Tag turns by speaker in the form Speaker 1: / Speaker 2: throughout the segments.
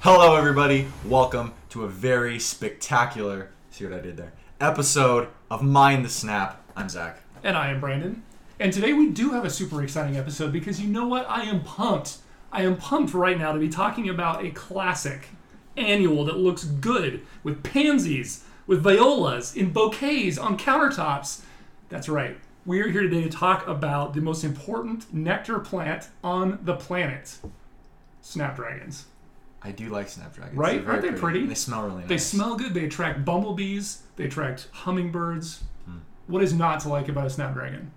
Speaker 1: Hello, everybody. Welcome to a very spectacular. See what I did there? Episode of Mind the Snap. I'm Zach.
Speaker 2: And I am Brandon. And today we do have a super exciting episode because you know what? I am pumped. I am pumped right now to be talking about a classic annual that looks good with pansies, with violas, in bouquets, on countertops. That's right. We are here today to talk about the most important nectar plant on the planet snapdragons.
Speaker 1: I do like snapdragons.
Speaker 2: Right?
Speaker 1: They're very
Speaker 2: Aren't they pretty?
Speaker 1: They smell really nice.
Speaker 2: They smell good, they attract bumblebees, they attract hummingbirds. What is not to like about a snapdragon?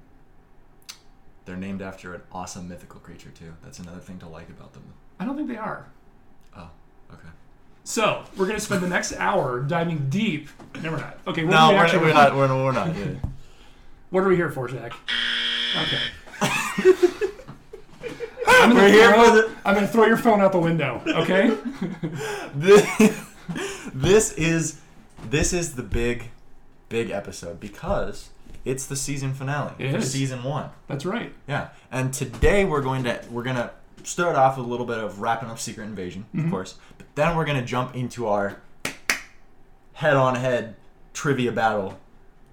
Speaker 1: They're named after an awesome mythical creature too. That's another thing to like about them.
Speaker 2: I don't think they are.
Speaker 1: Oh, okay.
Speaker 2: So we're gonna spend the next hour diving deep. No, we're not. Okay, what
Speaker 1: No,
Speaker 2: are we
Speaker 1: we're,
Speaker 2: actually-
Speaker 1: we're not. We're, we're not. Yeah.
Speaker 2: What are we here for, Zach? Okay. I'm gonna
Speaker 1: we're here
Speaker 2: throw-
Speaker 1: for
Speaker 2: I'm gonna throw your phone out the window. Okay.
Speaker 1: the. this is this is the big, big episode because it's the season finale.
Speaker 2: It
Speaker 1: for
Speaker 2: is.
Speaker 1: season one.
Speaker 2: That's right.
Speaker 1: Yeah, and today we're going to we're gonna start off with a little bit of wrapping up Secret Invasion,
Speaker 2: Mm-hmm.
Speaker 1: of course, but then we're gonna jump into our head-on-head trivia battle.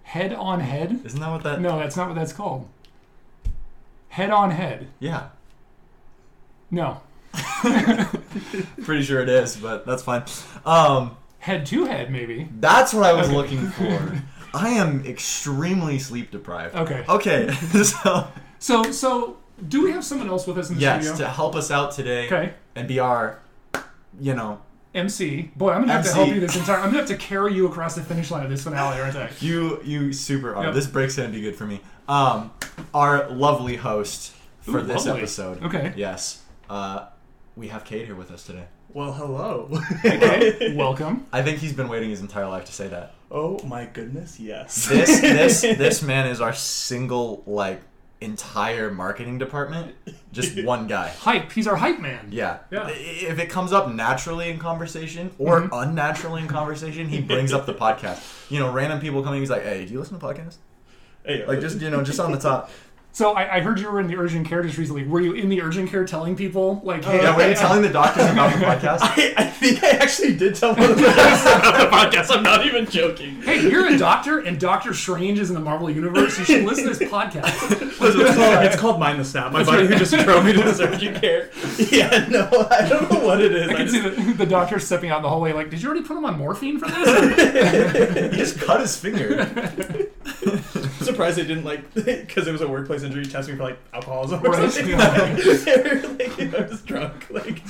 Speaker 2: Head on head.
Speaker 1: Isn't that what that?
Speaker 2: No, that's not what that's called. Head on head.
Speaker 1: Yeah,
Speaker 2: No.
Speaker 1: pretty sure it is, but that's fine. Um,
Speaker 2: Head to head, maybe.
Speaker 1: that's what I was looking for. I am extremely sleep deprived.
Speaker 2: Okay.
Speaker 1: Okay, so
Speaker 2: So, so do we have someone else with us in the
Speaker 1: yes,
Speaker 2: studio?
Speaker 1: to help us out today
Speaker 2: Okay.
Speaker 1: and be our, you know,
Speaker 2: MC. Boy, I'm gonna have to
Speaker 1: MC.
Speaker 2: help you this entire. I'm gonna have to carry you across the finish line of this finale, aren't I?
Speaker 1: You you super are.
Speaker 2: Yep.
Speaker 1: This break's gonna be good for me. Um, our lovely host for
Speaker 2: Ooh,
Speaker 1: this
Speaker 2: lovely.
Speaker 1: episode.
Speaker 2: Okay.
Speaker 1: Yes. Uh, we have Cade here with us today.
Speaker 3: Well, hello.
Speaker 2: Okay. Welcome.
Speaker 1: I think he's been waiting his entire life to say that.
Speaker 3: oh my goodness, yes.
Speaker 1: This this this man is our single like entire marketing department. Just one guy.
Speaker 2: hype. He's our hype man.
Speaker 1: Yeah.
Speaker 2: Yeah. Mm-hmm.
Speaker 1: I- If it comes up naturally in conversation or unnaturally in conversation, he brings up the podcast. You know, random people coming, he's like, "Hey, do you listen to podcasts?"
Speaker 3: Hey,
Speaker 1: Like just you know, just on the top.
Speaker 2: So I, I heard you were in the urgent care just recently. Were you in the urgent care telling people like, hey,
Speaker 1: Yeah, were you telling the doctors about the podcast?
Speaker 3: I, I think I actually did tell one of the guys on the podcast. I'm not even joking.
Speaker 2: hey, you're a doctor and Doctor Strange is in the Marvel universe. You should listen to this podcast.
Speaker 3: Listen, it's, called, it's called Mind the Snap. My buddy who just drove me to this urgent care. Yeah, no, I don't know what it is.
Speaker 2: I
Speaker 3: I
Speaker 2: can see
Speaker 3: just,
Speaker 2: the, the doctor stepping out in the hallway like, did you already put him on morphine for this?
Speaker 1: He just cut his finger.
Speaker 3: I'm surprised they didn't like because it was a workplace injury test me for like alcoholism or
Speaker 2: Right,
Speaker 3: something.
Speaker 2: yeah.
Speaker 3: They were like, I was drunk. Like,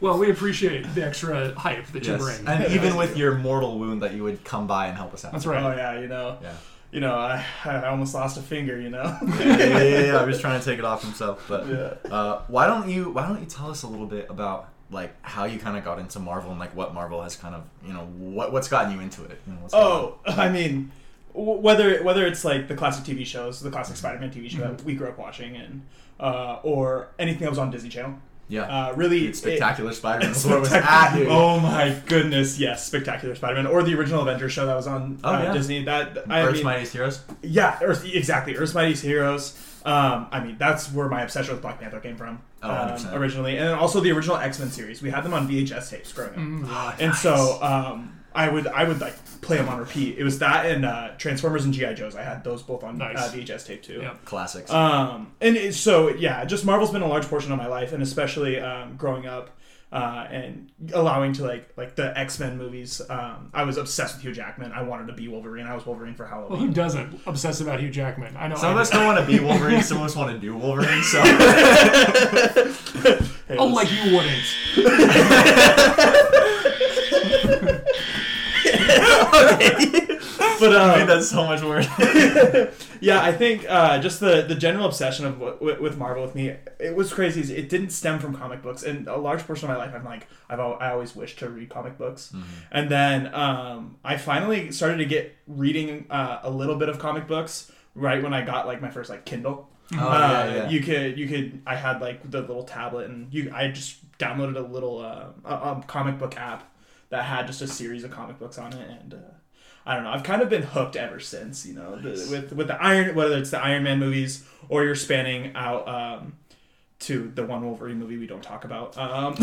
Speaker 2: well, we appreciate the extra hype that you bring.
Speaker 1: And even with your mortal wound, that you would come by and help us out.
Speaker 2: That's
Speaker 3: oh
Speaker 2: right.
Speaker 3: yeah, you know,
Speaker 1: Yeah.
Speaker 3: you know, I, I almost lost a finger. You know.
Speaker 1: Yeah, yeah, yeah, yeah, I was trying to take it off himself, but
Speaker 3: Yeah.
Speaker 1: uh, why don't you why don't you tell us a little bit about like how you kind of got into Marvel and like what Marvel has kind of you know what what's gotten you into it? You know, what's gotten-
Speaker 3: Oh, I mean, w- whether whether it's like the classic TV shows, the classic Spider-Man TV show
Speaker 1: Mm-hmm.
Speaker 3: that we grew up watching, and uh, or anything that was on Disney Channel.
Speaker 1: yeah,
Speaker 3: Uh, really,
Speaker 1: Dude, spectacular Spider-Man.
Speaker 3: it-
Speaker 1: is where it was
Speaker 3: Spectac-
Speaker 1: at, dude.
Speaker 3: oh my goodness, yes, Spectacular Spider-Man, or the original Avengers show that was on
Speaker 1: Oh,
Speaker 3: uh,
Speaker 1: yeah.
Speaker 3: Disney. That I
Speaker 1: Earth's
Speaker 3: mean,
Speaker 1: Mightiest Heroes.
Speaker 3: yeah, Earth, exactly. Earth's Mightiest Heroes. Um, I mean, that's where my obsession with Black Panther came from
Speaker 1: Oh,
Speaker 3: um,
Speaker 1: 100%.
Speaker 3: originally, and then also the original X Men series. We had them on VHS tapes growing up,
Speaker 2: Mm,
Speaker 3: and so um, I would I would like play them on repeat. It was that and uh, Transformers and GI Joes. I had those both on
Speaker 2: Nice.
Speaker 3: uh, VHS tape too.
Speaker 2: Yep.
Speaker 1: Classics.
Speaker 3: Um, and it, so yeah, just Marvel's been a large portion of my life, and especially um, growing up uh, and allowing to like like the X Men movies. Um, I was obsessed with Hugh Jackman. I wanted to be Wolverine. I was Wolverine for Halloween.
Speaker 2: Well, who doesn't obsess about Hugh Jackman? I know.
Speaker 1: some of
Speaker 2: I
Speaker 1: us
Speaker 2: do.
Speaker 1: don't want to be Wolverine. Some of us want to do Wolverine. So
Speaker 3: Hey,
Speaker 2: Oh,
Speaker 3: listen.
Speaker 2: like you wouldn't.
Speaker 3: but um,
Speaker 1: made that so much worse.
Speaker 3: yeah, I think uh, just the the general obsession of what, with, with Marvel with me, it was crazy. is It didn't stem from comic books, and a large portion of my life, I'm like, I've al- I always wished to read comic books,
Speaker 1: Mm-hmm.
Speaker 3: and then um, I finally started to get reading uh, a little bit of comic books right when I got like my first like Kindle.
Speaker 1: Oh,
Speaker 3: uh,
Speaker 1: yeah, yeah.
Speaker 3: You could, you could. I had like the little tablet, and you, I just downloaded a little uh, a, a comic book app that had just a series of comic books on it, and uh, I don't know. I've kind of been hooked ever since. You know, the, with with the Iron, whether it's the Iron Man movies or you're spanning out um, to the one Wolverine movie we don't talk about. Um,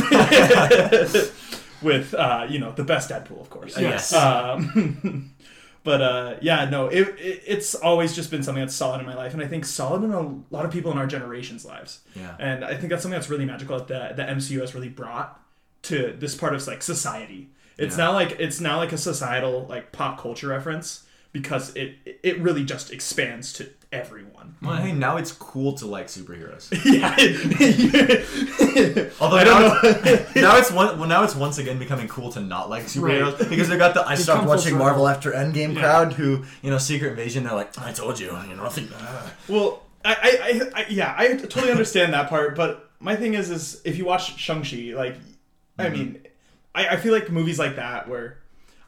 Speaker 3: with uh, you know the best Deadpool, of course.
Speaker 1: Yes.
Speaker 3: Um, but uh, yeah, no, it, it, it's always just been something that's solid in my life, and I think solid in a lot of people in our generation's lives.
Speaker 1: Yeah.
Speaker 3: And I think that's something that's really magical that the, the MCU has really brought to this part of like society. It's
Speaker 1: Yeah.
Speaker 3: now like it's now like a societal like pop culture reference because it it really just expands to everyone.
Speaker 1: Well, hey, now it's cool to like superheroes.
Speaker 3: Yeah.
Speaker 1: Although
Speaker 3: I
Speaker 1: now,
Speaker 3: don't know.
Speaker 1: it's, now it's one, well, now it's once again becoming cool to not like superheroes because they got the I stopped
Speaker 2: full
Speaker 1: watching
Speaker 2: circle.
Speaker 1: Marvel after Endgame crowd who you know Secret Invasion they're like I told you you know I think ah."
Speaker 3: Well, I, I, I, I yeah, I totally understand that part, but my thing is, is if you watch Shang Chi, like, I
Speaker 1: Mm-hmm.
Speaker 3: mean, I, I feel like movies like that where,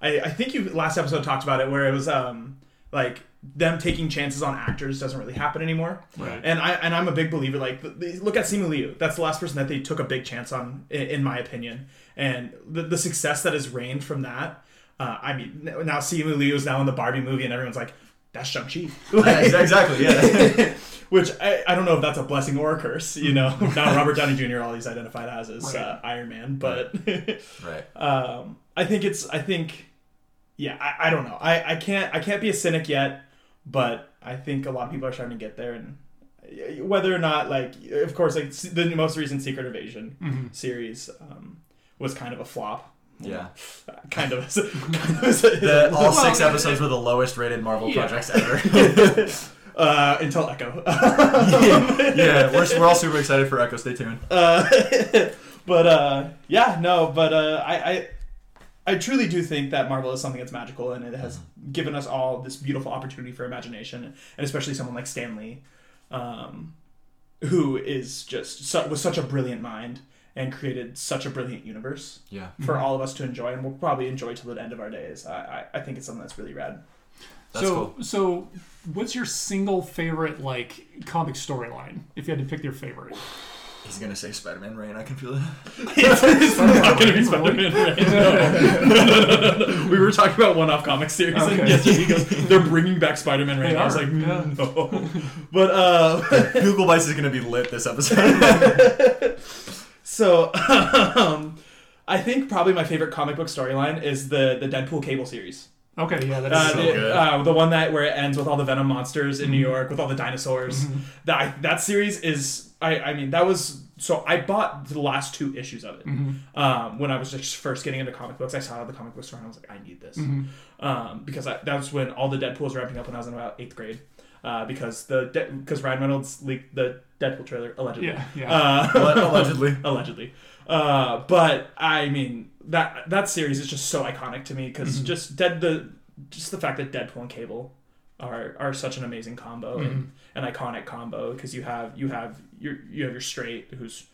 Speaker 3: I, I think you last episode talked about it where it was um like them taking chances on actors doesn't really happen anymore,
Speaker 2: Right.
Speaker 3: and I and I'm a big believer. Like, th- th- look at Simu Liu. That's the last person that they took a big chance on, in, in my opinion, and the, the success that has reigned from that. Uh, I mean, n- now Simu Liu is now in the Barbie movie, and everyone's like, "That's Shang Chi."
Speaker 1: Yeah, ex- exactly yeah
Speaker 3: Which I, I don't know if that's a blessing or a curse, you know. now Robert Downey Jr. all he's identified as is uh, Iron Man, but
Speaker 1: right
Speaker 3: um, I think it's I think yeah I, I don't know I, I can't I can't be a cynic yet, but I think a lot of people are starting to get there, and y- whether or not like of course like s- the most recent Secret Invasion series um, was kind of a flop,
Speaker 1: yeah
Speaker 3: kind of kind of is a- is a-
Speaker 1: the, all six
Speaker 2: Well,
Speaker 1: episodes were the lowest rated Marvel
Speaker 2: Yeah.
Speaker 1: projects ever
Speaker 3: uh, until Echo.
Speaker 1: yeah we're, we're all super excited for Echo stay tuned
Speaker 3: Uh, but uh, yeah, no, but uh, I, I I truly do think that Marvel is something that's magical, and it has given us all this beautiful opportunity for imagination, and especially someone like Stan Lee, um, who is just su- was such a brilliant mind and created such a brilliant universe
Speaker 1: yeah
Speaker 3: for all of us to enjoy, and we'll probably enjoy till the end of our days. I, I, I think it's something that's really rad.
Speaker 1: that's
Speaker 2: so,
Speaker 1: cool
Speaker 2: so what's your single favorite like comic storyline? If you had to pick your favorite,
Speaker 1: he's gonna say Spider Man Rain I can feel it
Speaker 3: it's not gonna be
Speaker 2: Spider-Man.
Speaker 3: Spider-Man. Right? No. No, no, no. We were talking about one-off comic series,
Speaker 2: Okay.
Speaker 3: and yesterday he goes, "They're bringing back Spider-Man right
Speaker 2: They
Speaker 3: now." I was
Speaker 2: are,
Speaker 3: like, "Mm,
Speaker 2: yeah.
Speaker 3: "No," but uh,
Speaker 1: Google Bites is gonna be lit this episode
Speaker 3: so um, I think probably my favorite comic book storyline is the the Deadpool Cable series.
Speaker 2: okay, yeah,
Speaker 3: Uh,
Speaker 2: that's
Speaker 1: So
Speaker 3: the,
Speaker 1: good.
Speaker 3: uh, the one that where it ends with all the Venom monsters in New York with all the dinosaurs. That I, that series is I I mean that was so I bought the last two issues of it um, when I was just first getting into comic books. I saw it at the comic book store and I was like I need this um, because I, that was when all the Deadpool was wrapping up when I was in about eighth grade uh, because the because Ryan Reynolds leaked the Deadpool trailer allegedly.
Speaker 2: yeah, yeah.
Speaker 3: Uh,
Speaker 1: allegedly
Speaker 3: allegedly. Uh, but I mean that that series is just so iconic to me because just dead the just the fact that Deadpool and Cable are are such an amazing combo and an iconic combo because you have you have your you have your straight who's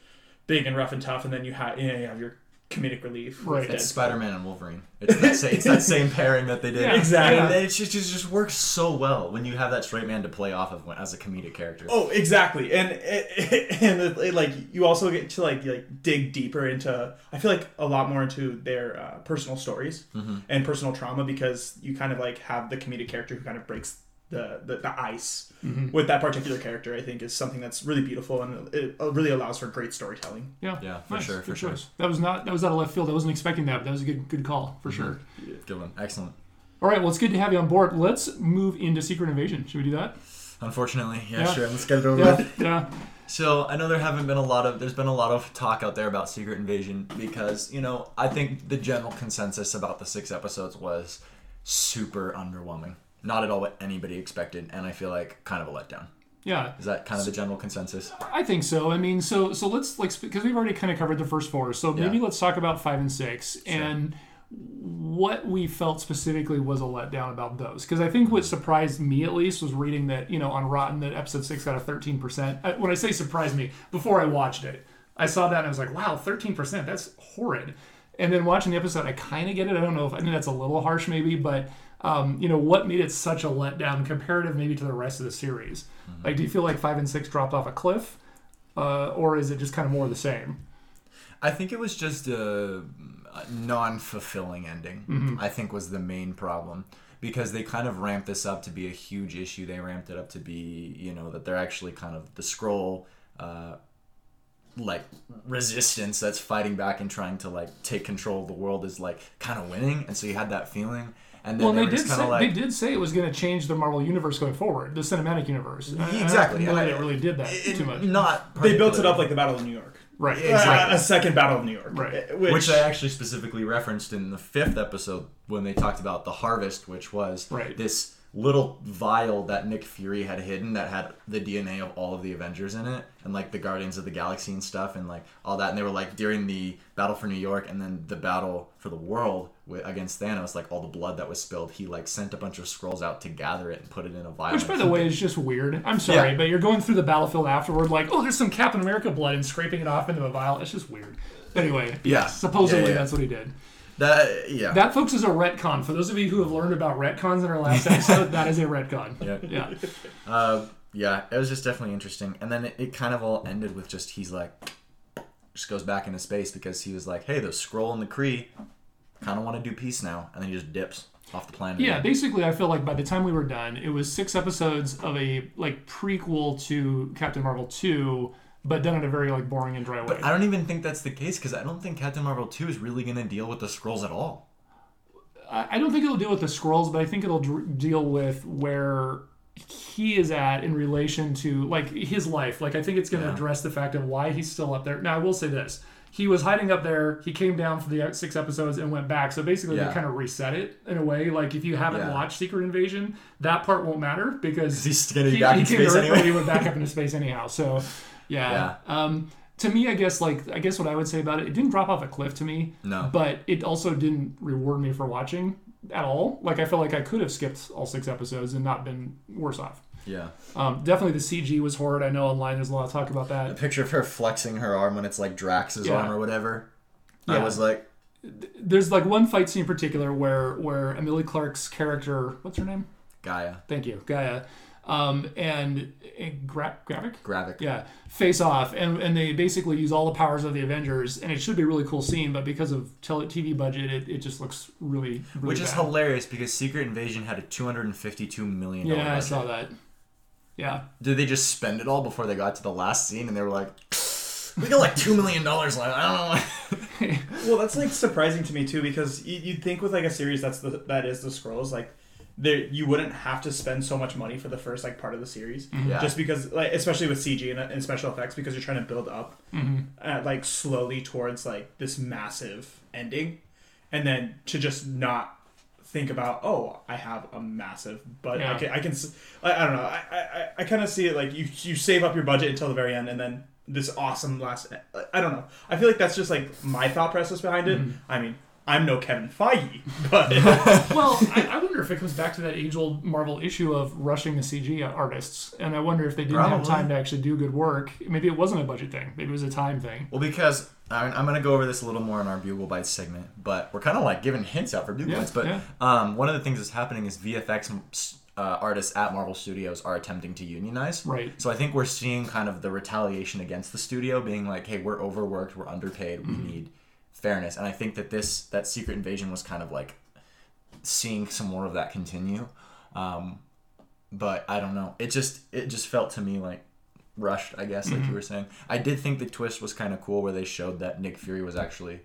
Speaker 3: big and rough and tough and then you have you, know, you have your comedic relief with
Speaker 2: Right.
Speaker 1: It's
Speaker 3: Deadpool.
Speaker 1: Spider Man and Wolverine. It's that, sa- it's that same pairing that they did.
Speaker 2: Yeah,
Speaker 3: Exactly.
Speaker 1: And it just, just just works so well when you have that straight man to play off of when, as a comedic character.
Speaker 3: Oh, exactly, and and it, it, like you also get to like like dig deeper into. I feel like a lot more into their uh, personal stories and personal trauma because you kind of like have the comedic character who kind of breaks the the, the ice with that particular character. I think is something that's really beautiful and it, it really allows for great storytelling.
Speaker 2: yeah,
Speaker 1: Yeah, for
Speaker 2: nice,
Speaker 1: sure, for
Speaker 2: good
Speaker 1: sure.
Speaker 2: choice. That was not that was out of left field. I wasn't expecting that, but that was a good good call
Speaker 1: Mm-hmm.
Speaker 2: for sure.
Speaker 1: Good one. Excellent.
Speaker 2: All right, well, it's good to have you on board. Let's move into Secret Invasion. Should we do that?
Speaker 1: Unfortunately, yeah,
Speaker 2: Yeah.
Speaker 1: sure. Let's get it over
Speaker 2: Yeah,
Speaker 1: with.
Speaker 2: yeah.
Speaker 1: So I know there haven't been a lot of there's been a lot of talk out there about Secret Invasion because you know I think the general consensus about the six episodes was super underwhelming. Not at all what anybody expected, and I feel like kind of a letdown.
Speaker 2: Yeah,
Speaker 1: Is that kind of the general consensus?
Speaker 2: I think so. I mean, so so let's like because we've already kind of covered the first four, so maybe
Speaker 1: Yeah.
Speaker 2: let's talk about five and six and what we felt specifically was a letdown about those. Because I think what surprised me at least was reading that you know on Rotten that episode six got a thirteen percent. When I say surprised me, before I watched it, I saw that and I was like, wow, thirteen percent, that's horrid. And then watching the episode, I kind of get it. I don't know if I mean that's a little harsh, maybe, but um, you know what made it such a letdown comparative maybe to the rest of the series. Like, do you feel like five and six dropped off a cliff, uh, or is it just kind of more of the same?
Speaker 1: I think it was just a non fulfilling ending,
Speaker 2: Mm-hmm.
Speaker 1: I think was the main problem. Because they kind of ramped this up to be a huge issue. They ramped it up to be, you know, that they're actually kind of the scroll uh, like resistance that's fighting back and trying to like take control of the world is like kind of winning, and so you had that feeling. And then
Speaker 2: Well,
Speaker 1: they,
Speaker 2: they
Speaker 1: were
Speaker 2: did
Speaker 1: just kind
Speaker 2: say,
Speaker 1: of like
Speaker 2: they did say it was going to change the Marvel universe going forward, the cinematic universe. I- I don't
Speaker 1: exactly.
Speaker 2: know
Speaker 1: and
Speaker 2: that
Speaker 1: I-
Speaker 2: it really did that
Speaker 1: it-
Speaker 2: too much.
Speaker 1: Not
Speaker 3: They built it
Speaker 1: particularly.
Speaker 3: up like the Battle of New York.
Speaker 2: right.
Speaker 1: Exactly.
Speaker 3: Uh, a second Battle of New York.
Speaker 2: Right.
Speaker 3: uh,
Speaker 1: which they actually specifically referenced in the fifth episode when they talked about the harvest, which was
Speaker 2: Right.
Speaker 1: this little vial that Nick Fury had hidden that had the DNA of all of the Avengers in it and like the Guardians of the Galaxy and stuff and like all that. And they were like during the battle for New York and then the battle for the world wi- against Thanos, like all the blood that was spilled, he like sent a bunch of scrolls out to gather it and put it in a vial.
Speaker 2: Which, by the way, is just weird. I'm sorry,
Speaker 1: Yeah.
Speaker 2: but you're going through the battlefield afterward, like, oh, there's some Captain America blood, and scraping it off into a vial. It's just weird. But anyway,
Speaker 1: Yeah.
Speaker 2: supposedly
Speaker 1: Yeah, yeah.
Speaker 2: that's what he did.
Speaker 1: that yeah.
Speaker 2: That, folks, is a retcon. For those of you who have learned about retcons in our last episode, that is a retcon.
Speaker 1: Yeah.
Speaker 2: Yeah.
Speaker 1: Uh, yeah, it was just definitely interesting. And then it, it kind of all ended with just he's like, just goes back into space because he was like, hey, the scroll and the Kree kind of want to do peace now. And then he just dips off the planet.
Speaker 2: Yeah, basically, I feel like by the time we were done, it was six episodes of a like prequel to Captain Marvel two, but done in a very like boring and dry way.
Speaker 1: But I don't even think that's the case because I don't think Captain Marvel 2 is really going to deal with the scrolls at all.
Speaker 2: I I don't think it'll deal with the scrolls, but I think it'll dr- deal with where he is at in relation to like his life. Like I think it's going to
Speaker 1: Yeah.
Speaker 2: address the fact of why he's still up there. Now I will say this: he was hiding up there. He came down for the uh, six episodes and went back. So basically, they
Speaker 1: Yeah.
Speaker 2: kind of reset it in a way. Like if you haven't
Speaker 1: Yeah.
Speaker 2: watched Secret Invasion, that part won't matter because
Speaker 1: He's going to be back in
Speaker 2: came
Speaker 1: space
Speaker 2: directly
Speaker 1: anyway.
Speaker 2: went back up into space anyhow. So, yeah. Um, to me, I guess like I guess what I would say about it, it didn't drop off a cliff to me.
Speaker 1: No.
Speaker 2: But it also didn't reward me for watching at all. Like I felt like I could have skipped all six episodes and not been worse off.
Speaker 1: Yeah.
Speaker 2: Um, definitely the CG was horrid. I know online there's a lot of talk about
Speaker 1: The
Speaker 2: that.
Speaker 1: picture of her flexing her arm when it's like Drax's
Speaker 2: Yeah.
Speaker 1: arm or whatever. I
Speaker 2: Yeah.
Speaker 1: was like,
Speaker 2: There's like one fight scene in particular where where Emily Clark's character, what's her name?
Speaker 1: Gaia,
Speaker 2: Thank you, Gaia, um, and, and Gra- Gravik.
Speaker 1: Gravik.
Speaker 2: Yeah, face off, and and they basically use all the powers of the Avengers, and it should be a really cool scene, but because of tele- TV budget, it, it just looks really, really
Speaker 1: Which is
Speaker 2: bad.
Speaker 1: hilarious because Secret Invasion had a $252 million
Speaker 2: yeah, I
Speaker 1: budget.
Speaker 2: saw that. Yeah,
Speaker 1: Did they just spend it all before they got to the last scene and they were like, we got like two million dollars left. I don't know.
Speaker 3: Well, that's like surprising to me too, because you, you'd think with like a series that's the that is the scrolls, like there you wouldn't have to spend so much money for the first like part of the series,
Speaker 1: Yeah.
Speaker 3: just because like especially with CG and, and special effects, because you're trying to build up uh, like slowly towards like this massive ending, and then to just not think about oh I have a massive but
Speaker 2: Yeah.
Speaker 3: I can I can s- I, I don't know I I, I- I kind of see it like you you save up your budget until the very end and then this awesome last I don't know I feel like that's just like my thought process behind it I mean I'm no Kevin Feige but
Speaker 2: well, I, I wonder if it comes back to that age-old Marvel issue of rushing the CG artists, and I wonder if they didn't have
Speaker 1: Probably.
Speaker 2: time to actually do good work. Maybe it wasn't a budget thing. Maybe it was a time thing.
Speaker 1: well, because I mean, I'm going to go over this a little more in our Bugle Bites segment, but we're kind of like giving hints out for Bugle
Speaker 2: Yeah,
Speaker 1: Bites. But
Speaker 2: yeah.
Speaker 1: um, one of the things that's happening is VFX uh, artists at Marvel Studios are attempting to unionize.
Speaker 2: Right.
Speaker 1: So I think we're seeing kind of the retaliation against the studio being like, hey, we're overworked, we're underpaid, we need fairness. And I think that this, that Secret Invasion was kind of like seeing some more of that continue. Um, but I don't know. It just it just felt to me like rushed. I guess like you were saying. I did think the twist was kind of cool where they showed that Nick Fury was actually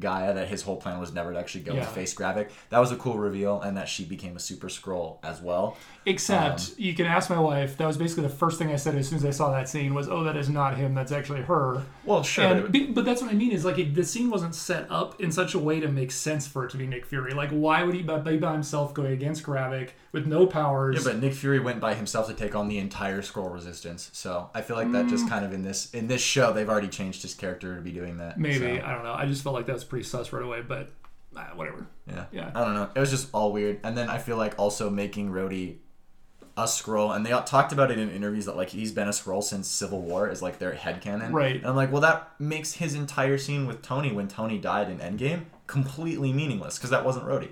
Speaker 1: Gaia. That his whole plan was never to actually go
Speaker 2: Yeah.
Speaker 1: and face Gravik. That was a cool reveal, and that she became a Super Scroll as well. Um.
Speaker 2: Except you can ask my wife. That was basically the first thing I said as soon as I saw that scene was, "Oh, that is not him. That's actually her."
Speaker 1: Well, sure. but it
Speaker 2: And,
Speaker 1: would-
Speaker 2: be- but that's what I mean is like it, the scene wasn't set up in such a way to make sense for it to be Nick Fury. Like, why would he be be by himself going against Gravik with no powers?
Speaker 1: Yeah, but Nick Fury went by himself to take on the entire Scroll Resistance, so I feel like that just
Speaker 2: Mm.
Speaker 1: kind of in this in this show they've already changed his character to be doing that.
Speaker 2: Maybe
Speaker 1: so,
Speaker 2: I don't know. I just felt like that was pretty sus right away. But uh, whatever.
Speaker 1: yeah,
Speaker 2: Yeah.
Speaker 1: I don't know. It was just all weird, and then I feel like also making Rhodey a scroll, and they all talked about it in interviews that like he's been a scroll since Civil War is like their headcanon.
Speaker 2: Right.
Speaker 1: And I'm like, well, that makes his entire scene with Tony when Tony died in Endgame completely meaningless because that wasn't Rhodey.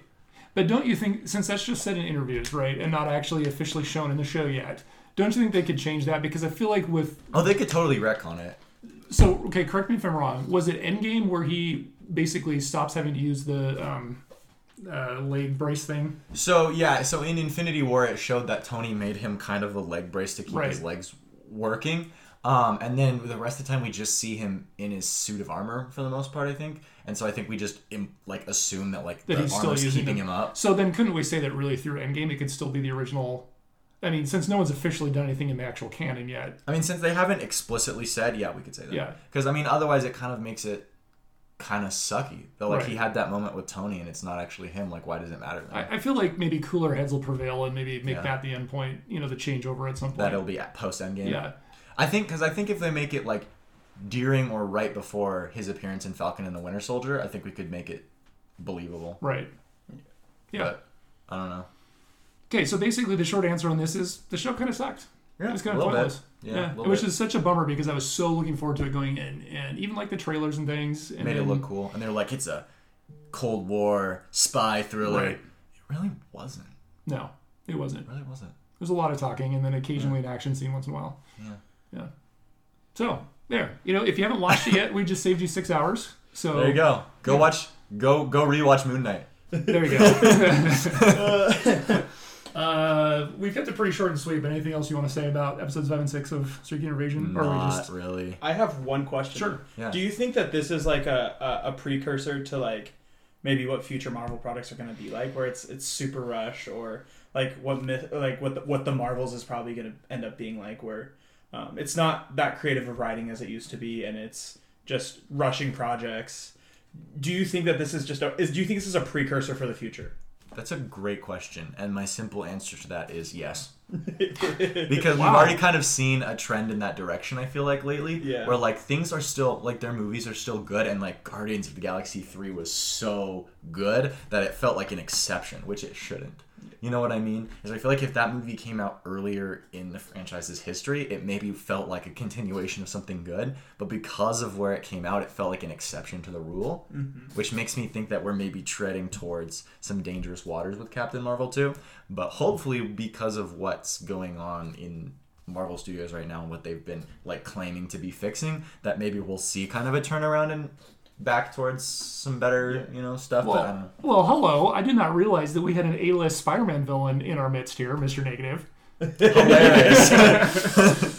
Speaker 2: But don't you think since that's just said in interviews, right, and not actually officially shown in the show yet? Don't you think they could change that? Because I feel like with
Speaker 1: Oh, they could totally retcon it.
Speaker 2: So okay, correct me if I'm wrong. Was it Endgame where he basically stops having to use the um, uh, leg brace thing?
Speaker 1: So yeah, so in Infinity War, it showed that Tony made him kind of a leg brace to keep
Speaker 2: Right.
Speaker 1: his legs working. Um, and then the rest of the time we just see him in his suit of armor for the most part, I think. And so I think we just im- like assume that like
Speaker 2: That
Speaker 1: the
Speaker 2: he's still
Speaker 1: armor's
Speaker 2: using
Speaker 1: keeping
Speaker 2: them.
Speaker 1: him up.
Speaker 2: So then, couldn't we say that really through Endgame, it could still be the original? I mean, since no one's officially done anything in the actual canon yet,
Speaker 1: I mean, since they haven't explicitly said, yeah, we could say that.
Speaker 2: Yeah.
Speaker 1: Because I mean, otherwise it kind of makes it kind of sucky. That like he
Speaker 2: Right.
Speaker 1: had that moment with Tony, and it's not actually him. Like, why does it matter? Then?
Speaker 2: I, I feel like maybe cooler heads will prevail and maybe make
Speaker 1: Yeah.
Speaker 2: that the end point. You know, the changeover at some point.
Speaker 1: that it'll be at post Endgame.
Speaker 2: yeah,
Speaker 1: I think because I think if they make it like during or right before his appearance in Falcon and the Winter Soldier, I think we could make it believable.
Speaker 2: right. Yeah.
Speaker 1: But I don't know.
Speaker 2: Okay, so basically, the short answer on this is the show kind of sucked.
Speaker 1: Yeah,
Speaker 2: it was kind
Speaker 1: a
Speaker 2: of
Speaker 1: little bit.
Speaker 2: pointless.
Speaker 1: Yeah, a little
Speaker 2: which
Speaker 1: bit.
Speaker 2: is such a bummer because I was so looking forward to it going in, and even like the trailers and things. And
Speaker 1: Made it
Speaker 2: then-
Speaker 1: look cool, and they're like, it's a Cold War spy thriller.
Speaker 2: Right.
Speaker 1: It really wasn't.
Speaker 2: No, it wasn't.
Speaker 1: It really wasn't.
Speaker 2: There's a lot of talking and then occasionally an action scene once in a while.
Speaker 1: Yeah.
Speaker 2: Yeah. So there. You know, if you haven't watched it yet, we just saved you six hours. So
Speaker 1: There you go. Go watch. Go go rewatch Moon Knight.
Speaker 2: There you go. uh, we've kept it pretty short and sweet, but anything else you want to say about episodes five and six of Streaking Invasion? or we
Speaker 1: Not
Speaker 2: just
Speaker 1: really.
Speaker 3: I have one question.
Speaker 2: Sure.
Speaker 1: Yeah.
Speaker 3: Do you think that this is like a, a, a precursor to like maybe what future Marvel products are going to be like, where it's it's super rush or like what myth like what the, what the Marvels is probably going to end up being like, where um, it's not that creative of writing as it used to be, and it's just rushing projects. Do you think that this is just a is do you think this is a precursor for the future?
Speaker 1: That's a great question, and my simple answer to that is yes. because we've
Speaker 2: Wow.
Speaker 1: already kind of seen a trend in that direction. I feel like lately,
Speaker 3: Yeah.
Speaker 1: where like things are still like their movies are still good, and like Guardians of the Galaxy three was so good that it felt like an exception, which it shouldn't. You know what I mean? Is I feel like if that movie came out earlier in the franchise's history, it maybe felt like a continuation of something good, but because of where it came out, it felt like an exception to the rule, which makes me think that we're maybe treading towards some dangerous waters with Captain Marvel too. But hopefully, because of what's going on in Marvel Studios right now and what they've been like claiming to be fixing, that maybe we'll see kind of a turnaround and back towards some better, you know, stuff. but I don't know.
Speaker 2: Well, well, hello. I did not realize that we had an A-list Spider-Man villain in our midst here, Mr. Negative.
Speaker 1: Hilarious. that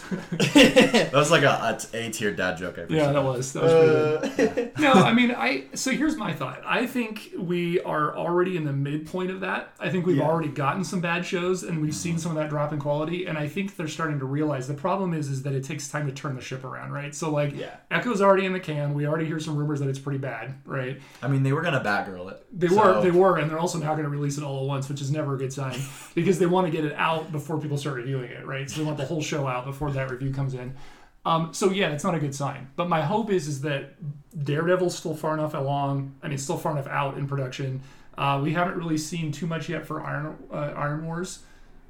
Speaker 1: was like a a tier dad joke. I
Speaker 2: Yeah,
Speaker 1: appreciate.
Speaker 2: that was that was pretty
Speaker 3: Uh,
Speaker 2: good. no, I mean, I so here's my thought. I think we are already in the midpoint of that. I think we've
Speaker 3: Yeah.
Speaker 2: already gotten some bad shows, and we've seen some of that drop in quality. And I think they're starting to realize the problem is is that it takes time to turn the ship around, right? So like,
Speaker 3: Yeah.
Speaker 2: Echo's already in the can. We already hear some rumors that it's pretty bad, right?
Speaker 1: I mean, they were gonna Batgirl it.
Speaker 2: They
Speaker 1: so-
Speaker 2: were, they were, and they're also now going to release it all at once, which is never a good sign because they want to get it out before people start reviewing it, right? So they want the whole show out before that review comes in. Um, so yeah, it's not a good sign. But my hope is is that Daredevil's still far enough along. I mean, still far enough out in production. Uh, we haven't really seen too much yet for Iron uh, Iron Wars.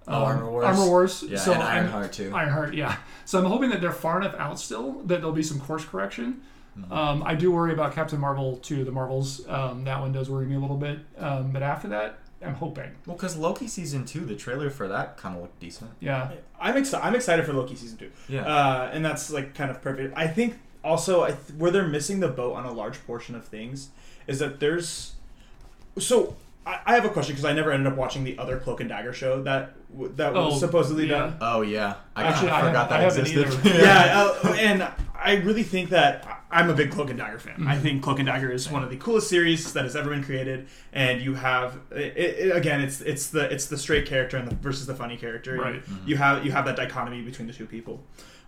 Speaker 1: Oh, Armor Wars.
Speaker 2: Armor Wars.
Speaker 1: Yeah,
Speaker 2: so
Speaker 1: and
Speaker 2: I'm-
Speaker 1: Ironheart too.
Speaker 2: Ironheart, yeah. So I'm hoping that they're far enough out still that there'll be some course correction.
Speaker 1: Mm-hmm.
Speaker 2: Um, I do worry about Captain Marvel too. The Marvels, um, that one does worry me a little bit. Um, but after that, I'm hoping.
Speaker 1: Well, because Loki season two, the trailer for that kind of looked decent.
Speaker 2: Yeah,
Speaker 3: I'm excited. I'm excited for Loki season two.
Speaker 1: Yeah.
Speaker 3: uh, and that's like kind of perfect. I think also I th- where they're missing the boat on a large portion of things is that there's. So I, I have a question because I never ended up watching the other Cloak and Dagger show that w- that was
Speaker 2: Oh,
Speaker 3: supposedly
Speaker 2: yeah.
Speaker 3: done.
Speaker 1: Oh yeah, I
Speaker 2: Actually,
Speaker 1: kinda
Speaker 2: I
Speaker 1: forgot
Speaker 2: haven't-
Speaker 1: that
Speaker 2: I haven't
Speaker 1: existed.
Speaker 2: either.
Speaker 3: yeah, uh, and I really think that I- I'm a big Cloak and Dagger fan. I
Speaker 2: Mm-hmm.
Speaker 3: think Cloak and Dagger is one of the coolest series that has ever been created, and you have it, it, again, it's it's the it's the straight character and the, versus the funny character.
Speaker 2: Right. Mm-hmm.
Speaker 3: You have you have that dichotomy between the two people.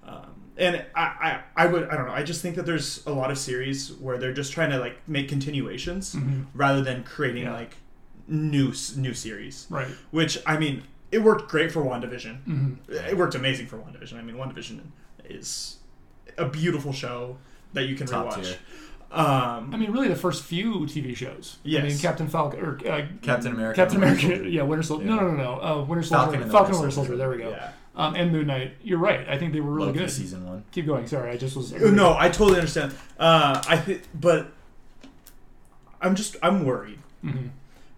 Speaker 3: Um, and I, I, I would I don't know I just think that there's a lot of series where they're just trying to like make continuations rather than creating
Speaker 2: Mm-hmm. Yeah.
Speaker 3: like new s- new series
Speaker 2: right.
Speaker 3: which I mean, it worked great for WandaVision. It worked amazing for WandaVision. I mean, WandaVision is a beautiful show that you can
Speaker 1: Top
Speaker 3: rewatch.
Speaker 1: tier.
Speaker 2: I
Speaker 3: Um,
Speaker 2: mean, really, the first few TV shows. I
Speaker 3: Yes.
Speaker 2: mean, Captain Falcon or uh,
Speaker 1: Captain America.
Speaker 2: Captain
Speaker 1: and the Winter
Speaker 2: America.
Speaker 1: Soldier.
Speaker 2: Yeah, Winter Soldier. No,
Speaker 1: Yeah.
Speaker 2: no, no, no. Uh, Winter Soldier.
Speaker 1: Falcon and the
Speaker 2: Falcon
Speaker 1: Winter
Speaker 2: Winter Soldier.
Speaker 1: Soldier.
Speaker 2: There we go.
Speaker 3: yeah.
Speaker 2: Um, and Moon Knight. You're right. I think they were really
Speaker 1: Loki
Speaker 2: good.
Speaker 1: season one.
Speaker 2: Keep going. Sorry, I just was.
Speaker 3: No, I totally understand. Uh, I think, but I'm just I'm worried
Speaker 2: Mhm.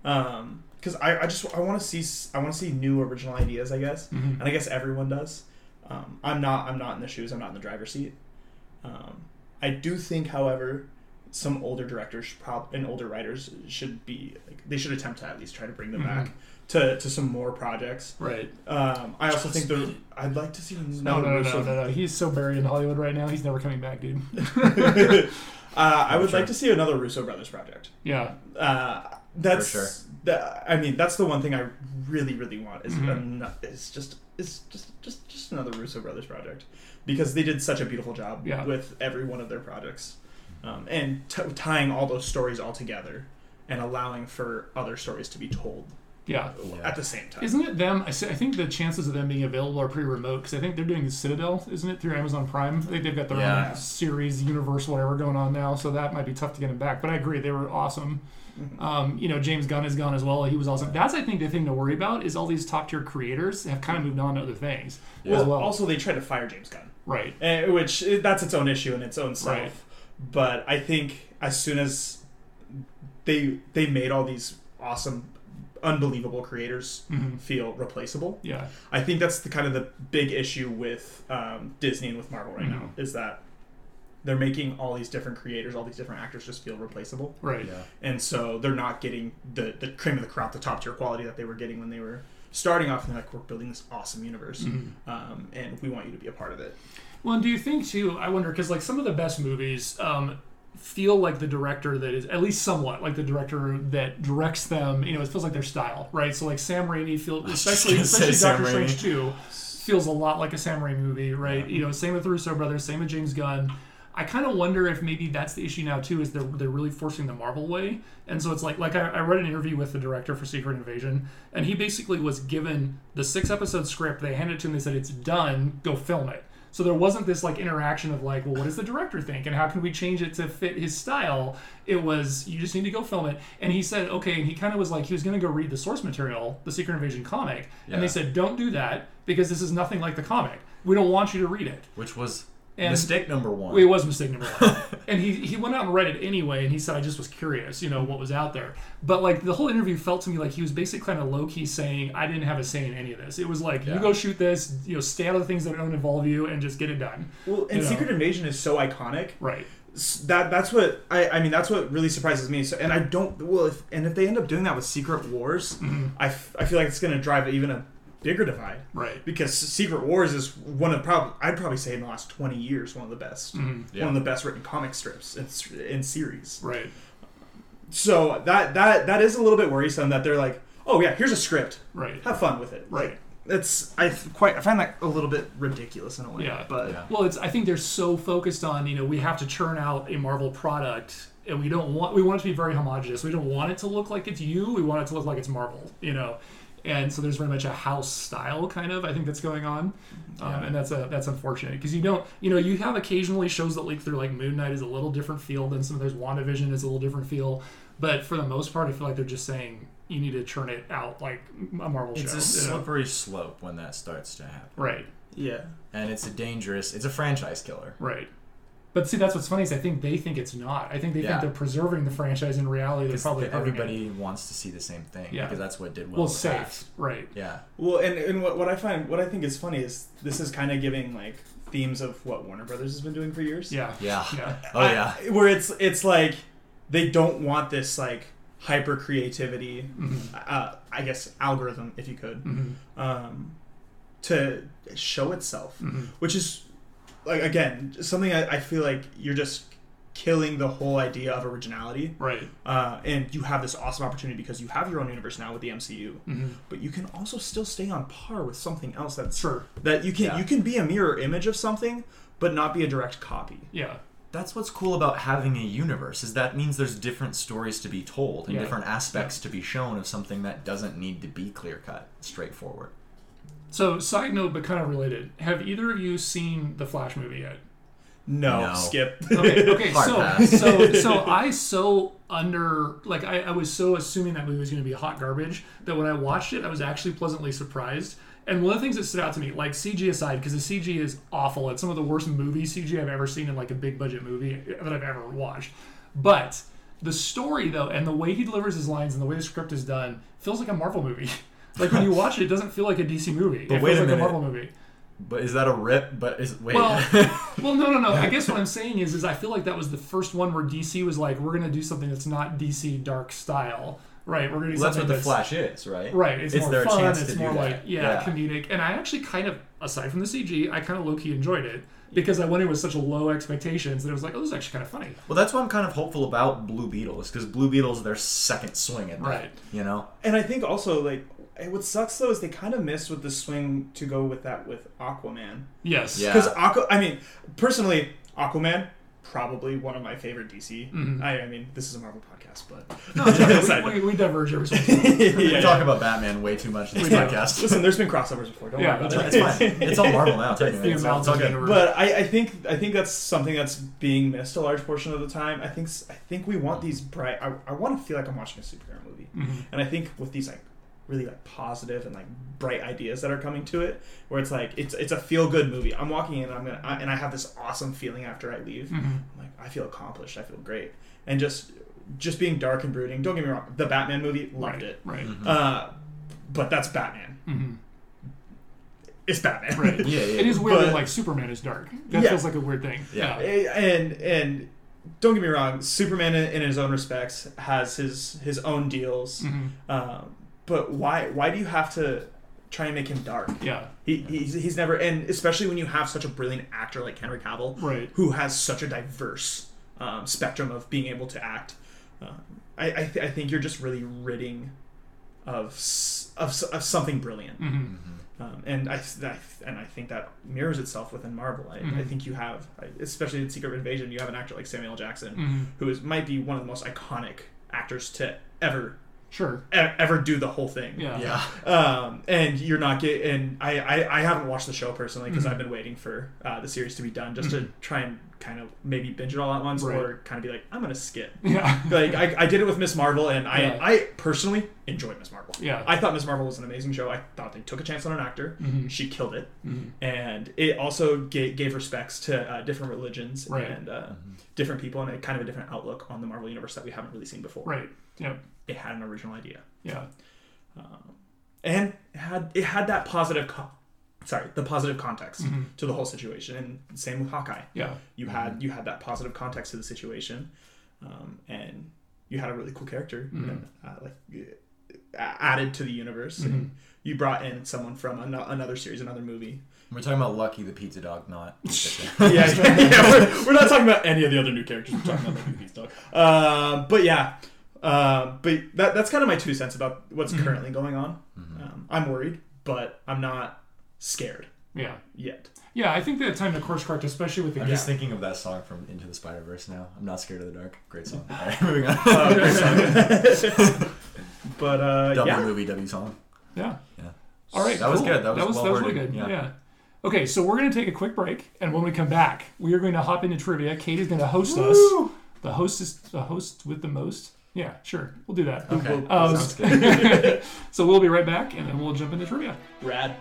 Speaker 3: um, because I, I just I want to see s- I want to see new original ideas. I guess,
Speaker 2: Mhm.
Speaker 3: and I guess everyone does. Um, I'm not I'm not in the shoes. I'm not in the driver's seat. Um, I do think, however, some older directors prob- and older writers should be like they should attempt to at least try to bring them back to, to some more projects.
Speaker 2: Mm-hmm. Right.
Speaker 3: Um, I also think the I'd like to see
Speaker 2: No, no,
Speaker 3: another
Speaker 2: no,
Speaker 3: Russo-
Speaker 2: no, no, no. He's so buried in Hollywood right now. He's never coming back, dude.
Speaker 3: uh, I would
Speaker 1: Sure.
Speaker 3: like to see another Russo brothers project.
Speaker 2: Yeah.
Speaker 3: Uh, that's
Speaker 1: For sure.
Speaker 3: that- I mean, that's the one thing I really, really want is
Speaker 2: Mm-hmm.
Speaker 3: ano- is just is just just just another Russo brothers project because they did such a beautiful job
Speaker 2: Yeah.
Speaker 3: with every one of their projects, um, and t- tying all those stories all together and allowing for other stories to be told
Speaker 2: Yeah.
Speaker 3: at the same time.
Speaker 2: Isn't it them? I s- I think the chances of them being available are pretty remote because I think they're doing the Citadel, isn't it, through Amazon Prime? They, they've got their
Speaker 1: Yeah.
Speaker 2: own series, universe, whatever going on now, so that might be tough to get them back. But I agree, they were awesome.
Speaker 1: Mm-hmm.
Speaker 2: Um, you know, James Gunn is gone as well. He was awesome. That's I think the thing to worry about is all these top tier creators have kind of moved on to other things as
Speaker 3: Well,
Speaker 2: well.
Speaker 3: also they tried to fire James Gunn.
Speaker 2: right.
Speaker 3: Eh, which eh, that's its own issue in its own self.
Speaker 2: Right.
Speaker 3: But I think as soon as they they made all these awesome, unbelievable creators feel replaceable,
Speaker 2: Yeah.
Speaker 3: I think that's the kind of the big issue with um, Disney and with Marvel right now is that they're making all these different creators, all these different actors just feel replaceable,
Speaker 2: Right.
Speaker 1: Yeah.
Speaker 3: and so they're not getting the the cream of the crop, the top tier quality that they were getting when they were. Starting off, and they're like, we're building this awesome universe, um, and we want you to be a part of it.
Speaker 2: Well, and do you think too? I wonder because like some of the best movies um, feel like the director that is at least somewhat like the director that directs them. You know, it feels like their style, right? So like Sam Raimi feels, especially
Speaker 1: gonna say
Speaker 2: especially Doctor
Speaker 1: Sam Raimi.
Speaker 2: Strange Two, feels a lot like a Sam Raimi movie, right? You know, same with the Russo brothers, same with James Gunn. I kind of wonder if maybe that's the issue now too, is they're, they're really forcing the Marvel way, and so it's like like I, I read an interview with the director for Secret Invasion, and he basically was given the six episode script. They handed it to him. They said it's done. Go film it. So there wasn't this like interaction of like, well, what does the director think, and how can we change it to fit his style? It was you just need to go film it. And he said okay, and he kind of was like he was going to go read the source material, the Secret Invasion comic, and
Speaker 1: Yeah.
Speaker 2: they said don't do that because this is nothing like the comic. We don't want you to read it.
Speaker 1: Which was
Speaker 2: And-
Speaker 1: mistake number one.
Speaker 2: It was mistake number one. and he, he went out and read it anyway, and he said, I just was curious, you know, what was out there. But, like, the whole interview felt to me like he was basically kind of low key saying, I didn't have a say in any of this. It was like, you
Speaker 1: Yeah.
Speaker 2: go shoot this, you know, stay out of the things that don't involve you, and just get it done.
Speaker 3: Well, and
Speaker 2: You know.
Speaker 3: Secret Invasion is so iconic.
Speaker 2: Right.
Speaker 3: S- That that's what I, I mean. That's what really surprises me. So, and I don't. Well, if and if they end up doing that with Secret Wars,
Speaker 2: Mm-hmm.
Speaker 3: I, f- I feel like it's going to drive even a bigger divide.
Speaker 2: Right.
Speaker 3: Because Secret Wars is one of probably I'd probably say in the last twenty years one of the best,
Speaker 2: Mm, Mm-hmm.
Speaker 1: Yeah.
Speaker 3: one of the best written comic strips and s- and series.
Speaker 2: Right.
Speaker 3: So that that that is a little bit worrisome that they're like, oh yeah, here's a script,
Speaker 2: Right.
Speaker 3: have fun with it.
Speaker 2: Right.
Speaker 3: Like, That's I f- quite I find that a little bit ridiculous in a way.
Speaker 2: Yeah.
Speaker 3: But
Speaker 1: Yeah.
Speaker 2: Well, it's I think they're so focused on you know we have to churn out a Marvel product and we don't want we want it to be very homogenous. We don't want it to look like it's you. We want it to look like it's Marvel. You know. And so there's very much a house style kind of I think that's going on, um, and that's a that's unfortunate because you don't you know you have occasionally shows that leak through like Moon Knight is a little different feel than some of those WandaVision is a little different feel, but for the most part I feel like they're just saying you need to churn it out like a Marvel
Speaker 1: it's
Speaker 2: show,
Speaker 1: a
Speaker 2: you know?
Speaker 1: slippery slope when that starts to happen.
Speaker 2: right?
Speaker 3: yeah.
Speaker 1: And it's a dangerous, it's a franchise killer.
Speaker 2: Right. But see, that's what's funny is I think they think it's not. I think they
Speaker 1: Yeah.
Speaker 2: think they're preserving the franchise. In reality, they're
Speaker 1: Because
Speaker 2: probably hurting it.
Speaker 1: everybody wants to see the same thing
Speaker 2: Yeah.
Speaker 1: because that's what did well.
Speaker 2: well
Speaker 1: with
Speaker 2: safe,
Speaker 1: Fast.
Speaker 2: right?
Speaker 1: Yeah.
Speaker 3: Well, and, and what, what I find, what I think is funny is this is kind of giving like themes of what Warner Brothers has been doing for years.
Speaker 2: Yeah,
Speaker 1: Yeah.
Speaker 2: yeah,
Speaker 1: Oh yeah.
Speaker 3: I- where it's it's like they don't want this like hyper creativity, uh, I guess algorithm, if you could,
Speaker 2: Mm-hmm.
Speaker 3: um, to show itself,
Speaker 2: Mm-hmm.
Speaker 3: which is like again something I, I feel like you're just killing the whole idea of originality
Speaker 2: right,
Speaker 3: uh, and you have this awesome opportunity because you have your own universe now with the MCU.
Speaker 2: Mm-hmm.
Speaker 3: But you can also still stay on par with something else that's
Speaker 2: Sure.
Speaker 3: that you can
Speaker 1: Yeah.
Speaker 3: you can be a mirror image of something, but not be a direct copy.
Speaker 2: yeah,
Speaker 1: That's what's cool about having a universe is that means there's different stories to be told and
Speaker 2: Yeah.
Speaker 1: different aspects to be shown of something that doesn't need to be clear cut, straightforward.
Speaker 2: So, side note, but kind of related. Have either of you seen the Flash movie yet?
Speaker 3: No,
Speaker 1: No.
Speaker 3: skip.
Speaker 2: Okay, okay.
Speaker 1: Hard
Speaker 2: so,
Speaker 1: pass.
Speaker 2: so, so I so under like I, I was so assuming that movie was going to be hot garbage that when I watched it, I was actually pleasantly surprised. And one of the things that stood out to me, like CG aside, because the CG is awful. It's some of the worst movie CG I've ever seen in like a big budget movie that I've ever watched. But the story though, and the way he delivers his lines and the way the script is done, feels like a Marvel movie. like when you watch it, it doesn't feel like a DC movie.
Speaker 1: wait
Speaker 2: it feels
Speaker 1: a
Speaker 2: like
Speaker 1: minute.
Speaker 2: a Marvel movie.
Speaker 1: But is that a rip? But is wait.
Speaker 2: Well, well, no, no, no. I guess what I'm saying is, is I feel like that was the first one where DC was like, we're gonna do something that's not DC dark style, right? We're gonna do
Speaker 1: Well, that's
Speaker 2: something
Speaker 1: what the Flash is, right?
Speaker 2: Right, it's, more
Speaker 1: their
Speaker 2: fun.
Speaker 1: chance
Speaker 2: it's
Speaker 1: to
Speaker 2: more
Speaker 1: do
Speaker 2: like
Speaker 1: that.
Speaker 2: yeah, comedic. And I actually kind of, aside from the CG, I kind of low key enjoyed it because I went in with such low expectations that it was like, oh, this is actually kind of funny.
Speaker 1: Well, that's why I'm kind of hopeful about Blue Beetles because Blue Beetles their second swing at that.
Speaker 2: Right.
Speaker 1: You know,
Speaker 3: And I think also like eh, what sucks though is they kind of missed with the swing to go with that with Aquaman
Speaker 2: Yes.
Speaker 1: Yeah.
Speaker 3: because Aqua. I mean, personally, Aquaman probably one of my favorite DC. I, I mean, this is a Marvel podcast, but
Speaker 2: No, it's okay.
Speaker 3: Side
Speaker 2: we,
Speaker 3: note.
Speaker 2: we, we diverge every so often.
Speaker 1: we
Speaker 3: Yeah.
Speaker 1: talk about Batman way too much in this
Speaker 2: We do.
Speaker 1: podcast.
Speaker 3: Listen, there's been crossovers before. Don't
Speaker 2: Yeah,
Speaker 3: worry about
Speaker 2: that's
Speaker 1: it's fine. It's all Marvel now. Technically,
Speaker 2: the
Speaker 1: it's all,
Speaker 2: amount
Speaker 1: it's
Speaker 2: of
Speaker 1: all good.
Speaker 2: universe.
Speaker 3: But I, I think I think that's something that's being missed a large portion of the time. I think s- I think we want these bright. I, I want to feel like I'm watching a superhero movie,
Speaker 2: Mm-hmm.
Speaker 3: and I think with these like really like positive and like bright ideas that are coming to it, where it's like it's it's a feel good movie. I'm walking in, and I'm gonna I, and I have this awesome feeling after I leave.
Speaker 2: Mm-hmm.
Speaker 3: I'm like I feel accomplished. I feel great, and just just being dark and brooding. Don't get me wrong, the Batman movie loved
Speaker 2: right.
Speaker 3: it,
Speaker 2: Right.
Speaker 1: Mm-hmm.
Speaker 3: uh, but that's Batman. It's Batman.
Speaker 2: Right.
Speaker 1: Yeah, yeah.
Speaker 2: It is weird that
Speaker 3: But-
Speaker 2: like Superman is dark. That
Speaker 3: Yeah.
Speaker 2: feels like a weird thing.
Speaker 1: Yeah.
Speaker 3: and and don't get me wrong, Superman in, in his own respects has his his own deals, um, but why why do you have to try and make him dark?
Speaker 2: Yeah.
Speaker 3: He, he's, he's never and especially when you have such a brilliant actor like Henry Cavill,
Speaker 2: Right.
Speaker 3: who has such a diverse um, spectrum of being able to act. Um, I I, th- I think you're just really ridding of s- of, s- of something brilliant.
Speaker 2: Mm-hmm.
Speaker 3: Um, and I, I and I think that mirrors itself within Marvel. I,
Speaker 2: Mm-hmm.
Speaker 3: I think you have, I- especially in Secret Invasion, you have an actor like Samuel L. Jackson,
Speaker 2: Mm-hmm.
Speaker 3: who is might be one of the most iconic actors to ever
Speaker 2: Sure.
Speaker 3: e- ever do the whole thing.
Speaker 2: Yeah.
Speaker 1: Yeah.
Speaker 3: Um, and you're not get and I, I, I haven't watched the show personally because
Speaker 2: Mm-hmm.
Speaker 3: I've been waiting for uh, the series to be done just to try and kind of maybe binge it all at once
Speaker 2: Right.
Speaker 3: or kind of be like I'm gonna skip.
Speaker 2: Yeah.
Speaker 3: like I, I did it with Miss Marvel and I
Speaker 2: Yeah.
Speaker 3: I personally enjoyed Miss Marvel.
Speaker 2: Yeah.
Speaker 3: I thought Miss Marvel was an amazing show. I thought they took a chance on an actor.
Speaker 2: Mm-hmm.
Speaker 3: She killed it, and it also gave, gave respects to uh, different religions
Speaker 2: Right. Mm-hmm.
Speaker 3: and uh, different people and a kind of a different outlook on the Marvel universe that we haven't really seen before.
Speaker 2: Right. Yep.
Speaker 3: It had an original idea
Speaker 2: Yeah.
Speaker 3: and it had it had that positive co- sorry the positive context to the whole situation and same with hawkeye
Speaker 2: Yeah.
Speaker 3: you had you had that positive context to the situation um, and you had a really cool character and, uh, like uh, added to the universe and you brought in someone from an- another series another movie
Speaker 1: We're talking about Lucky the pizza dog, not.
Speaker 3: yeah, yeah, yeah, we're, we're not talking about any of the other new characters. We're talking about the new Beast Dog. Um, but yeah, um, but that, that's kind of my two cents about what's
Speaker 4: Mm-hmm.
Speaker 3: currently going on. Um, I'm worried, but I'm not scared
Speaker 2: Yeah.
Speaker 3: yet.
Speaker 2: Yeah. I think that time to course correct, especially with the
Speaker 1: I'm
Speaker 2: gap.
Speaker 1: just thinking of that song from Into the Spider Verse now. I'm not scared of the dark. Great song. All right, moving on.
Speaker 3: But uh,
Speaker 1: W
Speaker 3: yeah,
Speaker 1: movie, W song.
Speaker 2: Yeah.
Speaker 1: Yeah.
Speaker 2: All right.
Speaker 1: That was
Speaker 2: cool.
Speaker 1: good. That was well
Speaker 2: that was really
Speaker 1: worded.
Speaker 2: good. Yeah.
Speaker 1: Yeah.
Speaker 2: Okay, so we're going to take a quick break, and when we come back, we are going to hop into trivia. Kate is going to host us. The host is the host with the most. Yeah, sure. We'll do that.
Speaker 1: Okay.
Speaker 2: Um,
Speaker 1: Sounds good.
Speaker 2: So we'll be right back, and then we'll jump into trivia.
Speaker 3: rad.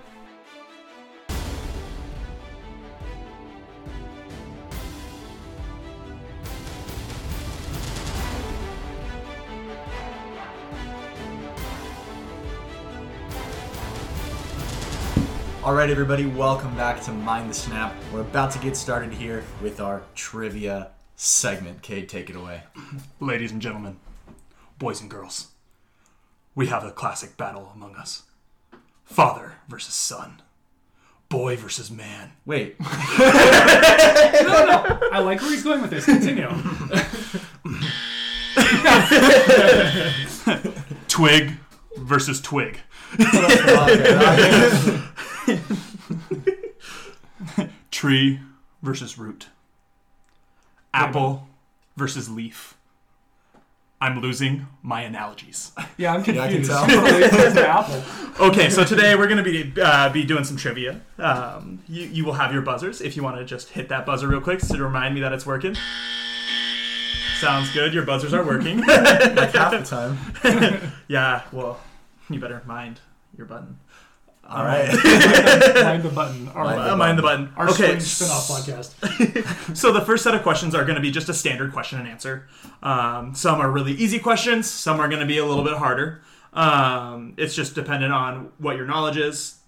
Speaker 1: All right, everybody, welcome back to Mind the Snap. We're about to get started here with our trivia segment. Cade, take it away.
Speaker 4: Ladies and gentlemen, boys and girls, we have a classic battle among us father versus son, boy versus man.
Speaker 1: Wait,
Speaker 2: I like where he's going with this. Continue.
Speaker 4: Twig versus twig.
Speaker 1: Oh,
Speaker 4: Tree versus root. Apple versus leaf. I'm losing my analogies.
Speaker 2: Yeah, I'm
Speaker 1: I
Speaker 2: confused.
Speaker 1: can tell.
Speaker 2: It's an apple.
Speaker 3: Okay, so today we're gonna be uh, be doing some trivia. Um, you you will have your buzzers if you want to just hit that buzzer real quick to remind me that it's working. Sounds good. Your buzzers are working.
Speaker 1: like half the time.
Speaker 3: yeah. Well, you better mind your button.
Speaker 1: All right.
Speaker 2: Mind the button. All right.
Speaker 3: Uh, mind the button.
Speaker 2: Our
Speaker 3: okay.
Speaker 2: okay. spin-off podcast.
Speaker 3: So the first set of questions are going to be just a standard question and answer. Um, some are really easy questions. Some are going to be a little bit harder. Um, it's just dependent on what your knowledge is.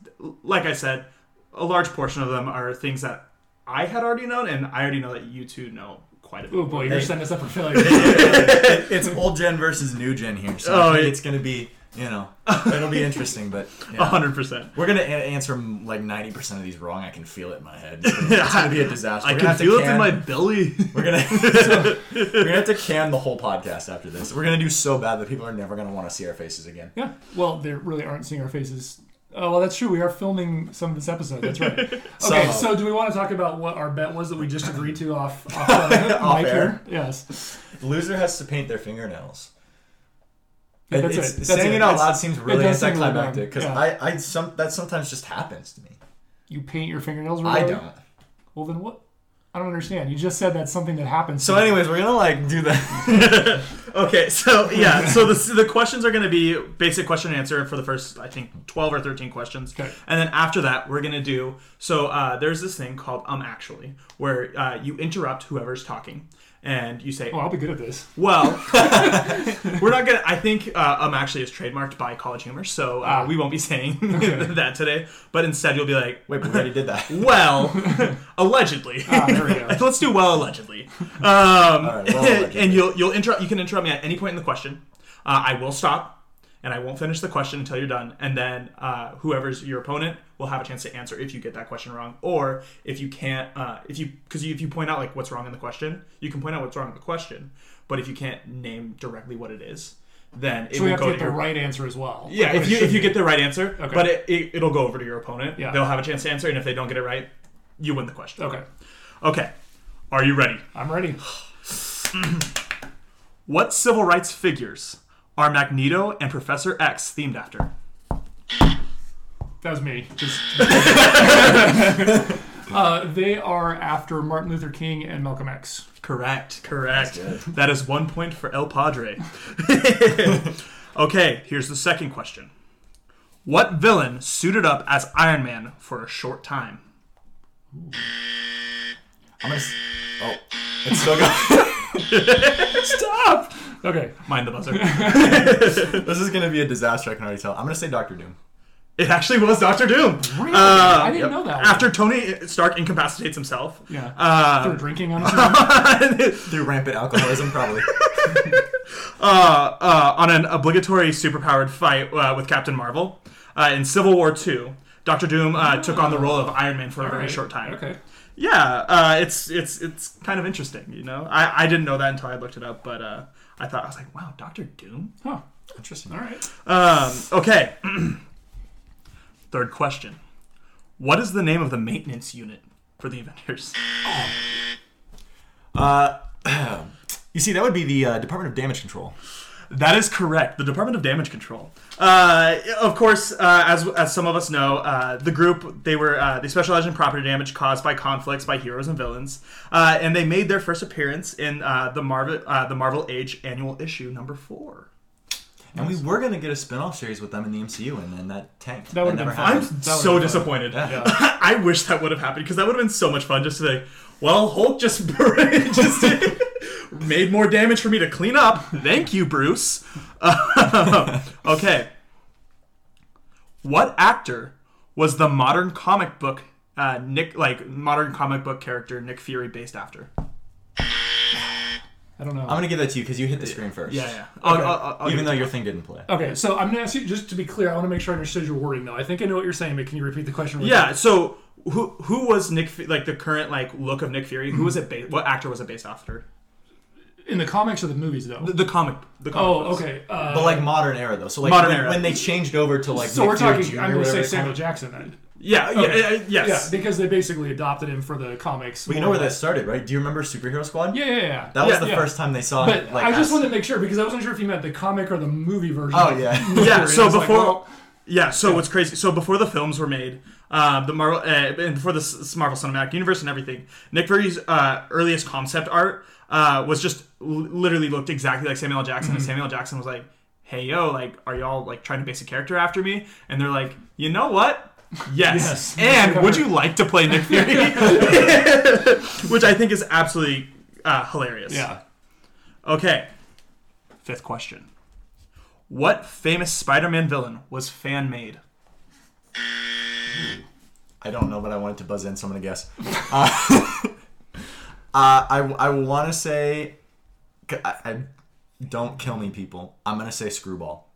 Speaker 3: Like I said, a large portion of them are things that I had already known, and I already know that you two know quite a bit.
Speaker 2: Oh boy, you're
Speaker 1: Hey.
Speaker 2: setting us up for failure.
Speaker 1: it's old gen versus new gen here, so
Speaker 3: Oh,
Speaker 1: I think
Speaker 3: it-
Speaker 1: it's gonna be you know it'll be interesting, but yeah.
Speaker 3: hundred percent.
Speaker 1: we're gonna a- answer like ninety percent of these wrong. I can feel it in my head. It's gonna, it's gonna be a disaster.
Speaker 3: I
Speaker 1: We're gonna
Speaker 3: can
Speaker 1: have to
Speaker 3: feel it in
Speaker 1: can-
Speaker 3: my belly.
Speaker 1: We're gonna so, we're gonna have to can the whole podcast after this. We're gonna do so bad that people are never gonna want to see our faces again.
Speaker 2: yeah. Well, they really aren't seeing our faces. Oh well, that's true. We are filming some of this episode. That's right. Okay, so,
Speaker 1: So-
Speaker 2: do we want to talk about what our bet was that we just agreed to off off, uh,
Speaker 1: Off
Speaker 2: mic
Speaker 1: air.
Speaker 2: here? Yes.
Speaker 1: The loser has to paint their fingernails.
Speaker 2: Yeah,
Speaker 1: It-
Speaker 2: that's
Speaker 1: it's-
Speaker 2: it. That's
Speaker 1: Saying
Speaker 2: it.
Speaker 1: it, out
Speaker 2: It's-
Speaker 1: loud seems really
Speaker 2: does seem really wrong.
Speaker 1: anticlimactic because
Speaker 2: Yeah.
Speaker 1: I, I some that sometimes just happens to me.
Speaker 2: You paint your fingernails.
Speaker 1: I
Speaker 2: Really?
Speaker 1: don't.
Speaker 2: Well, then what? I don't understand. You just said that's something that happens.
Speaker 1: So,
Speaker 2: to you.
Speaker 1: anyways, we're gonna like do that.
Speaker 3: Okay, so yeah, so the, the questions are going to be basic question and answer for the first, I think, 12 or 13 questions.
Speaker 2: Okay.
Speaker 3: And then after that, we're going to do so uh, there's this thing called um actually, where uh, you interrupt whoever's talking and you say,
Speaker 2: Oh, I'll be good at this.
Speaker 3: well, we're not going to, I think uh, um actually is trademarked by College Humor, so uh,
Speaker 2: Ah.
Speaker 3: we won't be saying
Speaker 2: Okay.
Speaker 3: that today, but instead you'll be like,
Speaker 1: Wait, but we already did that.
Speaker 3: well, allegedly.
Speaker 2: Ah, there we go.
Speaker 3: Let's do well allegedly. Um,
Speaker 1: right, well allegedly.
Speaker 3: and you'll you'll interrupt. You can interrupt me at any point in the question. Uh, I will stop, and I won't finish the question until you're done. And then uh, whoever's your opponent will have a chance to answer if you get that question wrong, or if you can't. Uh, if you because you, if you point out like what's wrong in the question, you can point out what's wrong in the question. But if you can't name directly what it is, then it
Speaker 2: So we
Speaker 3: will
Speaker 2: have
Speaker 3: go
Speaker 2: to
Speaker 3: to
Speaker 2: get the
Speaker 3: your
Speaker 2: right answer as well.
Speaker 3: yeah,
Speaker 2: Like,
Speaker 3: if you
Speaker 2: should
Speaker 3: if you
Speaker 2: be.
Speaker 3: get the right answer,
Speaker 2: Okay.
Speaker 3: but it, it it'll go over to your opponent.
Speaker 2: Yeah.
Speaker 3: They'll have a chance to answer, and if they don't get it right, you win the question.
Speaker 2: Okay, Oh.
Speaker 3: Okay. Are you ready?
Speaker 2: I'm ready.
Speaker 3: What civil rights figures are Magneto and Professor X themed after?
Speaker 2: That was me. Just- uh, they are after Martin Luther King and Malcolm X.
Speaker 3: Correct. Correct. That is one point for El Padre. okay, here's the second question. What villain suited up as Iron Man for a short time?
Speaker 1: I'm gonna. s- Oh, it's still going.
Speaker 2: Stop. Okay.
Speaker 3: Mind the buzzer.
Speaker 1: this is gonna be a disaster. I can already tell. I'm gonna say Doctor Doom.
Speaker 3: it actually was Doctor Doom.
Speaker 2: Really?
Speaker 3: Uh,
Speaker 2: I didn't know that. one.
Speaker 3: After Tony Stark incapacitates himself,
Speaker 2: Yeah.
Speaker 3: uh,
Speaker 2: After drinking on his own.
Speaker 1: Through rampant alcoholism, probably.
Speaker 3: uh, uh, on an obligatory superpowered fight uh, with Captain Marvel uh, in Civil War II. Doctor Doom uh, took on the role of Iron Man for a very short time.
Speaker 2: Okay.
Speaker 3: Yeah, uh, it's it's it's kind of interesting, you know. I, I didn't know that until I looked it up, but uh, I thought I was like, wow, Doctor Doom.
Speaker 2: Huh.
Speaker 1: Interesting.
Speaker 2: All right.
Speaker 3: Um, okay. Third question: What is the name of the maintenance unit for the Avengers?
Speaker 1: Uh, you see, that would be the uh, Department of Damage Control.
Speaker 3: That is correct. The Department of Damage Control. Uh, of course, uh, as, as some of us know, uh, the group they were uh, they specialized in property damage caused by conflicts by heroes and villains, uh, and they made their first appearance in uh, the Marvel uh, the Marvel Age annual issue number four.
Speaker 1: And we were gonna get a spin-off series with them in the MCU, and then that tanked.
Speaker 2: That would've
Speaker 1: never
Speaker 2: been fun.
Speaker 1: happened.
Speaker 3: I'm
Speaker 2: That would've
Speaker 3: so
Speaker 2: been
Speaker 3: disappointed.
Speaker 1: Yeah.
Speaker 3: I wish that would have happened because that would have been so much fun. Just to like, well, Hulk just just made more damage for me to clean up. Thank you, Bruce. okay. What actor was the modern comic book uh, Nick like modern comic book character Nick Fury based after?
Speaker 2: I don't know.
Speaker 1: I'm gonna give that to you because you hit the screen first.
Speaker 3: Yeah, yeah. I'll- I'll- I'll- I'll give
Speaker 1: Even
Speaker 3: it
Speaker 1: though
Speaker 3: to you.
Speaker 1: your thing didn't play.
Speaker 2: Okay, so I'm gonna ask you just to be clear. I want to make sure I understood your wording, though. I think I know what you're saying, but can you repeat the question? really
Speaker 3: yeah, so who who was Nick Fu- like the current like look of Nick Fury? Who was it? Ba- what actor was it based after?
Speaker 2: quick? In the comics or the movies, though.
Speaker 3: The, the comic. The comic
Speaker 2: oh,
Speaker 3: books.
Speaker 2: okay. Uh,
Speaker 1: But like modern era though, so like
Speaker 3: Modern
Speaker 1: when,
Speaker 3: era.
Speaker 1: when they changed over to like
Speaker 2: so we're
Speaker 1: Nick Fury
Speaker 2: talking.
Speaker 1: Jr.
Speaker 2: I'm gonna
Speaker 1: whatever
Speaker 2: say
Speaker 1: they call
Speaker 2: Samuel
Speaker 1: him.
Speaker 2: Jackson then.
Speaker 3: Yeah, yeah, yeah, yes.
Speaker 2: Yeah, because they basically adopted him for the comics.
Speaker 1: But you know
Speaker 2: more
Speaker 1: where
Speaker 2: or
Speaker 1: that
Speaker 2: less.
Speaker 1: started, right? Do you remember Superhero Squad?
Speaker 2: Yeah, yeah, yeah.
Speaker 1: That was
Speaker 3: Yeah,
Speaker 1: the
Speaker 2: yeah.
Speaker 1: first time they saw.
Speaker 2: But
Speaker 1: like,
Speaker 2: I just
Speaker 1: us.
Speaker 2: wanted to make sure because I wasn't sure if you meant the comic or the movie version.
Speaker 1: Oh yeah.
Speaker 3: yeah. So
Speaker 2: It's like,
Speaker 3: before,
Speaker 2: well-
Speaker 3: yeah. So what's crazy? So before the films were made, um, the Marvel uh, and before the s- s- Marvel Cinematic Universe and everything, Nick Fury's uh, earliest concept art uh, was just l- literally looked exactly like Samuel L. Jackson,
Speaker 2: Mm-hmm.
Speaker 3: and Samuel L. Jackson was like, "Hey yo, like, are y'all like trying to base a character after me?" And they're like, "You know what?" Yes.
Speaker 2: Yes.
Speaker 3: And would you like to play Nick Fury? Which I think is absolutely uh, hilarious.
Speaker 2: Yeah.
Speaker 3: Okay. Fifth question. What famous Spider-Man villain was fan made?
Speaker 1: I don't know, but I wanted to buzz in, so I'm gonna guess. Uh, uh, I I want to say, I, I don't kill me, people. I'm gonna say screwball.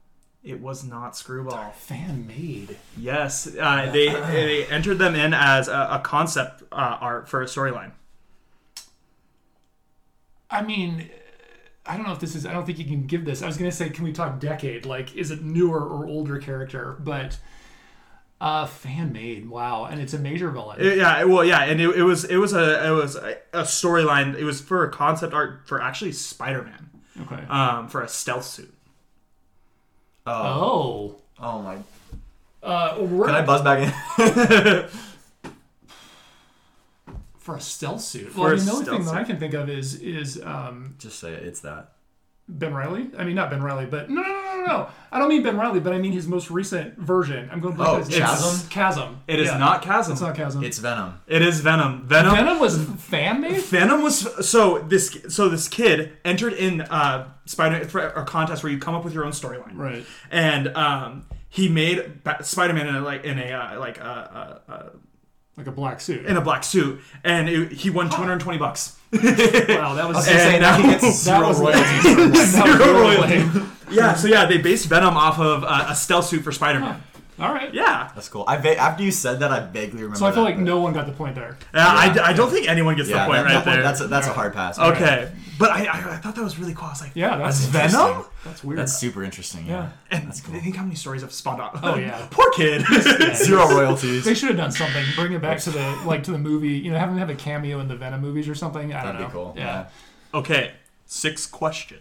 Speaker 3: It was not Screwball.
Speaker 2: Fan made.
Speaker 3: Yes, uh, they they entered them in as a, a concept uh, art for a storyline.
Speaker 2: I mean, I don't know if this is. I don't think you can give this. I was gonna say, can we talk decade? Like, is it newer or older character? But uh, fan made. Wow, and it's a major villain.
Speaker 3: It- yeah, well, yeah, and it, it was it was a it was a, a storyline. It was for a concept art for actually Spider Man,
Speaker 2: okay.
Speaker 3: um, for a stealth suit.
Speaker 2: oh.
Speaker 1: Oh my!
Speaker 2: Uh,
Speaker 1: Can I
Speaker 2: we're-
Speaker 1: buzz back in?
Speaker 2: for a stealth suit. Well, I
Speaker 3: a
Speaker 2: mean, the only thing
Speaker 3: stealth
Speaker 2: that I
Speaker 3: suit.
Speaker 2: can think of is is um,
Speaker 1: Just say it. It's that.
Speaker 2: Ben Riley. I mean, not Ben Riley, but no, no, no, no, no. I don't mean Ben Riley, but I mean his most recent version. I'm going blank
Speaker 1: Oh,
Speaker 2: on his name.
Speaker 1: Chasm?
Speaker 2: Chasm.
Speaker 3: It is
Speaker 2: Yeah.
Speaker 3: not Chasm.
Speaker 2: It's not Chasm.
Speaker 1: It's Venom.
Speaker 3: It is Venom. Venom.
Speaker 2: Venom was fan made.
Speaker 3: Venom was so this so this kid entered in uh, Spider for a contest where you come up with your own storyline,
Speaker 2: Right.
Speaker 3: And um, he made ba- Spider Man in a, like in a uh, like a, a, a
Speaker 2: Like a black suit.
Speaker 3: in a black suit, and it, he won two hundred and twenty bucks.
Speaker 2: wow, that was
Speaker 3: And
Speaker 1: Say now he
Speaker 3: now-
Speaker 1: gets
Speaker 2: that
Speaker 1: zero
Speaker 2: was
Speaker 1: royalties.
Speaker 2: that was
Speaker 3: Zero
Speaker 2: really
Speaker 3: royalties.
Speaker 2: lame.
Speaker 3: Yeah, so yeah, they based Venom off of uh, a stealth suit for Spider Man.
Speaker 2: All right.
Speaker 3: Yeah, Uh,
Speaker 1: That's cool. I va- after you said that, I vaguely remember.
Speaker 2: So I feel
Speaker 1: that,
Speaker 2: like
Speaker 1: but-
Speaker 2: no one got the point there.
Speaker 3: Uh, I, I don't think anyone gets
Speaker 1: Yeah,
Speaker 3: the point
Speaker 1: that-
Speaker 3: right
Speaker 1: that-
Speaker 3: there.
Speaker 1: That's a, that's a hard pass.
Speaker 3: okay, but I, I I thought that was really cool. I was like,
Speaker 2: Yeah, that's
Speaker 3: Venom.
Speaker 2: That's weird.
Speaker 1: That's super interesting. Yeah.
Speaker 3: And they think how many stories have spawned out.
Speaker 2: Oh, yeah.
Speaker 3: poor kid.
Speaker 1: Zero royalties.
Speaker 2: they should have done something. Bring it back to the like to the movie. You know, have them have a cameo in the Venom movies or something. I don't
Speaker 1: That'd
Speaker 2: know.
Speaker 1: be cool.
Speaker 2: Yeah.
Speaker 3: Okay, sixth question.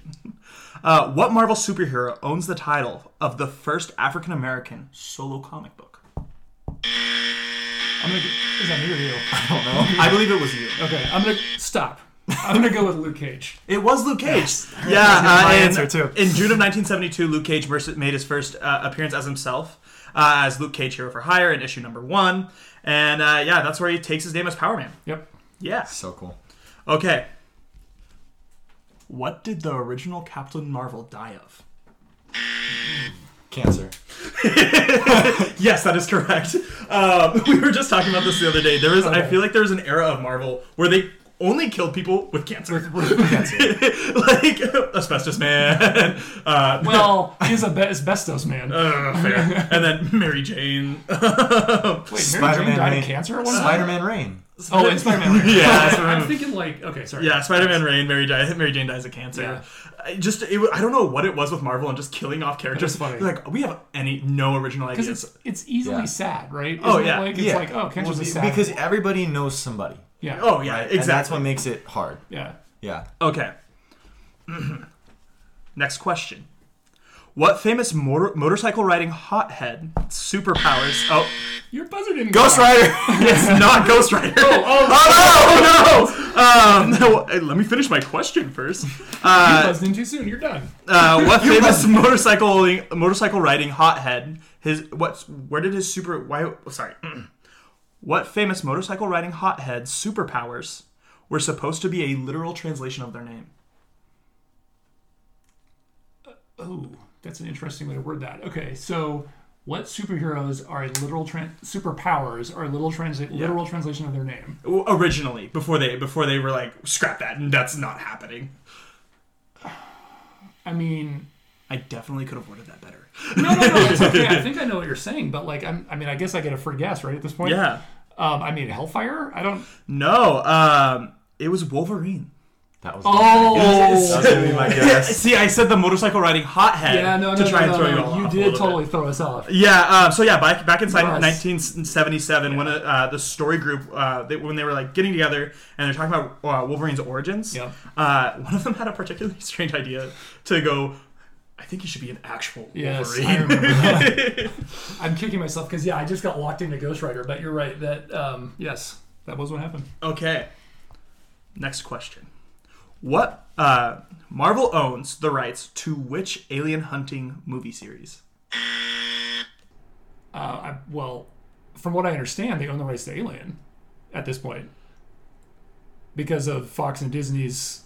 Speaker 3: Uh, what Marvel superhero owns the title of the first African American solo comic book?
Speaker 2: I'm gonna. Go, is that me or you?
Speaker 3: I believe it was you.
Speaker 2: Okay, I'm gonna stop. I'm gonna go with Luke Cage.
Speaker 3: It was Luke Cage. Yeah, uh,
Speaker 4: my
Speaker 3: in,
Speaker 4: answer, too.
Speaker 3: In June of 1972, Luke Cage vers- made his first uh, appearance as himself uh, as Luke Cage Hero for Hire in issue number one, and uh, yeah, that's where he takes his name as Power Man.
Speaker 2: Yep.
Speaker 3: Yeah.
Speaker 1: So cool.
Speaker 3: Okay.
Speaker 4: What did the original Captain Marvel die of?
Speaker 1: Cancer.
Speaker 3: Yes, that is correct. Um, we were just talking about this the other day. There is, I
Speaker 2: Okay.
Speaker 3: feel like there was an era of Marvel where they only killed people with cancer.
Speaker 1: Cancer.
Speaker 3: like asbestos man, uh,
Speaker 2: Well, he's a be- asbestos man.
Speaker 3: uh, fair. and then Mary Jane.
Speaker 2: Wait, Mary Jane
Speaker 1: Spider-Man
Speaker 2: died
Speaker 1: Rain.
Speaker 2: of cancer at one time.
Speaker 1: Spider-Man Rain.
Speaker 2: Oh, and Spider-Man. Reigns.
Speaker 3: Yeah,
Speaker 2: I-
Speaker 3: Spider-Man.
Speaker 2: I'm thinking like okay, sorry.
Speaker 3: Yeah, Spider-Man Rain, Mary Jane, I think Mary Jane dies of cancer.
Speaker 2: Yeah.
Speaker 3: I just it, wa- I don't know what it was with Marvel and just killing off characters.
Speaker 2: That's funny.
Speaker 3: Like we have any no original
Speaker 2: because
Speaker 3: ideas.
Speaker 2: it's it's easily
Speaker 1: Yeah.
Speaker 2: sad, right?
Speaker 3: Oh,
Speaker 2: Isn't it
Speaker 3: yeah.
Speaker 2: like, it's
Speaker 1: yeah.
Speaker 2: like oh, cancer's
Speaker 1: Well,
Speaker 2: a sad.
Speaker 1: because everybody knows somebody.
Speaker 2: yeah,
Speaker 3: Oh yeah,
Speaker 1: right? And that's
Speaker 3: exactly.
Speaker 1: what makes it hard.
Speaker 2: yeah.
Speaker 1: Yeah.
Speaker 3: Okay. Next question. What famous motor- motorcycle riding hothead superpowers? Oh,
Speaker 2: Your buzzer didn't
Speaker 1: Ghost
Speaker 2: go. off.
Speaker 1: Rider.
Speaker 3: it's not Ghost Rider. Oh, no, no! Um, no, let me finish my question first.
Speaker 2: You buzzed in too soon. You're done.
Speaker 3: Uh, what famous motorcycle motorcycle riding hothead? His what? Where did his super? Why? oh, Sorry. What famous motorcycle riding hothead superpowers were supposed to be a literal translation of their name?
Speaker 2: Oh, that's an interesting way to word that. Okay, so what superheroes are a literal tran superpowers are a little transa- literal translation of their name?
Speaker 3: Well, originally before they before they were like scrap that and that's not happening
Speaker 2: I mean,
Speaker 4: I definitely could have worded that better.
Speaker 2: no, no, no, it's okay. I think I know what you're saying, but like, I'm, I mean, I guess I get a free guess, right? At this point,
Speaker 3: yeah
Speaker 2: Um, I mean, Hellfire. I don't.
Speaker 3: no um it was wolverine
Speaker 1: That was.
Speaker 2: Oh,
Speaker 1: That's gonna be my guess.
Speaker 3: see i said the motorcycle riding hothead
Speaker 2: yeah. No, no,
Speaker 3: to
Speaker 2: no,
Speaker 3: try
Speaker 2: no,
Speaker 3: and throw
Speaker 2: no,
Speaker 3: you all
Speaker 2: You
Speaker 3: off a
Speaker 2: did
Speaker 3: little bit.
Speaker 2: totally throw us off.
Speaker 3: Yeah. Um, so yeah, back back inside
Speaker 2: Yes.
Speaker 3: 1977, when uh, the story group uh, they, when they were like getting together and they're talking about uh, Wolverine's origins.
Speaker 2: Yeah.
Speaker 3: Uh, one of them had a particularly strange idea to go. I think he should be an actual
Speaker 2: Yes, I
Speaker 3: Wolverine.
Speaker 2: remember that. I'm kicking myself because yeah, I just got locked into Ghost Rider, but you're right that um, yes, that was what happened.
Speaker 3: okay. Next question. What uh, Marvel owns the rights to which alien hunting movie series?
Speaker 2: Uh, I, well, from what I understand, they own the rights to Alien at this point because of Fox and Disney's.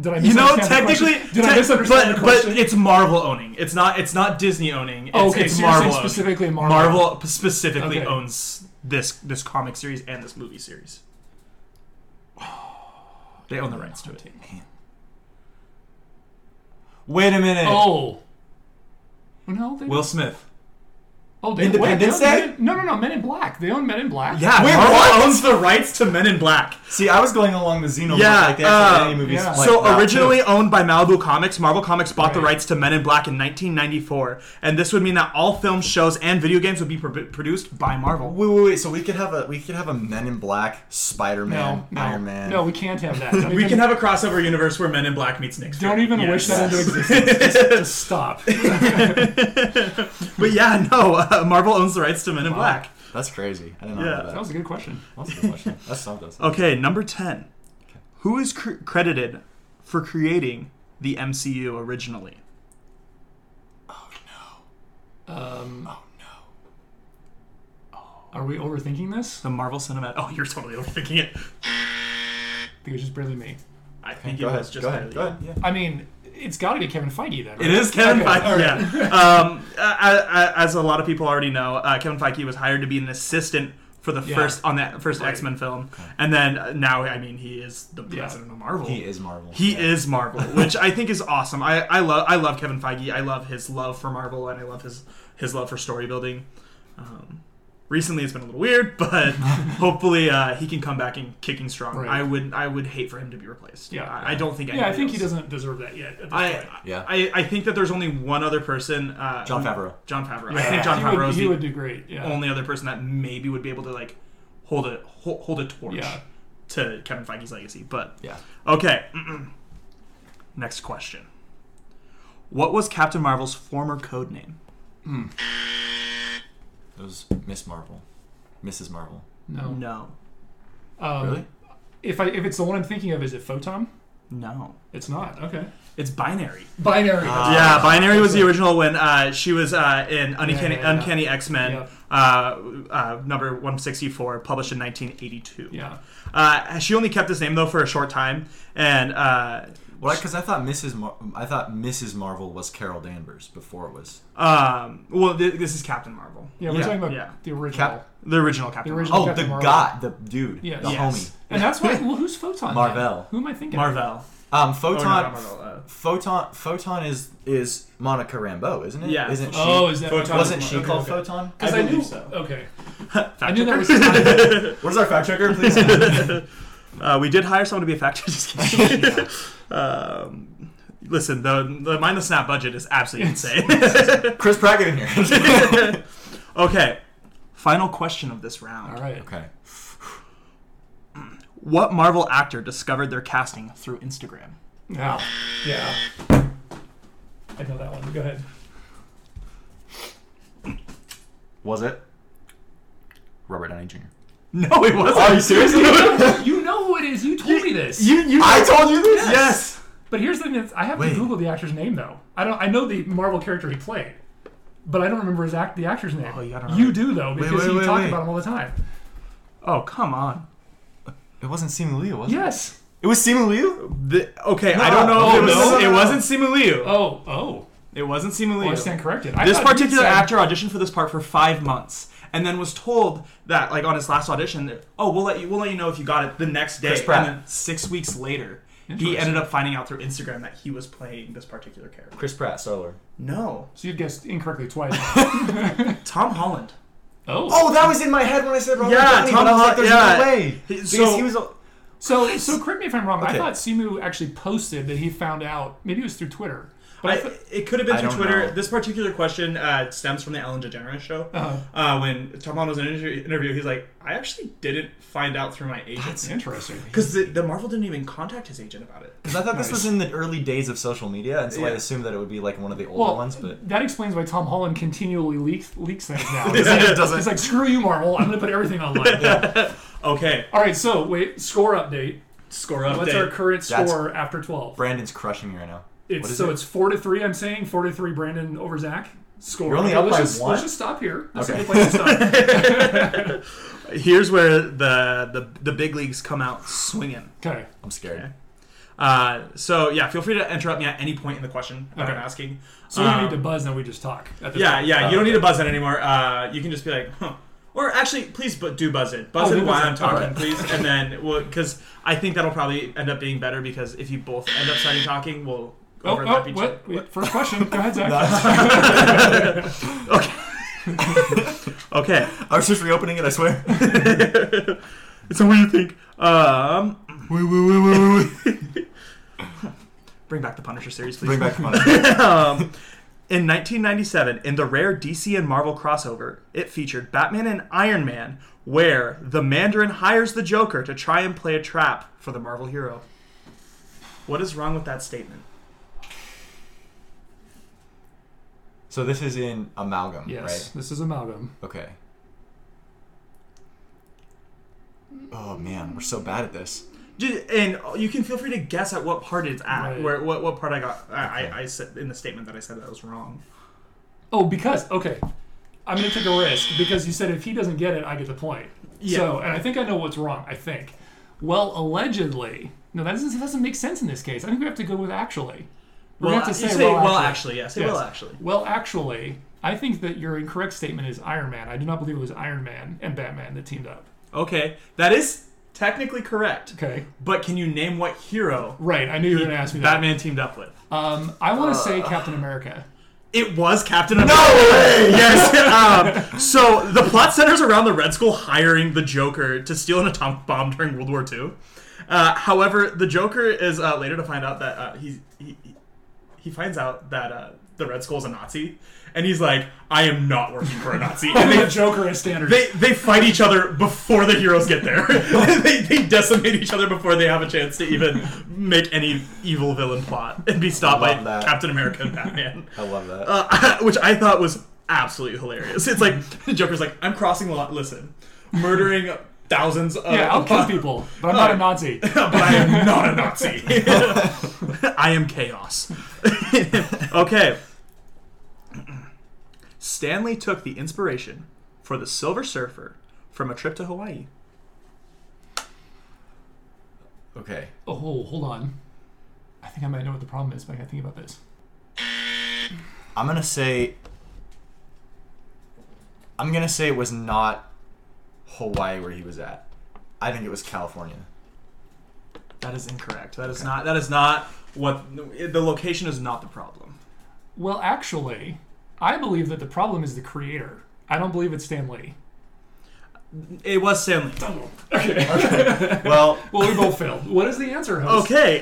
Speaker 2: Did I
Speaker 3: You know,
Speaker 2: misunderstand the question?
Speaker 3: technically,
Speaker 2: did I
Speaker 3: te-
Speaker 2: misunderstand
Speaker 3: but,
Speaker 2: the question? Oh,
Speaker 3: but it's Marvel owning. It's not. It's not Disney owning. It's,
Speaker 2: okay,
Speaker 3: it's
Speaker 2: so you're saying
Speaker 3: Marvel owning.
Speaker 2: specifically Marvel.
Speaker 3: Marvel specifically
Speaker 2: Okay.
Speaker 3: owns this this comic series and this movie series. They own the rights to it.
Speaker 1: Wait a minute.
Speaker 2: Oh. No, they
Speaker 4: Will Smith.
Speaker 2: Oh, they
Speaker 1: Independence
Speaker 2: wait, they own
Speaker 1: Day?
Speaker 2: Men in- No, no, no. Men in Black. They own Men in Black.
Speaker 3: Yeah,
Speaker 1: Wait,
Speaker 3: Marvel
Speaker 1: what?
Speaker 3: owns the rights to Men in Black.
Speaker 1: See, I was going along the Xeno.
Speaker 3: Yeah,
Speaker 1: like they have
Speaker 3: uh,
Speaker 1: any movies.
Speaker 2: yeah.
Speaker 1: like
Speaker 3: so
Speaker 1: that, too.
Speaker 3: originally owned by Malibu Comics, Marvel Comics bought the
Speaker 2: Right.
Speaker 3: rights to Men in Black in 1994, and this would mean that all films, shows, and video games would be pro- produced by Marvel.
Speaker 1: Wait, wait, wait. So we could have a we could have a Men in Black, Spider Man,
Speaker 2: No, no,
Speaker 1: Iron Man.
Speaker 2: No, we can't have that. Don't
Speaker 3: We
Speaker 2: even,
Speaker 3: can have a crossover universe where Men in Black meets Nick. Fury.
Speaker 2: Don't even
Speaker 3: Yes.
Speaker 2: wish that into existence. just, just stop.
Speaker 3: But yeah, no, uh, Marvel owns the rights to Men in Black.
Speaker 1: that's crazy. I didn't
Speaker 3: Yeah. Oh,
Speaker 1: know
Speaker 2: That
Speaker 1: that.
Speaker 2: was a good question.
Speaker 1: That's a good question. That's something. That's something.
Speaker 3: Okay, number 10. Who is cr- credited for creating the MCU originally?
Speaker 2: Um, oh no. Are we overthinking this?
Speaker 3: The Marvel Cinematic. Oh, you're totally overthinking it.
Speaker 2: I think it was just barely me.
Speaker 3: I think
Speaker 1: Go
Speaker 3: it
Speaker 1: ahead.
Speaker 3: was just
Speaker 1: go ahead.
Speaker 3: Miley.
Speaker 1: Go ahead. Yeah.
Speaker 2: I mean, it's got to be Kevin Feige then. Right?
Speaker 3: It is Kevin
Speaker 2: Okay,
Speaker 3: Feige.
Speaker 2: all right.
Speaker 3: Yeah. Um, a- a- as a lot of people already know, uh, Kevin Feige was hired to be an assistant for the
Speaker 2: Yeah.
Speaker 3: first on that first
Speaker 2: Right.
Speaker 3: X Men film, and then uh, now I mean he is the
Speaker 2: Yeah.
Speaker 3: president of Marvel.
Speaker 1: He is Marvel.
Speaker 3: He
Speaker 1: Yeah.
Speaker 3: is Marvel, which I think is awesome. I, I love I love Kevin Feige. I love his love for Marvel, and I love his his love for story building. Um, recently, it's been a little weird, but hopefully, uh, he can come back and kicking strong.
Speaker 2: Right.
Speaker 3: I would I would hate for him to be replaced.
Speaker 2: Yeah.
Speaker 3: I, I don't think.
Speaker 2: Yeah, I
Speaker 3: anybody
Speaker 2: think he
Speaker 3: else-
Speaker 2: doesn't deserve that yet. At this
Speaker 3: I,
Speaker 2: point.
Speaker 1: Yeah.
Speaker 3: I I think that there's only one other person. Uh,
Speaker 1: Jon
Speaker 3: who-
Speaker 1: Favreau.
Speaker 3: John Favreau. I
Speaker 2: Yeah,
Speaker 3: think John
Speaker 2: he
Speaker 3: Favreau
Speaker 2: would,
Speaker 3: is
Speaker 2: he
Speaker 3: the
Speaker 2: would do great. Yeah.
Speaker 3: only other person that maybe would be able to like hold a hold, hold a torch
Speaker 2: Yeah.
Speaker 3: to Kevin Feige's legacy. But
Speaker 1: Yeah.
Speaker 3: okay. Next question. What was Captain Marvel's former code name?
Speaker 1: It was Miss Marvel, Mrs. Marvel.
Speaker 2: No.
Speaker 3: No.
Speaker 2: Um,
Speaker 1: Really?
Speaker 2: If I if it's the one I'm thinking of, is it Photon?
Speaker 3: No.
Speaker 2: It's not. Okay.
Speaker 3: It's binary.
Speaker 2: Binary.
Speaker 1: Ah.
Speaker 3: yeah, binary was the
Speaker 2: okay.
Speaker 3: original when uh, she was uh, in Uncanny,
Speaker 2: yeah, yeah.
Speaker 3: Uncanny X Men,
Speaker 2: Yep.
Speaker 3: uh, uh, number one sixty four, published in nineteen eighty two.
Speaker 2: yeah.
Speaker 3: Uh, she only kept this name though for a short time, and uh,
Speaker 1: Well, because I thought Mrs. Mar- I thought Mrs. Marvel was Carol Danvers before it was.
Speaker 3: um, well, th- this is Captain Marvel,
Speaker 2: Yeah. We're
Speaker 1: Yeah,
Speaker 2: talking about
Speaker 3: yeah.
Speaker 2: the original.
Speaker 1: Cap-
Speaker 3: the original Captain Oh,
Speaker 2: The original-
Speaker 1: Oh,
Speaker 2: Captain
Speaker 1: the
Speaker 2: Marvel.
Speaker 1: god, the dude,
Speaker 2: Yes.
Speaker 1: the
Speaker 3: Yes.
Speaker 2: And that's why. Well, who's Photon? then?
Speaker 1: Marvel.
Speaker 2: Who am I thinking?
Speaker 3: Marvel. Marvel.
Speaker 1: homie. Um,
Speaker 3: Oh, no,
Speaker 1: photon.
Speaker 3: not Marvel. uh,
Speaker 1: Photon. Photon is is Monica Rambeau, isn't it?
Speaker 3: Yeah.
Speaker 1: Isn't she?
Speaker 2: Oh, is that
Speaker 3: Photon.
Speaker 1: wasn't she
Speaker 3: Okay,
Speaker 1: called
Speaker 3: okay.
Speaker 1: Photon?
Speaker 2: Because I,
Speaker 3: I
Speaker 2: knew.
Speaker 3: believe so.
Speaker 2: Okay.
Speaker 3: fact
Speaker 2: I knew
Speaker 3: checker.
Speaker 2: there was. Time.
Speaker 1: Where's our fact checker, please?
Speaker 3: Uh, we did hire someone to be a fact checker. Just kidding. um, listen, the the mind the snap budget is absolutely insane.
Speaker 1: Chris Pratt get in here.
Speaker 3: okay, final question of this round.
Speaker 2: All right.
Speaker 1: okay.
Speaker 3: What Marvel actor discovered their casting through Instagram?
Speaker 2: Now. Yeah. I know that one. Go ahead.
Speaker 1: Was it Robert Downey Jr.?
Speaker 3: No, it wasn't.
Speaker 1: Are you serious? you
Speaker 2: You know who it is. You told me this.
Speaker 1: you? I told you this.
Speaker 3: yes.
Speaker 2: But here's the thing: is I have
Speaker 1: Wait.
Speaker 2: to Google the actor's name though. I don't. I know the Marvel character he played, but I don't remember his act, the actor's name.
Speaker 3: Oh, you gotta
Speaker 2: you do though, because
Speaker 1: wait,
Speaker 2: you
Speaker 1: wait,
Speaker 2: talk
Speaker 1: wait.
Speaker 2: about him all the time.
Speaker 3: Oh come on.
Speaker 1: It wasn't Simu Liu, was it?
Speaker 2: Yes.
Speaker 1: It was Simu Liu.
Speaker 3: The- okay, I
Speaker 1: No.
Speaker 3: don't know. if
Speaker 2: Oh,
Speaker 3: it, was,
Speaker 2: no, no,
Speaker 3: it
Speaker 1: no.
Speaker 3: wasn't Simu Liu.
Speaker 2: Oh, oh.
Speaker 3: It wasn't Simu Liu.
Speaker 2: Well, I stand corrected. I
Speaker 3: this
Speaker 2: thought you
Speaker 3: particular
Speaker 2: said-
Speaker 3: actor auditioned for this part for five months, and then was told that, like on his last audition, that, oh, we'll let you we'll let you know if you got it the next day.
Speaker 1: Chris Pratt.
Speaker 3: And then six weeks later, he
Speaker 2: Interesting.
Speaker 3: ended up finding out through Instagram that he was playing this particular character.
Speaker 1: Chris Pratt, Star Lord.
Speaker 3: No,
Speaker 2: So you guessed incorrectly twice.
Speaker 3: Tom Holland.
Speaker 2: oh.
Speaker 1: Oh, that was in my head when I said Robert
Speaker 3: Yeah,
Speaker 1: Downey.
Speaker 3: Tom
Speaker 1: but I was like,
Speaker 3: Holland-
Speaker 1: There's
Speaker 3: yeah.
Speaker 1: no way.
Speaker 3: He-
Speaker 1: Because
Speaker 3: so-
Speaker 1: he was. a-
Speaker 2: So so correct me if I'm wrong. But
Speaker 1: Okay.
Speaker 2: I thought Simu actually posted that he found out. Maybe it was through Twitter. But I,
Speaker 3: I,
Speaker 2: thought
Speaker 3: it could have been
Speaker 1: I
Speaker 3: through
Speaker 1: don't
Speaker 3: Twitter.
Speaker 1: know.
Speaker 3: This particular question uh, stems from the Ellen DeGeneres show.
Speaker 2: Uh-huh.
Speaker 3: Uh, when Tom Holland was in an inter- interview, he's like, "I actually didn't find out through my
Speaker 2: it's
Speaker 3: agent
Speaker 2: interesting.
Speaker 3: because the, the Marvel didn't even contact his agent about it."
Speaker 1: 'cause I thought this was in the early days of social media, and so I
Speaker 3: Yeah.
Speaker 1: assumed that it would be like one of the older
Speaker 2: Well,
Speaker 1: ones, but
Speaker 2: that explains why Tom Holland continually leaks leaks things now. It's
Speaker 1: it
Speaker 2: like,
Speaker 1: doesn't.
Speaker 2: it's like screw you, Marvel. I'm gonna put everything online.
Speaker 3: Okay,
Speaker 2: All right. So wait, score update.
Speaker 3: score update.
Speaker 2: What's our current
Speaker 1: That's-
Speaker 2: score after 12?
Speaker 1: Brandon's crushing me right now. What
Speaker 2: It's,
Speaker 1: is
Speaker 2: so
Speaker 1: it?
Speaker 2: it's 4 to 3, I'm saying. 4 to 3, Brandon over Zach. Score.
Speaker 1: You're only
Speaker 2: Okay,
Speaker 1: up
Speaker 2: let's
Speaker 1: by
Speaker 2: just,
Speaker 1: one?
Speaker 2: Let's just stop here. That's
Speaker 1: Okay.
Speaker 2: a good place to stop.
Speaker 3: Here's where the the, the big leagues come out swinging.
Speaker 2: okay.
Speaker 1: I'm scared.
Speaker 3: Uh, so yeah, feel free to interrupt me at any point in the question that I'm
Speaker 2: Okay.
Speaker 3: asking.
Speaker 2: So we don't
Speaker 3: Um,
Speaker 2: need to buzz, then we just talk. At this
Speaker 3: Yeah,
Speaker 2: point.
Speaker 3: yeah,
Speaker 1: Oh,
Speaker 3: you don't need
Speaker 1: okay.
Speaker 3: to buzz it anymore. Uh, you can just be like, huh, Or actually, please bu- do buzz it. Buzz
Speaker 2: Oh,
Speaker 3: it
Speaker 2: we'll
Speaker 3: while
Speaker 2: buzz
Speaker 3: I'm
Speaker 2: it.
Speaker 3: talking,
Speaker 2: Alright.
Speaker 3: please, and then we'll because I think that'll probably end up being better because if you both end up starting talking, we'll
Speaker 2: Oh,
Speaker 3: overlap
Speaker 2: oh
Speaker 3: each
Speaker 2: what? Wait, First question. Go ahead, Zach.
Speaker 3: other. Okay.
Speaker 1: I was just reopening it. I swear.
Speaker 3: So what do you think? Um, bring back the Punisher series, please.
Speaker 1: Bring back the money.
Speaker 3: um, in 1997, in the rare DC and Marvel crossover, it featured Batman and Iron Man, where the Mandarin hires the Joker to try and play a trap for the Marvel hero. What is wrong with that statement?
Speaker 1: So this is in amalgam,
Speaker 2: Yes, this is amalgam.
Speaker 1: right? Okay. Oh man, we're so bad at this.
Speaker 3: Ju- And you can feel free to guess at what part it's at,
Speaker 2: Right.
Speaker 3: where what, what part I got. I,
Speaker 1: Okay.
Speaker 3: I, I said in the statement that I said that was wrong.
Speaker 2: Oh, because okay, I'm gonna take a risk because you said if he doesn't get it, I get the point.
Speaker 3: Yeah.
Speaker 2: So, and I think I know what's wrong. I think. Well, allegedly, no, that doesn't, that doesn't make sense in this case. I think we have to go with actually. We're
Speaker 3: well,
Speaker 2: gonna have to
Speaker 3: you
Speaker 2: say,
Speaker 3: well,
Speaker 2: well,
Speaker 3: actually, yes, it
Speaker 2: Yes.
Speaker 3: will actually.
Speaker 2: Well, actually, I think that your incorrect statement is Iron Man. I do not believe it was Iron Man and Batman that teamed up.
Speaker 3: Okay, that is technically correct.
Speaker 2: Okay.
Speaker 3: But can you name what hero
Speaker 2: Right. I knew you were gonna ask me that.
Speaker 3: Batman teamed up with?
Speaker 2: Um, I want to say Captain America.
Speaker 3: It was Captain America. No way! yes. Um, so the plot centers around the Red Skull hiring the Joker to steal an atomic bomb during World War II. Uh, however, the Joker is uh, later to find out that uh, he, he he finds out that uh, the Red Skull is a Nazi, and he's like, "I am not working for a Nazi." And
Speaker 2: The
Speaker 3: they,
Speaker 2: Joker is standard.
Speaker 3: they they fight each other before the heroes get there. they, they decimate each other before they have a chance to even make any evil villain plot and be stopped by
Speaker 1: Love that.
Speaker 3: Captain America and Batman
Speaker 1: I love that.
Speaker 3: uh, which I thought was absolutely hilarious. It's like the Joker's like, I'm crossing the line. Listen, murdering thousands of
Speaker 2: yeah, I'll kill people, but I'm not a Nazi.
Speaker 3: but I am not a Nazi. I am chaos. okay. Stanley took the inspiration for the Silver Surfer from a trip to Hawaii.
Speaker 1: okay.
Speaker 2: Oh, hold on. I think I might know what the problem is, but I gotta think about this.
Speaker 1: I'm gonna say. I'm gonna say it was not Hawaii where he was at. I think it was California.
Speaker 3: That is incorrect. That is not. That is not what the location is not the problem.
Speaker 2: Well, actually, I believe that the problem is the creator. I don't believe it's Stan Lee.
Speaker 3: It was Stanley.
Speaker 1: Well,
Speaker 2: Well, we both failed. What is the answer, host?
Speaker 3: Okay,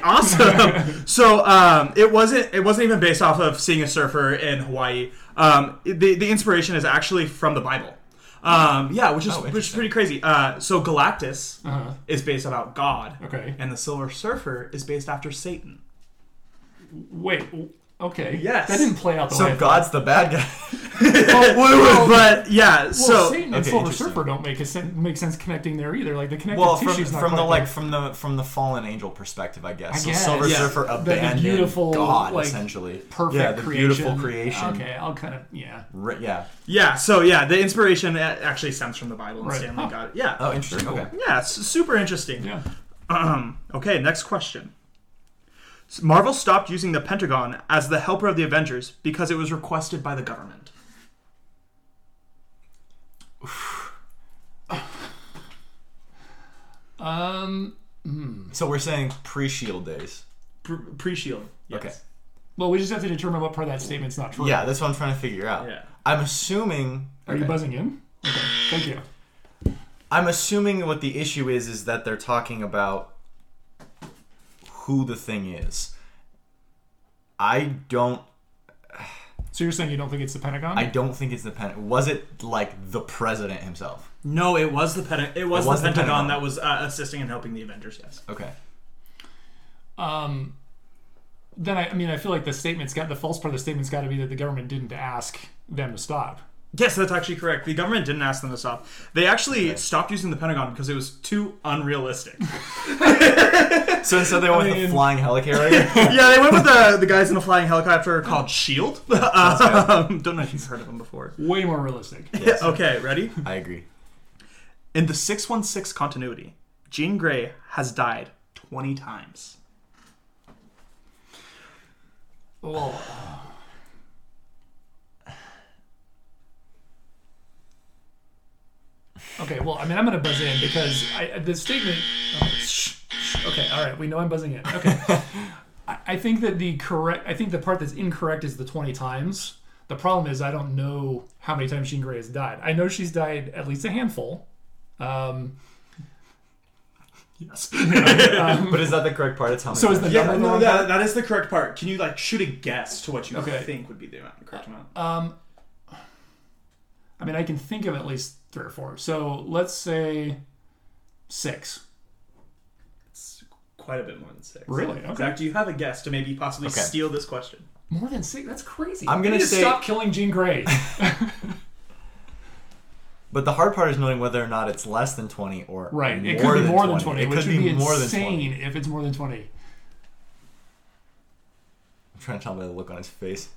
Speaker 3: awesome. so um, it wasn't it wasn't even based off of seeing a surfer in Hawaii. Um, it- the the inspiration is actually from the Bible. Um, yeah, which is
Speaker 1: Oh,
Speaker 3: which is
Speaker 1: interesting.
Speaker 3: pretty crazy. Uh, so Galactus
Speaker 2: Uh-huh.
Speaker 3: is based about God,
Speaker 2: Okay.
Speaker 3: and the Silver Surfer is based after Satan.
Speaker 2: Wait. w- Okay.
Speaker 3: Yes.
Speaker 2: That didn't play out the way.
Speaker 1: so
Speaker 2: I thought.
Speaker 1: God's the bad guy.
Speaker 3: but yeah,
Speaker 2: Oh. Well,
Speaker 3: so
Speaker 2: Satan and
Speaker 1: okay,
Speaker 2: Silver
Speaker 1: interesting.
Speaker 2: Surfer don't make a sen- make sense connecting there either. Like the connective
Speaker 1: well, from,
Speaker 2: tissue's not
Speaker 1: from
Speaker 2: quite
Speaker 1: the like
Speaker 2: there.
Speaker 1: from the from the fallen angel perspective, I guess.
Speaker 2: I
Speaker 1: so
Speaker 2: guess.
Speaker 1: Silver
Speaker 3: Yeah.
Speaker 1: Surfer
Speaker 2: The
Speaker 1: abandoned
Speaker 2: beautiful,
Speaker 1: God
Speaker 2: like,
Speaker 1: essentially.
Speaker 2: perfect
Speaker 1: yeah, the
Speaker 2: creation.
Speaker 1: beautiful creation.
Speaker 2: Okay, I'll kind of yeah.
Speaker 1: Ri- yeah.
Speaker 3: yeah, so yeah, the inspiration a- actually stems from the Bible, and
Speaker 2: Right.
Speaker 3: Stanley
Speaker 2: Huh.
Speaker 3: got it. Yeah,
Speaker 1: Oh, interesting. Okay.
Speaker 3: yeah, it's super interesting.
Speaker 2: Yeah.
Speaker 3: Um, okay, next question. Marvel stopped using the Pentagon as the helper of the Avengers because it was requested by the government.
Speaker 2: Um.
Speaker 1: So we're saying pre-shield days.
Speaker 3: Pre Shield.
Speaker 1: Okay.
Speaker 2: Well, we just have to determine what part of that statement's not true.
Speaker 1: Yeah, that's what I'm trying to figure out.
Speaker 3: Yeah.
Speaker 1: I'm assuming.
Speaker 2: Are you
Speaker 1: okay.
Speaker 2: buzzing in? Okay. Thank you.
Speaker 1: I'm assuming what the issue is is that they're talking about who the thing is. I don't.
Speaker 2: So you're saying you don't think it's the Pentagon?
Speaker 1: I don't think it's the pen. Was it like the president himself?
Speaker 3: No, it was the Pen- it was,
Speaker 1: It was
Speaker 3: the,
Speaker 1: the
Speaker 3: Pentagon,
Speaker 1: Pentagon.
Speaker 3: that was uh, assisting and helping the Avengers. Yes.
Speaker 1: Okay.
Speaker 2: Um, then I, I mean, I feel like the statement's got the false part of the statement's got to be that the government didn't ask them to stop.
Speaker 3: Yes, that's actually correct. The government didn't ask them to stop. They actually stopped using the Pentagon because it was too unrealistic.
Speaker 1: So so they went with
Speaker 2: mean-
Speaker 1: the flying helicarrier.
Speaker 3: yeah, they went with the the guys in the flying helicopter called Shield. E um, don't know if you've heard of them before.
Speaker 2: Way more realistic.
Speaker 1: Yes.
Speaker 3: Okay, ready?
Speaker 1: I agree.
Speaker 3: In the 616 continuity, Jean Grey has died 20 times.
Speaker 2: Well, Okay, well, I mean, I'm going to buzz in because I, the statement. oh, shh, shh. okay, all right, we know I'm buzzing in. Okay. I, I think that the correct. I think the part that's incorrect is the 20 times. The problem is I don't know how many times Jean Grey has died. I know she's died at least a handful. Um,
Speaker 4: Yes.
Speaker 1: But is that the correct part? It's how many
Speaker 2: so is the
Speaker 1: times?
Speaker 3: Yeah,
Speaker 2: number the
Speaker 3: no,
Speaker 2: wrong
Speaker 3: that, that is the correct part. Can you like shoot a guess to what you
Speaker 2: Okay.
Speaker 3: think would be the amount, correct amount?
Speaker 2: I mean, I can think of at least three or four. So let's say six.
Speaker 3: It's quite a bit more than six.
Speaker 2: Really? Okay.
Speaker 3: Zach, do you have a guess to maybe possibly
Speaker 1: Okay.
Speaker 3: steal this question?
Speaker 2: More than six? That's crazy.
Speaker 1: I'm gonna
Speaker 2: We need
Speaker 1: say-
Speaker 2: stop killing Jean Grey.
Speaker 1: But the hard part is knowing whether or not it's less than 20 or
Speaker 2: Right.
Speaker 1: More
Speaker 2: it could be
Speaker 1: than
Speaker 2: more than 20,
Speaker 1: It
Speaker 2: which
Speaker 1: could
Speaker 2: would
Speaker 1: be, more than
Speaker 2: insane
Speaker 1: 20.
Speaker 2: if it's more than 20.
Speaker 1: I'm trying to tell by the look on his face.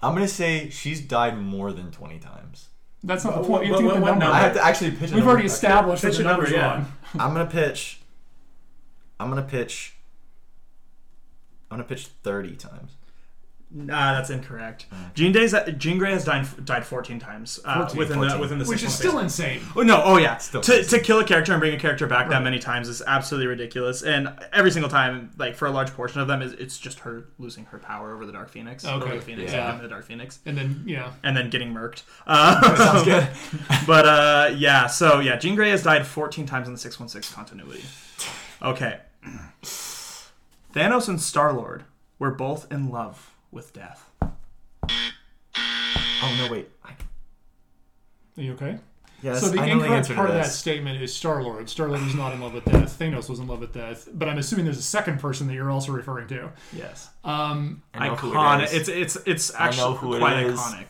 Speaker 1: I'm gonna say she's died more than 20 times.
Speaker 2: That's not the
Speaker 3: What-
Speaker 2: point. You have to
Speaker 3: what-
Speaker 2: get the
Speaker 3: what
Speaker 2: number.
Speaker 3: number?
Speaker 1: I have to actually pitch. a
Speaker 2: We've
Speaker 1: number
Speaker 2: already
Speaker 1: back here.
Speaker 2: established that
Speaker 3: Pitch
Speaker 2: the
Speaker 3: a number,
Speaker 2: number's
Speaker 3: yeah.
Speaker 2: wrong.
Speaker 1: I'm gonna pitch. I'm gonna pitch. I'm gonna pitch 30 times.
Speaker 3: Nah, that's incorrect. Jean, Day's, Jean Grey has died, died 14 times uh,
Speaker 1: 14,
Speaker 3: within, The,
Speaker 1: 14.
Speaker 3: within the
Speaker 2: Which
Speaker 3: six
Speaker 2: is
Speaker 3: month
Speaker 2: still
Speaker 3: phase.
Speaker 2: insane.
Speaker 3: Oh, no, oh yeah.
Speaker 1: Still
Speaker 3: to,
Speaker 1: crazy.
Speaker 3: to kill a character and bring a character back that many times is absolutely ridiculous. And every single time, like for a large portion of them, is it's just her losing her power over the Dark Phoenix.
Speaker 2: Okay,
Speaker 3: Over the Phoenix,
Speaker 2: yeah.
Speaker 3: and the Dark Phoenix.
Speaker 2: And then, yeah.
Speaker 3: And then getting murked. Uh, Sounds good. but uh, yeah, so yeah, Jean Grey has died 14 times in the 616 continuity. Okay. Thanos and Star Lord were both in love with death.
Speaker 1: Oh no, wait. I,
Speaker 2: Are you okay?
Speaker 1: yes,
Speaker 2: so the
Speaker 1: I know the
Speaker 2: incorrect
Speaker 1: answer
Speaker 2: part
Speaker 1: to
Speaker 2: of that
Speaker 1: this.
Speaker 2: statement is Star Lord. Star Lord was not in love with death. Thanos was in love with death. But I'm assuming there's a second person that you're also referring to.
Speaker 3: Yes.
Speaker 2: Um,
Speaker 1: I know who it
Speaker 3: Iconic.
Speaker 1: is.
Speaker 3: it's it's it's
Speaker 1: know
Speaker 3: actually
Speaker 1: who it
Speaker 3: quite
Speaker 1: is.
Speaker 3: iconic.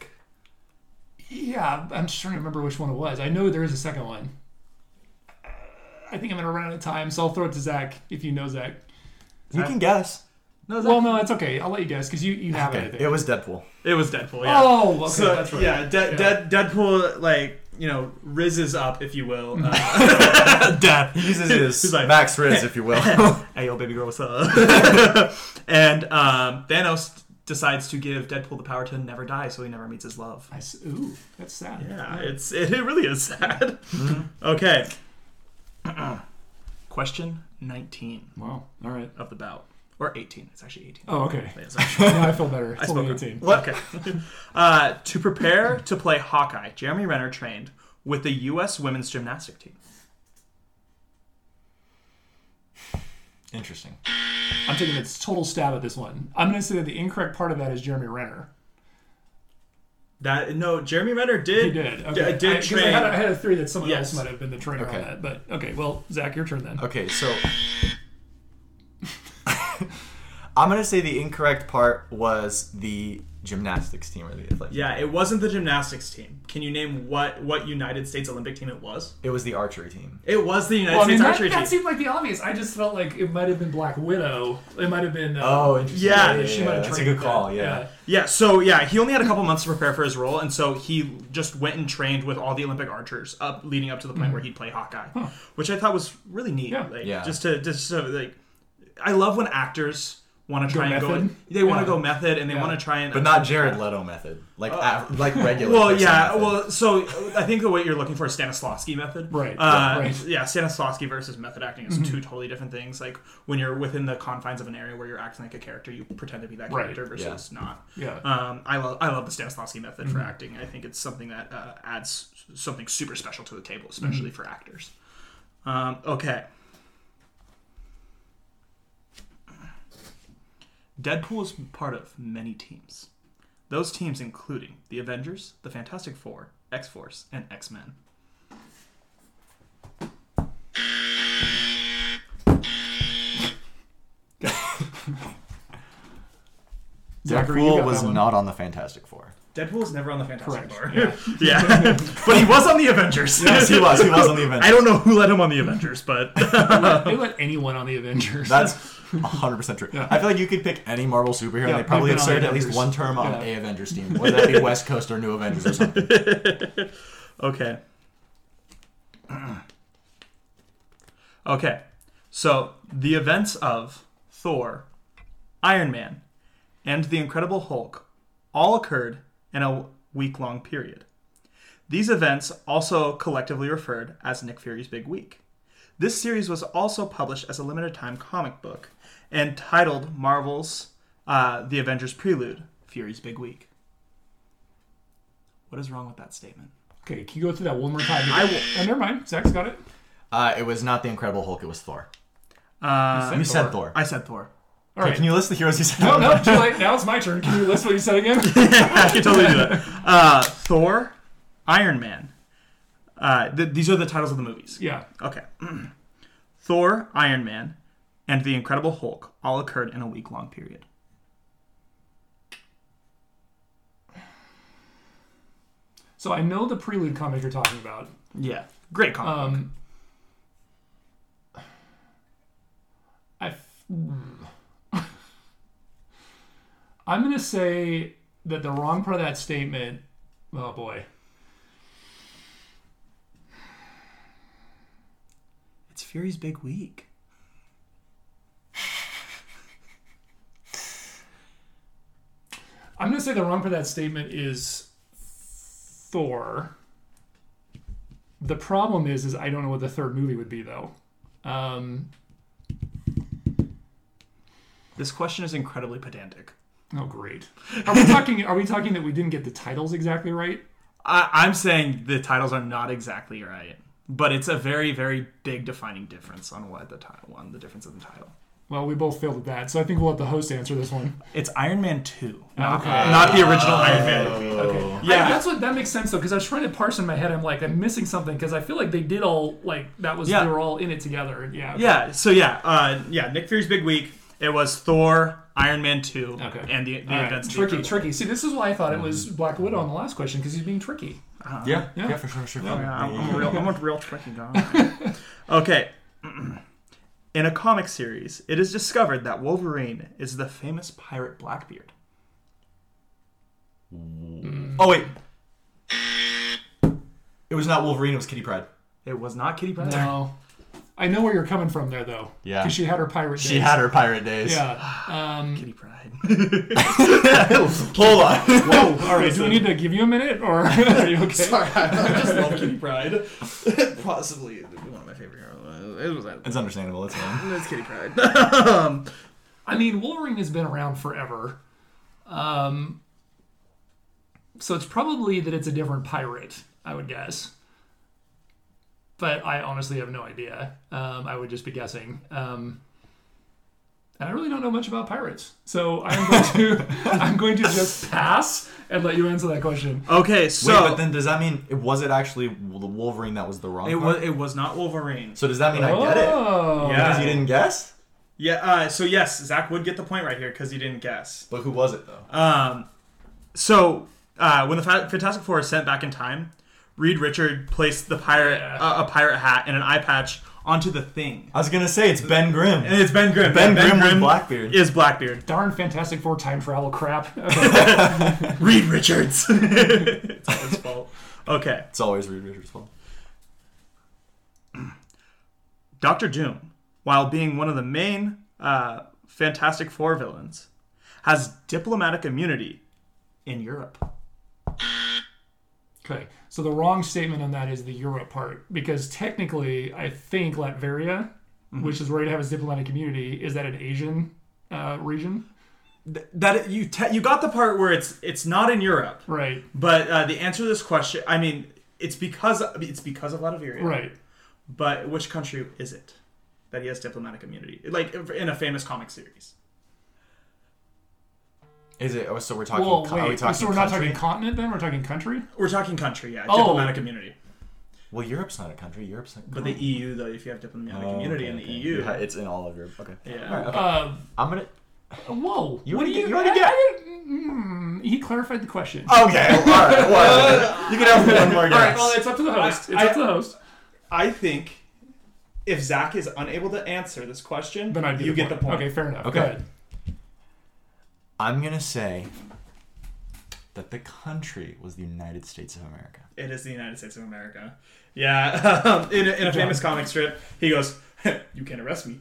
Speaker 2: yeah, I'm just trying to remember which one it was. I know there is a second one. I think I'm going to run out of time, so I'll throw it to Zach if you know Zach.
Speaker 1: you can guess.
Speaker 3: No,
Speaker 2: Well, no, that's okay. I'll let you guess because you, you have it, I
Speaker 1: Okay,
Speaker 2: think.
Speaker 1: it was Deadpool.
Speaker 3: it was Deadpool. Yeah.
Speaker 2: Oh, okay,
Speaker 3: so
Speaker 2: that's right.
Speaker 3: yeah, De- Dead- Deadpool like you know rizzes up, if you will. Uh,
Speaker 1: Death. He uses his
Speaker 3: He's like-
Speaker 1: Max Riz, if you will. oh
Speaker 3: hey, yo, baby girl, what's up? and um, Thanos decides to give Deadpool the power to never die, so he never meets his love.
Speaker 2: I s- ooh, that's sad.
Speaker 3: Yeah, it's it, it really is sad. okay. Question nineteen
Speaker 2: Wow. All right.
Speaker 3: of the bout, or eighteen? It's actually eighteen.
Speaker 2: Oh, okay.
Speaker 3: Wait, it's actually-
Speaker 2: Now I feel better. It's
Speaker 3: spoke
Speaker 2: only 18.
Speaker 3: wrong. Okay. uh, to prepare to play Hawkeye, Jeremy Renner trained with the U.S. women's gymnastic team.
Speaker 1: Interesting.
Speaker 2: I'm taking a total stab at this one. I'm going to say that the incorrect part of that is Jeremy Renner.
Speaker 3: That no, Jeremy Renner did.
Speaker 2: He did.
Speaker 3: d-
Speaker 2: Okay.
Speaker 3: did
Speaker 2: I, 'cause I
Speaker 3: train.
Speaker 2: had, a- I had a three that someone
Speaker 3: Yes.
Speaker 2: else might have been the trainer
Speaker 1: Okay.
Speaker 2: on that. But okay, well, Zach, your turn then.
Speaker 1: Okay, so I'm gonna say the incorrect part was the gymnastics team or the athletic.
Speaker 3: yeah, it wasn't the gymnastics team. Can you name what what United States Olympic team it was?
Speaker 1: It was the archery team.
Speaker 3: It was the United
Speaker 2: Well, I mean,
Speaker 3: States
Speaker 2: that,
Speaker 3: archery
Speaker 2: that
Speaker 3: team.
Speaker 2: seemed like the obvious. I just felt like it might have been Black Widow. It might have been. Uh,
Speaker 1: Oh, interesting.
Speaker 3: Yeah,
Speaker 1: yeah,
Speaker 2: she might have
Speaker 1: That's a
Speaker 2: trained
Speaker 1: good call.
Speaker 2: that.
Speaker 1: Yeah.
Speaker 3: Yeah, so yeah, he only had a couple months to prepare for his role, and so he just went and trained with all the Olympic archers up leading up to the point where he'd play Hawkeye, which I thought was really neat.
Speaker 2: Mm-hmm. Yeah.
Speaker 3: Like,
Speaker 1: Yeah.
Speaker 3: Just to just to, like, I love when actors want to try and
Speaker 2: method?
Speaker 3: go. They want
Speaker 2: Yeah.
Speaker 3: to go method, and they
Speaker 2: Yeah.
Speaker 3: want to try and.
Speaker 1: But not Jared Leto method,
Speaker 2: Uh,
Speaker 1: like av- like regular.
Speaker 3: Well,
Speaker 1: person
Speaker 3: yeah.
Speaker 1: method.
Speaker 3: Well, so I think the way you're looking for is Stanislavski method,
Speaker 2: Right,
Speaker 3: Uh,
Speaker 2: right. Mm-hmm.
Speaker 3: Yeah, Stanislavski versus method acting is two totally different things. Like when you're within the confines of an area where you're acting like a character, you pretend to be that
Speaker 2: Right,
Speaker 3: character versus not.
Speaker 2: Yeah.
Speaker 3: Um, I love I love the Stanislavski method for
Speaker 1: Mm-hmm.
Speaker 3: acting. I think it's something that uh, adds something super special to the table, especially
Speaker 1: Mm-hmm.
Speaker 3: for actors. Um, okay. Deadpool is part of many teams. Those teams including the Avengers, the Fantastic Four, X Force, and X Men.
Speaker 2: Zachary, you
Speaker 1: Deadpool
Speaker 2: got
Speaker 1: was
Speaker 2: that one.
Speaker 1: not on the Fantastic Four.
Speaker 3: Deadpool's never on the Fantastic
Speaker 2: Correct,
Speaker 3: Four. Yeah. but he was on the Avengers.
Speaker 1: Yes, he was. He was on the Avengers.
Speaker 3: I don't know who let him on the Avengers, but
Speaker 2: They let anyone on the Avengers.
Speaker 1: That's 100% true. I feel like you could pick any Marvel superhero
Speaker 2: Yeah,
Speaker 1: and they probably
Speaker 2: they've
Speaker 1: have
Speaker 2: been
Speaker 1: served
Speaker 2: on the
Speaker 1: at least
Speaker 2: Avengers.
Speaker 1: one term on
Speaker 2: Yeah.
Speaker 1: a Avengers team, whether that be West Coast or New Avengers or something.
Speaker 3: Okay. okay. So the events of Thor, Iron Man, and the Incredible Hulk all occurred in a week long period. These events, also collectively referred as Nick Fury's Big Week. This series was also published as a limited time comic book and titled Marvel's uh, The Avengers Prelude Fury's Big Week. What is wrong with that statement?
Speaker 2: Okay, can you go through that one more time? I will. Oh, never mind. Zach's got it.
Speaker 1: Uh, it was not the Incredible Hulk. It was Thor.
Speaker 3: Uh,
Speaker 1: You said Thor.
Speaker 3: I said Thor.
Speaker 2: All right.
Speaker 1: Can you list the heroes you said?
Speaker 2: no, no, too late. Now it's my turn. Can you list what you said again?
Speaker 3: I can totally do that. Uh, Thor, Iron Man. Uh, th- these are the titles of the movies.
Speaker 2: yeah.
Speaker 3: Okay. Thor, Iron Man, and The Incredible Hulk all occurred in a week long period.
Speaker 2: So I know the prelude comic you're talking about.
Speaker 3: Yeah. Great comic.
Speaker 2: Um, I. f- mm. I'm gonna say that the wrong part of that statement. Oh boy.
Speaker 3: it's Fury's big week.
Speaker 2: I'm gonna say the wrong part of that statement is Thor. The problem is, is I don't know what the third movie would be though. Um,
Speaker 3: This question is incredibly pedantic.
Speaker 2: oh great. Are we talking? Are we talking that we didn't get the titles exactly right?
Speaker 3: I- I'm saying the titles are not exactly right, but it's a very, very big defining difference on what the title, on the difference of the title.
Speaker 2: Well, we both failed at that, so I think we'll let the host answer this one.
Speaker 3: It's Iron Man 2, not,
Speaker 2: Okay.
Speaker 3: not the original Iron Man.
Speaker 2: Okay.
Speaker 3: Yeah.
Speaker 2: I- that's what that makes sense though, because I was trying to parse in my head. I'm like, I'm missing something because I feel like they did all like that was
Speaker 3: Yeah.
Speaker 2: they were all in it together. Yeah.
Speaker 3: Yeah, so yeah, uh, yeah, Nick Fury's big week. It was Thor, Iron Man 2,
Speaker 2: Okay.
Speaker 3: and the, the
Speaker 2: All right.
Speaker 3: events. of the
Speaker 2: Tricky,
Speaker 3: Incredible
Speaker 2: tricky. See, this is why I thought it was Black Widow on the last question because he's being tricky.
Speaker 1: Yeah,
Speaker 2: Yeah.
Speaker 1: yeah, for sure, sure.
Speaker 3: Yeah, I'm, I'm a real, I'm a real tricky guy. okay. In a comic series, it is discovered that Wolverine is the famous pirate Blackbeard.
Speaker 1: Oh wait, it was not Wolverine. It was Kitty Pride.
Speaker 3: It was not Kitty Pryde.
Speaker 2: No. I know where you're coming from there though.
Speaker 1: Yeah.
Speaker 2: Because she had her pirate.
Speaker 1: She
Speaker 2: days.
Speaker 1: had her pirate days.
Speaker 2: Yeah. Um,
Speaker 3: Kitty Pride.
Speaker 1: Hold on.
Speaker 3: Whoa! All
Speaker 2: wait, do we need to give you a minute or are you okay?
Speaker 3: I just love Kitty Pride. Possibly one of my favorite heroes. It was, it
Speaker 1: It's understandable. It's fine.
Speaker 3: was Kitty Pride. um,
Speaker 2: I mean, Wolverine has been around forever. Um, so it's probably that it's a different pirate, I would guess. But I honestly have no idea. Um, I would just be guessing. Um, and I really don't know much about pirates. So I'm going to I'm going to just pass and let you answer that question.
Speaker 3: okay,
Speaker 1: Wait,
Speaker 3: so
Speaker 1: but then does that mean it was it actually the Wolverine that was the wrong?
Speaker 3: it
Speaker 1: part?
Speaker 3: was it was not Wolverine.
Speaker 1: So does that mean I get it?
Speaker 2: Oh.
Speaker 1: Because you didn't guess.
Speaker 3: Yeah. Uh, so yes, Zach would get the point right here because he didn't guess.
Speaker 1: But who was it though?
Speaker 3: Um, so uh, when the Fa- Fantastic Four is sent back in time, Reed Richard placed the pirate
Speaker 2: Yeah.
Speaker 3: uh, a pirate hat and an eye patch onto the thing,
Speaker 1: I was gonna say it's Ben Grimm.
Speaker 3: and it's Ben Grimm.
Speaker 1: ben,
Speaker 3: Yeah,
Speaker 1: Grimm, with Blackbeard.
Speaker 3: is Blackbeard.
Speaker 2: Darn Fantastic Four time travel crap.
Speaker 3: Reed Richards. it's all his fault. Okay,
Speaker 1: It's always Reed Richards' fault.
Speaker 3: Doctor Doom, while being one of the main uh, Fantastic Four villains, has diplomatic immunity in Europe.
Speaker 2: Okay, so the wrong statement on that is the Europe part because technically, I think Latveria, which is where to have its diplomatic community, is that an Asian uh, region?
Speaker 3: That you te- you got the part where it's it's not in Europe.
Speaker 2: Right,
Speaker 3: But uh, the answer to this question, I mean, it's because it's because of Latveria.
Speaker 2: right.
Speaker 3: But which country is it that he has diplomatic immunity? Like in a famous comic series.
Speaker 1: Is it? Oh, so we're talking.
Speaker 2: Well,
Speaker 1: co- are we
Speaker 2: wait.
Speaker 1: talking
Speaker 2: so we're not
Speaker 1: country?
Speaker 2: talking continent then. We're talking country.
Speaker 3: We're talking country, yeah.
Speaker 2: Oh.
Speaker 3: Diplomatic immunity.
Speaker 1: Well, Europe's not a country. Europe's not.
Speaker 3: But the EU though, if you have diplomatic
Speaker 1: Oh,
Speaker 3: immunity
Speaker 1: okay,
Speaker 3: in the E
Speaker 1: okay.
Speaker 3: EU,
Speaker 1: Yeah, it's in all of Europe. Okay.
Speaker 3: Yeah.
Speaker 1: All right, okay.
Speaker 2: Uh,
Speaker 1: I'm gonna.
Speaker 2: whoa!
Speaker 1: You
Speaker 2: what
Speaker 1: already
Speaker 2: do you?
Speaker 1: get- you already
Speaker 2: I-
Speaker 1: get-
Speaker 2: I didn't- mm, he clarified the question.
Speaker 1: Okay. All right. Well, you can have one more
Speaker 2: All right.
Speaker 1: guess.
Speaker 2: Well, it's up to the host.
Speaker 3: I-
Speaker 2: it's up
Speaker 3: I-
Speaker 2: to the host.
Speaker 3: I think if Zach is unable to answer this question,
Speaker 2: Then I
Speaker 3: you get the point.
Speaker 2: Okay, fair enough.
Speaker 1: Okay.
Speaker 2: Go ahead.
Speaker 1: I'm gonna say that the country was the United States of America.
Speaker 3: It is the United States of America. um, Yeah. in a, in a famous comic strip, he goes, "You can't arrest me.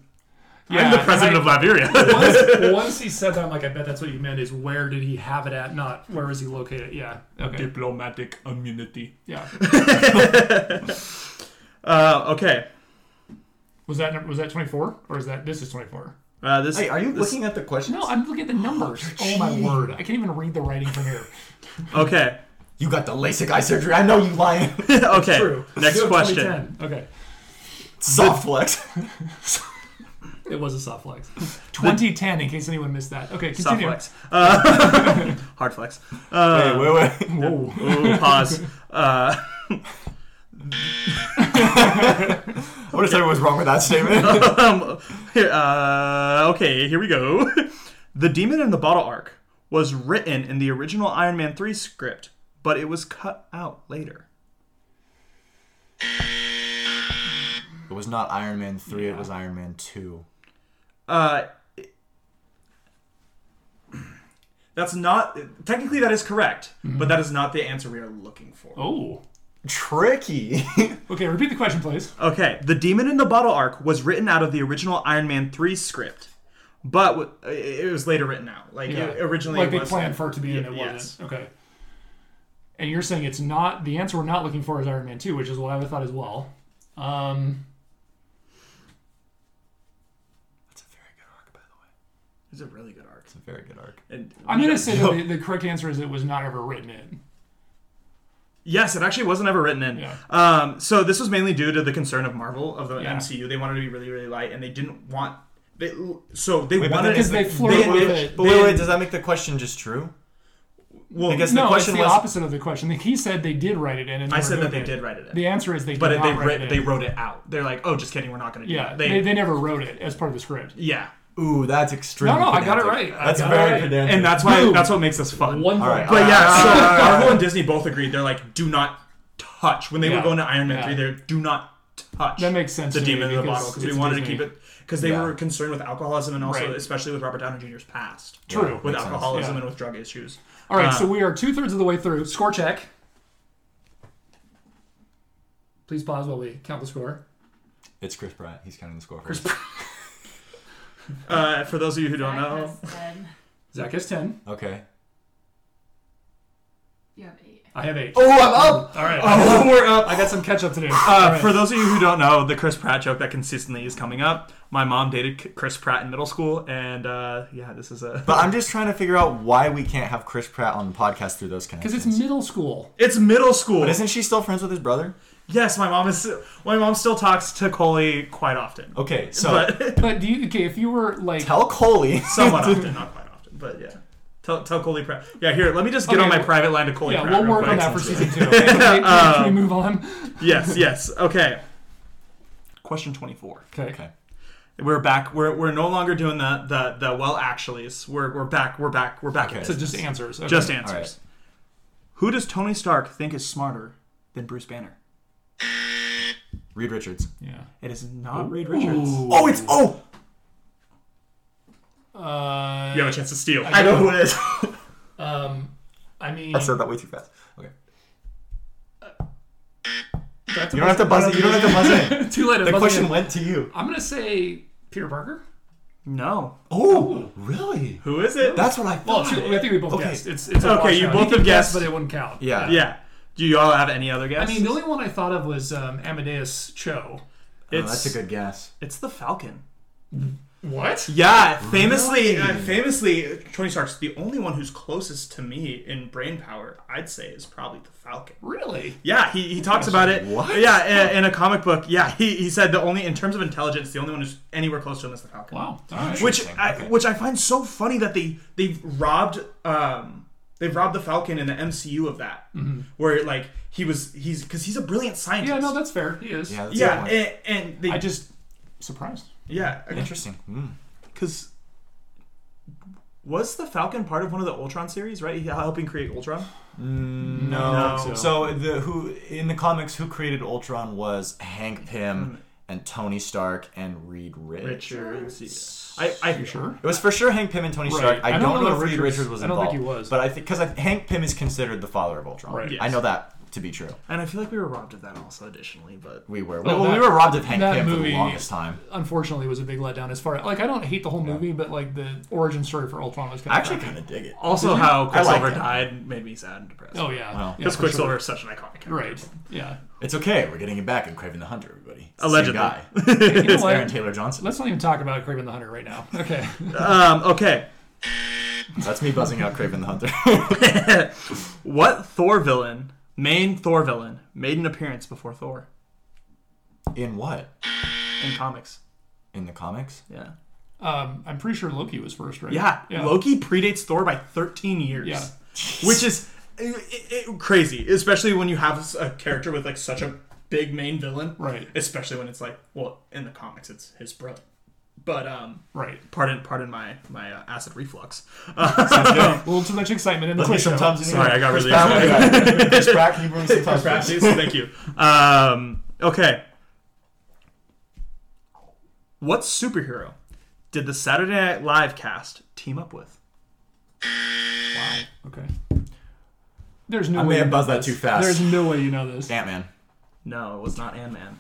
Speaker 4: I'm the president of Liberia.
Speaker 2: once, once he said that, I'm like, I bet that's what you meant is where did he have it at, not where is he located? Yeah. Okay.
Speaker 4: Diplomatic immunity.
Speaker 2: Yeah.
Speaker 3: Uh, okay.
Speaker 2: Was that was that 24 or is that this is 24?
Speaker 3: Uh, this.
Speaker 1: Hey, are you
Speaker 3: this-
Speaker 1: looking at the questions?
Speaker 2: No, I'm looking at the numbers. Oh, my word! I can't even read the writing from here.
Speaker 3: Okay.
Speaker 1: You got the LASIK eye surgery. I know you lying.
Speaker 3: okay.
Speaker 2: True.
Speaker 3: Next
Speaker 2: Still
Speaker 3: question.
Speaker 2: 2010. Okay.
Speaker 1: Soft flex.
Speaker 2: It was a soft flex. 2010, in case anyone missed that. Okay,
Speaker 3: Soft
Speaker 2: continue.
Speaker 3: flex. Uh, hard flex. Uh,
Speaker 1: wait, wait.
Speaker 2: Whoa.
Speaker 3: ooh, pause. Uh,
Speaker 1: I want to tell you what's wrong with that statement.
Speaker 3: um, here, uh, okay, here we go. The Demon in the Bottle arc was written in the original Iron Man 3 script, but it was cut out later.
Speaker 1: it was not Iron Man 3, it was Iron Man 2.
Speaker 3: Uh, it- that's not technically that is correct, but that is not the answer we are looking for.
Speaker 2: Oh.
Speaker 1: Tricky.
Speaker 2: Okay, repeat the question, please.
Speaker 3: Okay, the Demon in the Bottle arc was written out of the original Iron Man 3 script, but w- it it was later written out. Like it- originally,
Speaker 2: like
Speaker 3: it
Speaker 2: they
Speaker 3: was-
Speaker 2: planned for it to be, and it
Speaker 3: Yes.
Speaker 2: wasn't. Okay. And you're saying it's not the answer we're not looking for is Iron Man 2, which is what I thought as well. Um,
Speaker 1: That's a very good arc, by the way.
Speaker 3: It's a really good arc.
Speaker 1: It's a very good arc.
Speaker 3: And
Speaker 2: I'm gonna say that the, the correct answer is it was not ever written in.
Speaker 3: Yes, it actually wasn't ever written in.
Speaker 2: Yeah.
Speaker 3: Um, so this was mainly due to the concern of Marvel of the
Speaker 2: Yeah.
Speaker 3: MCU. They wanted to be really, really light, and they didn't want. They, so they
Speaker 1: Wait, but
Speaker 3: wanted
Speaker 2: Because they flirted
Speaker 3: they-
Speaker 2: with
Speaker 3: they-
Speaker 2: it.
Speaker 1: But wait, wait, does that make the question just true?
Speaker 3: Well,
Speaker 1: I guess the
Speaker 2: No, it's
Speaker 1: question
Speaker 2: the
Speaker 1: was.
Speaker 2: opposite of the question. He said they did write it in. And
Speaker 3: I said that
Speaker 2: removed
Speaker 3: they
Speaker 2: it.
Speaker 3: did write it in,
Speaker 2: The answer is they did
Speaker 3: but
Speaker 2: not
Speaker 3: they
Speaker 2: write
Speaker 3: writ-
Speaker 2: it
Speaker 3: they
Speaker 2: in.
Speaker 3: wrote it out. They're like, oh, just kidding, we're not going to.
Speaker 2: Yeah,
Speaker 3: do that.
Speaker 2: they, they, never wrote it as part of the script.
Speaker 3: yeah,
Speaker 1: Ooh, that's extremely.
Speaker 2: No, no, I got it
Speaker 1: pedantic.
Speaker 2: right. I
Speaker 1: That's
Speaker 2: got
Speaker 1: very
Speaker 2: it right.
Speaker 1: pedantic.
Speaker 3: and that's why
Speaker 2: Boom.
Speaker 3: that's what makes this fun.
Speaker 2: One
Speaker 1: All
Speaker 2: point.
Speaker 1: right,
Speaker 3: But yeah, so
Speaker 1: All
Speaker 2: Ah.
Speaker 1: right, all right, all
Speaker 3: Marvel
Speaker 1: right.
Speaker 3: and Disney both agreed. They're like, do not touch. When they
Speaker 2: Yeah.
Speaker 3: were going to Iron Man
Speaker 2: Yeah.
Speaker 3: three, they're do not touch.
Speaker 2: That makes sense
Speaker 3: The
Speaker 2: to me
Speaker 3: demon in the
Speaker 2: because
Speaker 3: bottle because we
Speaker 2: it's
Speaker 3: wanted
Speaker 2: Disney.
Speaker 3: to keep it because they
Speaker 1: Yeah.
Speaker 3: were concerned with alcoholism and also
Speaker 2: Right.
Speaker 3: especially with Robert Downey Jr.'s past.
Speaker 2: True.
Speaker 3: with
Speaker 1: Makes sense.
Speaker 3: alcoholism
Speaker 2: Yeah.
Speaker 3: and with drug issues.
Speaker 2: All right,
Speaker 3: Uh,
Speaker 2: so we are two thirds of the way through. Score check. Please pause while we count the score.
Speaker 1: It's Chris Pratt. He's counting the score. for us.
Speaker 3: Uh, for those of you who don't
Speaker 5: Zach
Speaker 3: know,
Speaker 5: has 10.
Speaker 2: Zach has ten.
Speaker 1: Okay.
Speaker 5: You have eight.
Speaker 2: I have eight.
Speaker 1: Oh, I'm up.
Speaker 2: All right,
Speaker 3: Oh, we're up.
Speaker 2: I got some catch up to do.
Speaker 3: Uh, For those of you who don't know, the Chris Pratt joke that consistently is coming up. My mom dated C- Chris Pratt in middle school, and uh, yeah, this is a.
Speaker 1: But I'm just trying to figure out why we can't have Chris Pratt on the podcast through those
Speaker 2: Because
Speaker 1: connections.
Speaker 2: it's middle school.
Speaker 3: It's middle school.
Speaker 1: But isn't she still friends with his brother?
Speaker 3: yes, my mom is. My mom still talks to Coley quite often.
Speaker 1: Okay, so
Speaker 3: But
Speaker 2: But do you okay? If you were like,
Speaker 1: tell Coley.
Speaker 3: somewhat often, not quite often, but yeah. Tell, tell Coley Pratt. Yeah, here, let me just get
Speaker 2: Okay,
Speaker 3: on my
Speaker 2: well-
Speaker 3: private line to Coley
Speaker 2: yeah,
Speaker 3: Pratt.
Speaker 2: we'll
Speaker 3: real
Speaker 2: work on
Speaker 3: quick.
Speaker 2: that for season two. Okay? Can we-
Speaker 3: Um,
Speaker 2: can we move on?
Speaker 3: Yes, yes. Okay. Question 24.
Speaker 2: Okay.
Speaker 1: Okay.
Speaker 3: We're back. We're, we're no longer doing the, the, the well actuallys. We're, we're back. We're back. We're back.
Speaker 1: Okay.
Speaker 2: So just answers. Okay.
Speaker 3: Just
Speaker 1: All
Speaker 3: answers.
Speaker 1: right.
Speaker 3: Who does Tony Stark think is smarter than Bruce Banner?
Speaker 1: Reed Richards.
Speaker 2: yeah.
Speaker 3: It is not Reed Richards.
Speaker 1: Oh, it's oh.
Speaker 2: Uh,
Speaker 3: You have a chance to steal.
Speaker 1: I know who it is.
Speaker 2: Um, I mean,
Speaker 1: I said that way too fast. Okay.
Speaker 2: that's
Speaker 1: You don't have to buzz it. You don't have to buzz in.
Speaker 2: Too late. I'm
Speaker 1: The
Speaker 2: buzzing
Speaker 1: question
Speaker 2: in.
Speaker 1: went to you.
Speaker 2: I'm gonna say Peter Parker.
Speaker 3: no.
Speaker 1: Oh, really?
Speaker 3: Who is it?
Speaker 1: That's what I
Speaker 2: Well,
Speaker 1: thought. Oh,
Speaker 2: two, I think we both
Speaker 1: Okay.
Speaker 2: guessed. It's, it's a
Speaker 3: Okay,
Speaker 2: wash
Speaker 3: you
Speaker 2: now.
Speaker 3: both
Speaker 2: can
Speaker 3: have
Speaker 2: guess,
Speaker 3: guessed.
Speaker 2: but it wouldn't count.
Speaker 1: Yeah.
Speaker 3: yeah. Do you all have any other
Speaker 2: I
Speaker 3: guess?
Speaker 2: mean, the only one I thought of was um, Amadeus Cho.
Speaker 1: Oh,
Speaker 3: it's,
Speaker 1: that's a good guess.
Speaker 3: It's the Falcon.
Speaker 2: What?
Speaker 3: Yeah, famously, uh, famously, Tony Stark's the only one who's closest to me in brain power. I'd say is probably the Falcon.
Speaker 2: Really?
Speaker 3: Yeah, he, he talks about it.
Speaker 1: What?
Speaker 3: Yeah, in, in a comic book. Yeah, he, he said the only in terms of intelligence, the only one who's anywhere close to him is the Falcon.
Speaker 2: Wow. All right.
Speaker 3: Which
Speaker 1: Interesting.
Speaker 3: I,
Speaker 1: Okay.
Speaker 3: which I find so funny that they they've robbed um they've robbed the Falcon in the MCU of that where like he was he's because he's a brilliant scientist.
Speaker 2: yeah, no, that's fair. He is.
Speaker 1: Yeah. That's a
Speaker 3: yeah,
Speaker 1: good one.
Speaker 3: and, and they
Speaker 2: I just surprised.
Speaker 3: yeah
Speaker 1: Interesting. Mm.
Speaker 3: because was the Falcon part of one of the Ultron series, right? He- helping create Ultron.
Speaker 1: No.
Speaker 3: No.
Speaker 1: So the who in the comics who created Ultron was Hank Pym and Tony Stark and Reed Rich.
Speaker 3: Richards. I, I
Speaker 2: You sure?
Speaker 1: It was for sure Hank Pym and Tony
Speaker 2: Right.
Speaker 1: Stark. I, don't, know, if Reed Richards, was
Speaker 2: I don't
Speaker 1: involved.
Speaker 2: think he was.
Speaker 1: But I think because Hank Pym is considered the father of Ultron.
Speaker 2: Right.
Speaker 1: I
Speaker 3: Yes.
Speaker 1: know that to be true.
Speaker 3: And I feel like we were robbed of that also additionally, but
Speaker 1: We were.
Speaker 2: Well,
Speaker 1: well,
Speaker 2: that-
Speaker 1: we were robbed of Hank
Speaker 2: that
Speaker 1: Pym for
Speaker 2: movie-
Speaker 1: the longest time.
Speaker 2: Unfortunately, was a big letdown as far like I don't hate the whole movie, but like the origin story for Ultron was kind
Speaker 1: I
Speaker 2: of
Speaker 1: actually kind of dig it.
Speaker 3: also how
Speaker 1: I like
Speaker 3: Quicksilver
Speaker 1: that.
Speaker 3: died made me sad and depressed.
Speaker 2: Oh yeah,
Speaker 1: Wow.
Speaker 2: yeah,
Speaker 3: Because
Speaker 2: for
Speaker 3: Quicksilver is such an iconic character.
Speaker 2: sure. Right. Yeah.
Speaker 1: It's okay. We're getting it back in Craven the Hunter, everybody. It's the
Speaker 3: Allegedly.
Speaker 1: Same guy.
Speaker 2: You know
Speaker 1: It's Aaron
Speaker 2: what?
Speaker 1: Taylor Johnson.
Speaker 2: Let's not even talk about Craven the Hunter right now. Okay.
Speaker 3: Um, okay.
Speaker 1: That's me buzzing out Craven the Hunter.
Speaker 3: What Thor villain, main Thor villain, made an appearance before Thor
Speaker 1: in what?
Speaker 3: in comics?
Speaker 1: In the comics?
Speaker 3: Yeah.
Speaker 2: Um, I'm pretty sure Loki was first, right?
Speaker 3: Yeah.
Speaker 2: Yeah.
Speaker 3: Loki predates Thor by 13 years.
Speaker 2: Yeah.
Speaker 3: Which is it, it, crazy, especially when you have a character with like such a big main villain.
Speaker 2: Right.
Speaker 3: Especially when it's like, well, in the comics it's his brother. But um
Speaker 2: Right.
Speaker 3: pardon pardon my my uh, acid reflux. Uh,
Speaker 2: A little Oh, too much excitement in the
Speaker 1: Let me
Speaker 2: quick show.
Speaker 1: sometimes-
Speaker 3: Sorry, I got really excited.
Speaker 1: excited. Chris Pratt, can you bring some
Speaker 3: Press practice. Thank you. Um, okay. What superhero did the Saturday Night Live cast team up with?
Speaker 2: Okay. There's no
Speaker 1: I
Speaker 2: way
Speaker 1: may
Speaker 2: you
Speaker 1: have
Speaker 2: know
Speaker 1: buzzed that
Speaker 2: this.
Speaker 1: too fast.
Speaker 2: There's no way you know this.
Speaker 1: Ant Man.
Speaker 3: No, it was not Ant Man.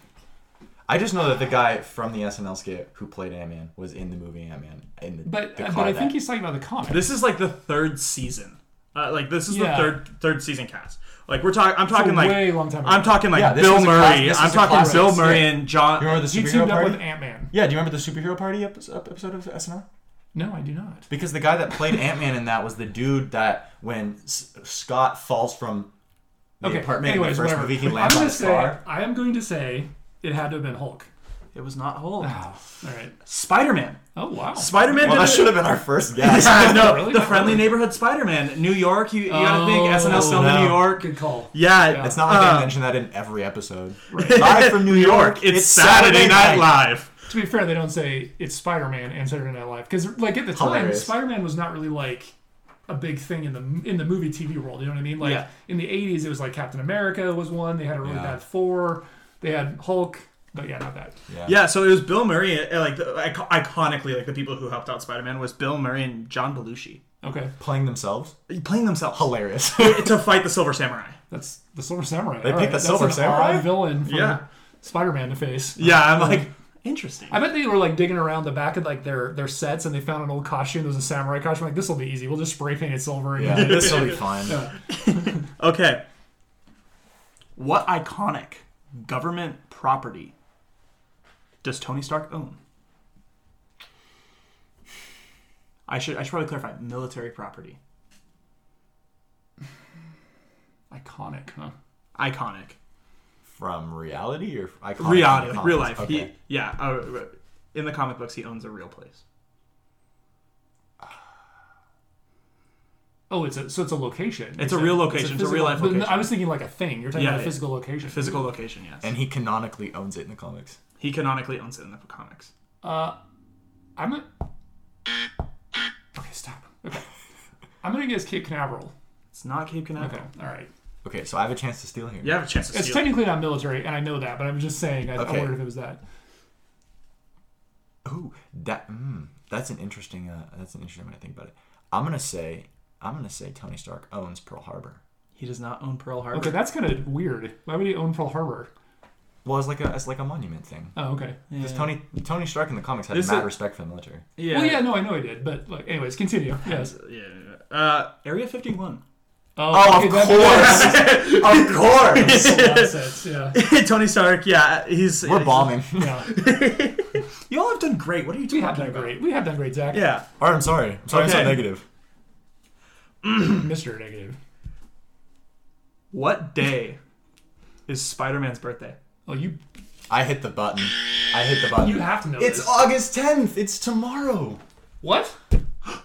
Speaker 1: I just know that the guy from the SNL skit who played Ant Man was in the movie Ant Man. In the,
Speaker 2: But uh,
Speaker 1: the
Speaker 2: but
Speaker 1: car
Speaker 2: I
Speaker 1: that-
Speaker 2: think he's talking about the comic.
Speaker 3: This is like the third season. Uh, like this is
Speaker 2: Yeah.
Speaker 3: the third third season cast. Like we're talking. I'm talking
Speaker 2: a
Speaker 3: like
Speaker 2: way long time
Speaker 3: I'm
Speaker 2: ago.
Speaker 3: talking like
Speaker 1: Yeah, this
Speaker 3: Bill
Speaker 1: was a cla-
Speaker 3: Murray.
Speaker 1: this
Speaker 3: I'm
Speaker 1: was a
Speaker 3: talking
Speaker 1: classic
Speaker 3: Bill Murray
Speaker 1: skit.
Speaker 3: and John.
Speaker 1: You remember the
Speaker 2: he teamed
Speaker 1: superhero
Speaker 2: up
Speaker 1: party?
Speaker 2: with Ant Man.
Speaker 1: yeah, do you remember the superhero party ep- episode of SNL?
Speaker 2: No, I do not.
Speaker 1: Because the guy that played Ant Man in that was the dude that when S- Scott falls from the
Speaker 2: okay.
Speaker 1: apartment
Speaker 2: Anyways,
Speaker 1: in the first
Speaker 2: whatever.
Speaker 1: movie, he
Speaker 2: I'm
Speaker 1: lands on
Speaker 2: gonna
Speaker 1: his
Speaker 2: say
Speaker 1: car.
Speaker 2: I am going to say it had to have been Hulk.
Speaker 3: It was not Hulk.
Speaker 2: All right.
Speaker 3: Spider Man.
Speaker 2: Oh wow.
Speaker 3: Spider Man.
Speaker 1: Well, that should have been our first guess.
Speaker 3: no,
Speaker 2: Really?
Speaker 3: the
Speaker 2: Not
Speaker 3: friendly
Speaker 2: really.
Speaker 3: neighborhood Spider-Man, New York. You, you gotta think
Speaker 2: Oh,
Speaker 3: SNL filmed in
Speaker 1: no.
Speaker 3: New York.
Speaker 2: Good call.
Speaker 3: Yeah,
Speaker 1: It's not like
Speaker 3: uh,
Speaker 1: they mention that in every episode. Live from New York,
Speaker 3: It's, Saturday, Night, Live.
Speaker 2: To be fair, they don't say it's Spider Man and Saturday Night Live because, like, at the time,
Speaker 1: Hilarious.
Speaker 2: Spider Man was not really like a big thing in the in the movie TV world. You know what I mean? Like
Speaker 3: Yeah.
Speaker 2: in the '80s, it was like Captain America was one. They had a really
Speaker 1: Yeah.
Speaker 2: bad Thor. They had Hulk, but yeah, not that.
Speaker 3: Yeah, so it was Bill Murray. uh, Like the, ico- iconically, like the people who helped out Spider-Man was Bill Murray and John Belushi
Speaker 2: Okay,
Speaker 1: Playing themselves?
Speaker 3: playing themselves
Speaker 1: Hilarious.
Speaker 3: to fight the Silver Samurai.
Speaker 2: that's the Silver Samurai.
Speaker 1: They
Speaker 2: All
Speaker 1: picked the
Speaker 2: that's
Speaker 1: Silver
Speaker 2: an
Speaker 1: Samurai?
Speaker 2: odd villain for
Speaker 3: Yeah.
Speaker 2: Spider Man to face.
Speaker 3: Yeah, I'm like Oh, interesting.
Speaker 2: I bet they were like digging around the back of like their their sets and they found an old costume. There was a samurai costume. Like this will be easy. We'll just spray paint it silver. And
Speaker 1: yeah, this will be fun.
Speaker 3: Okay, what iconic government property does Tony Stark own? I should I should probably clarify military property.
Speaker 2: Iconic, huh?
Speaker 3: Iconic.
Speaker 1: From reality or iconic
Speaker 3: reality, like
Speaker 1: comics?
Speaker 3: real life.
Speaker 1: Okay.
Speaker 3: He, yeah, uh, in the comic books, he owns a real place.
Speaker 2: Oh, it's a so it's a location.
Speaker 3: It's a
Speaker 2: You said-
Speaker 3: real location. It's a real life
Speaker 2: but
Speaker 3: location.
Speaker 2: I was thinking like a thing. You're talking
Speaker 3: Yeah,
Speaker 2: about a
Speaker 3: yeah.
Speaker 2: physical location.
Speaker 3: Physical location, yes.
Speaker 1: and he canonically owns it in the comics.
Speaker 3: he canonically owns it in the comics.
Speaker 2: Uh, I'm a... Okay, stop. Okay. I'm gonna guess Cape Canaveral.
Speaker 3: It's not Cape Canaveral.
Speaker 2: Okay, all right.
Speaker 1: Okay, so I have a chance to steal here.
Speaker 3: You have a chance to
Speaker 2: It's
Speaker 3: steal.
Speaker 2: technically not military, and I know that, but I'm just saying. I, I
Speaker 1: Okay.
Speaker 2: wondered if it was that.
Speaker 1: Ooh, that mm, that's an interesting uh, that's an interesting way to think about it. I'm gonna say I'm gonna say Tony Stark owns Pearl Harbor.
Speaker 3: he does not own Pearl Harbor.
Speaker 2: Okay, that's kind of weird. Why would he own Pearl Harbor?
Speaker 1: Well, it's like a it's like a monument thing.
Speaker 2: Oh, okay.
Speaker 1: Because Tony Tony Stark in the comics had
Speaker 3: This
Speaker 1: mad
Speaker 3: is-
Speaker 1: respect for the military.
Speaker 3: Yeah.
Speaker 2: Well, yeah, no, I know he did, but like, anyways, continue. Yes.
Speaker 3: yeah. yeah. Uh, Area 51.
Speaker 2: Oh, okay, that
Speaker 1: of course.
Speaker 2: makes a lot of sense. Yeah.
Speaker 3: Uh, Tony Stark, yeah, he's.
Speaker 1: We're bombing.
Speaker 2: yeah.
Speaker 3: You all have done great. What are you
Speaker 2: We
Speaker 3: talking
Speaker 2: have done
Speaker 3: about?
Speaker 2: great. We have done great, Zach.
Speaker 3: Yeah.
Speaker 1: Or I'm sorry. I'm sorry. I'm
Speaker 3: Okay.
Speaker 1: so negative.
Speaker 2: Mr. Negative.
Speaker 3: What day is Spider Man's birthday?
Speaker 2: Oh, you
Speaker 1: I hit the button. I hit the button.
Speaker 2: you have to know.
Speaker 1: It's
Speaker 2: this.
Speaker 1: August 10th. It's tomorrow.
Speaker 2: What?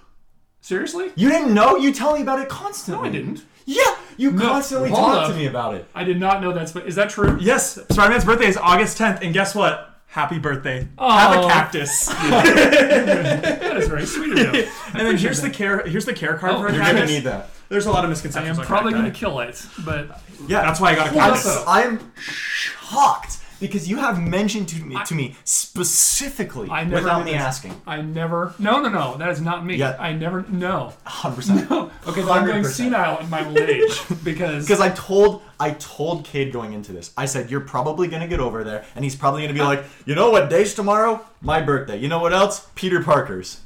Speaker 2: Seriously?
Speaker 1: You didn't know? You tell me about it constantly.
Speaker 2: No, I didn't.
Speaker 1: Yeah, you
Speaker 2: No,
Speaker 1: constantly
Speaker 2: hold
Speaker 1: talk
Speaker 2: up.
Speaker 1: to me about it.
Speaker 2: I did not know that's. But is that true?
Speaker 3: Yes, Spider Man's birthday is August 10th, and guess what? Happy birthday. Have
Speaker 2: Oh.
Speaker 3: a cactus.
Speaker 2: That is very sweet of you.
Speaker 3: And then here's the care here's the care card
Speaker 2: Oh,
Speaker 3: for a
Speaker 2: you're
Speaker 1: You're gonna
Speaker 3: cactus.
Speaker 1: need that.
Speaker 3: There's a lot of
Speaker 2: I
Speaker 3: misconceptions.
Speaker 2: am
Speaker 3: on
Speaker 2: probably
Speaker 3: cacti.
Speaker 2: going to kill it, but
Speaker 1: Yeah,
Speaker 3: That's why I got a
Speaker 1: I'm,
Speaker 3: cactus.
Speaker 1: I'm shocked because you have mentioned to me to me specifically
Speaker 2: I never
Speaker 1: without
Speaker 2: did
Speaker 1: me
Speaker 2: this.
Speaker 1: asking.
Speaker 2: I never. No, no, no. That is not me.
Speaker 1: Yeah.
Speaker 2: I never. No.
Speaker 1: 100%.
Speaker 2: No. Okay, then I'm going
Speaker 1: 100%.
Speaker 2: senile in my old age because
Speaker 1: Because I told I told Cade going into this, I said you're probably gonna get over there, and he's probably gonna
Speaker 2: Uh,
Speaker 1: be like, you know what day's tomorrow? My birthday. You know what else? Peter Parker's.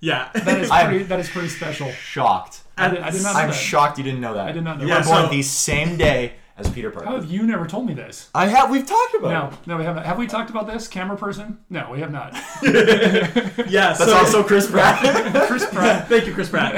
Speaker 4: Yeah.
Speaker 2: that is
Speaker 1: I'm-
Speaker 2: pretty. that is pretty special.
Speaker 1: Shocked.
Speaker 2: I did, I did not know
Speaker 1: I'm
Speaker 2: that.
Speaker 1: shocked you didn't know that.
Speaker 2: I did not know
Speaker 1: You were
Speaker 2: that.
Speaker 4: Yeah,
Speaker 1: born
Speaker 4: so-
Speaker 1: the same day as Peter
Speaker 2: How
Speaker 1: Parker.
Speaker 2: have you never told me this?
Speaker 1: I have. We've talked about
Speaker 2: No,
Speaker 1: it.
Speaker 2: no, we haven't. Have we talked about this, camera person? No, we have not.
Speaker 4: Yeah.
Speaker 1: That's
Speaker 4: so,
Speaker 1: also Chris Pratt.
Speaker 2: Chris Pratt.
Speaker 4: Thank you, Chris Pratt.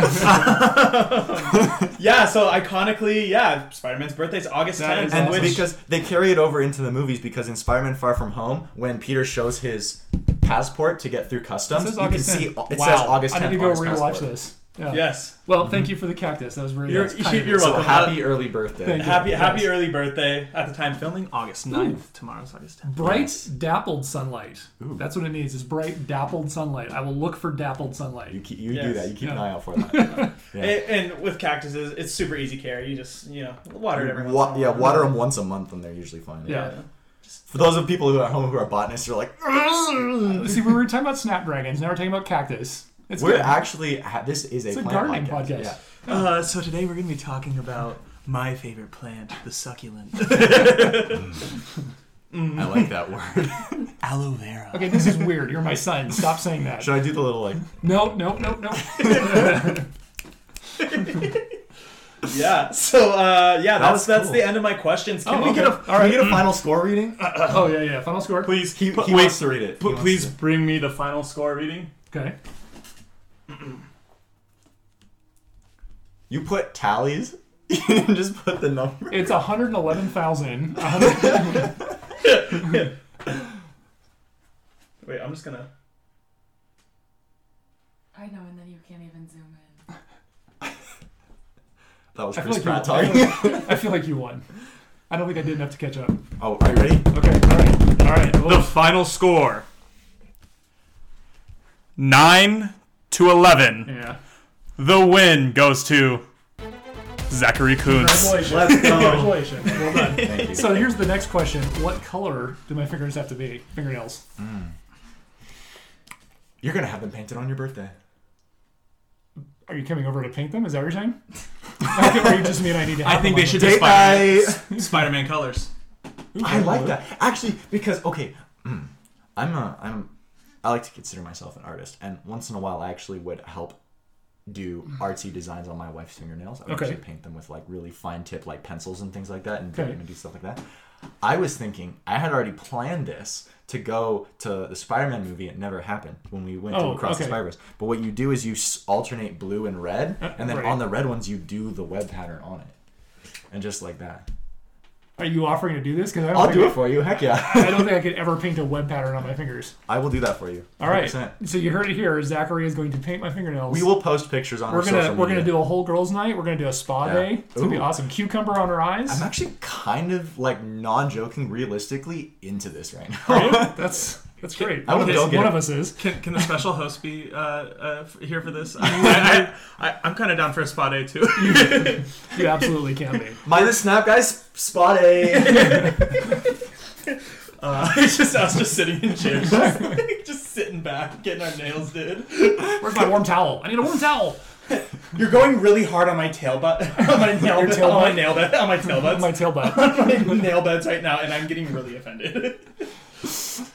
Speaker 3: Yeah, so iconically, yeah, Spider Man's birthday is August
Speaker 2: That
Speaker 3: 10th.
Speaker 2: is
Speaker 1: and
Speaker 2: awesome.
Speaker 3: which,
Speaker 1: because they carry it over into the movies because in Spider-Man: Far From Home, when Peter shows his passport to get through customs,
Speaker 2: It
Speaker 1: you
Speaker 2: says
Speaker 1: can
Speaker 2: August
Speaker 1: see
Speaker 2: 10th.
Speaker 1: it
Speaker 2: wow.
Speaker 1: says August 10th.
Speaker 2: I need to go
Speaker 1: on his
Speaker 2: rewatch
Speaker 1: passport. Mm-hmm.
Speaker 2: this. Yeah.
Speaker 3: yes.
Speaker 2: Well, thank you for the cactus. That was really
Speaker 3: You're-
Speaker 2: nice. Kind of
Speaker 3: you're
Speaker 2: you.
Speaker 1: So
Speaker 3: welcome.
Speaker 1: happy early birthday.
Speaker 2: Thank you.
Speaker 3: Happy
Speaker 2: Yes.
Speaker 3: happy early birthday at the time filming.
Speaker 4: August 9th. Tomorrow's August 10th.
Speaker 2: Bright dappled sunlight. That's what it needs. Is bright dappled sunlight. I will look for dappled
Speaker 1: You
Speaker 2: sunlight.
Speaker 1: keep, you do
Speaker 3: Yes.
Speaker 1: that. You keep an
Speaker 2: Yeah.
Speaker 1: eye out for that.
Speaker 3: A- and with cactuses, it's super easy care. You just, you know, water it every once
Speaker 1: Wa-
Speaker 3: in a
Speaker 1: yeah,
Speaker 3: while.
Speaker 1: water them once a month, and they're usually fine.
Speaker 2: Yeah.
Speaker 1: For those of people who are at home who are botanists, you're like,
Speaker 2: See, we were talking about snapdragons. Now we're talking about cactus. It's
Speaker 1: we're
Speaker 2: good.
Speaker 1: actually this is a,
Speaker 2: it's a
Speaker 1: plant
Speaker 2: gardening
Speaker 1: podcast.
Speaker 2: podcast.
Speaker 1: Yeah.
Speaker 4: Uh, so today we're going to be talking about my favorite plant, the succulent,
Speaker 1: I like that word.
Speaker 4: aloe vera.
Speaker 2: Okay, this is weird. You're my son. Stop saying that.
Speaker 1: Should I do the little like?
Speaker 2: No, no, no, no.
Speaker 3: Yeah. So uh, yeah, that's that's,
Speaker 1: That's cool.
Speaker 3: the end of my questions. Can
Speaker 2: Oh,
Speaker 3: we
Speaker 2: okay.
Speaker 3: get a
Speaker 1: All right. Can we get a final score reading?
Speaker 2: Oh yeah, yeah. Final score.
Speaker 4: Please,
Speaker 1: He, he
Speaker 4: put- wait,
Speaker 1: wants to read it. He
Speaker 4: put-
Speaker 1: wants
Speaker 4: please
Speaker 1: to-
Speaker 4: bring me the final score reading.
Speaker 2: Okay.
Speaker 1: You put tallies. You didn't just put the number.
Speaker 2: It's 111,000.
Speaker 3: Wait, I'm just gonna
Speaker 5: I know, and then you can't even zoom in.
Speaker 1: That was
Speaker 2: I feel
Speaker 1: Chris
Speaker 2: like
Speaker 1: Pratt
Speaker 2: you-
Speaker 1: talking.
Speaker 2: I feel like you won. I don't think I did enough to catch up.
Speaker 1: oh, are you ready?
Speaker 2: Okay. All right. All right.
Speaker 4: The
Speaker 2: Well,
Speaker 4: final score 9 to 11.
Speaker 2: yeah.
Speaker 4: The win goes to Zachary Kuntz.
Speaker 2: Congratulations.
Speaker 1: Let's go.
Speaker 2: Congratulations. Well done.
Speaker 1: Thank you.
Speaker 2: So here's the next question: What color do my fingers have to be? Fingernails.
Speaker 1: You're gonna have them painted on your birthday.
Speaker 2: Are you coming over to paint them? Is that what you're saying? Okay, or you just mean I need to? Have
Speaker 4: I think
Speaker 2: them
Speaker 4: they
Speaker 2: on
Speaker 4: should
Speaker 2: the-
Speaker 4: do Spider-Man,
Speaker 1: Date
Speaker 4: Spider-Man colors.
Speaker 2: Ooh,
Speaker 1: I like
Speaker 2: blue.
Speaker 1: that actually because okay, mm, I'm a I'm I like to consider myself an artist, and once in a while I actually would help do artsy designs on my wife's fingernails. I would
Speaker 2: Mm-hmm. Okay.
Speaker 1: actually paint them with like really fine tip like pencils and things like that, and
Speaker 2: Okay.
Speaker 1: paint them and do stuff like that. I was thinking I had already planned this to go to the Spider-Man movie. It never happened when we went to
Speaker 2: Oh,
Speaker 1: Across the
Speaker 2: okay.
Speaker 1: Spider-Verse. But what you do is you s- alternate blue and red, and then
Speaker 2: Uh, right.
Speaker 1: on the red ones you do the web pattern on it, and just like that.
Speaker 2: Are you offering to do this? Because I don't
Speaker 1: I'll
Speaker 2: think
Speaker 1: do it for you. Heck yeah.
Speaker 2: I don't think I could ever paint a web pattern on my fingers.
Speaker 1: I will do that for you.
Speaker 2: All right.
Speaker 1: 100%.
Speaker 2: So you heard it here. Zachary is going to paint my fingernails.
Speaker 1: We will post pictures on
Speaker 2: We're
Speaker 1: our
Speaker 2: gonna
Speaker 1: social
Speaker 2: we're
Speaker 1: media.
Speaker 2: gonna do a whole girls' night. We're gonna do a spa
Speaker 1: Yeah.
Speaker 2: day. It's gonna be
Speaker 1: Ooh.
Speaker 2: awesome. Cucumber on her eyes.
Speaker 1: I'm actually kind of like non-joking, realistically into this right now.
Speaker 2: that's that's great.
Speaker 1: I would
Speaker 2: one of
Speaker 1: go
Speaker 2: us,
Speaker 1: get
Speaker 2: one
Speaker 1: it.
Speaker 2: of us is.
Speaker 4: Can, can the special host be uh, uh, f- here for this? I
Speaker 3: I, I, I, I'm kind of down for a spot A too.
Speaker 2: You absolutely can be.
Speaker 1: My the snap guys spot a
Speaker 3: Uh, it's just us just sitting in chairs, just, just sitting back, getting our nails did.
Speaker 2: Where's my warm towel? I need a warm towel.
Speaker 3: You're going really hard on my tail butt, on my nail,
Speaker 2: Your
Speaker 3: bed-
Speaker 2: tail
Speaker 3: on my
Speaker 2: butt?
Speaker 3: nail bed, on my tail butts,
Speaker 2: My tail butt.
Speaker 3: on my nail beds right now, and I'm getting really offended.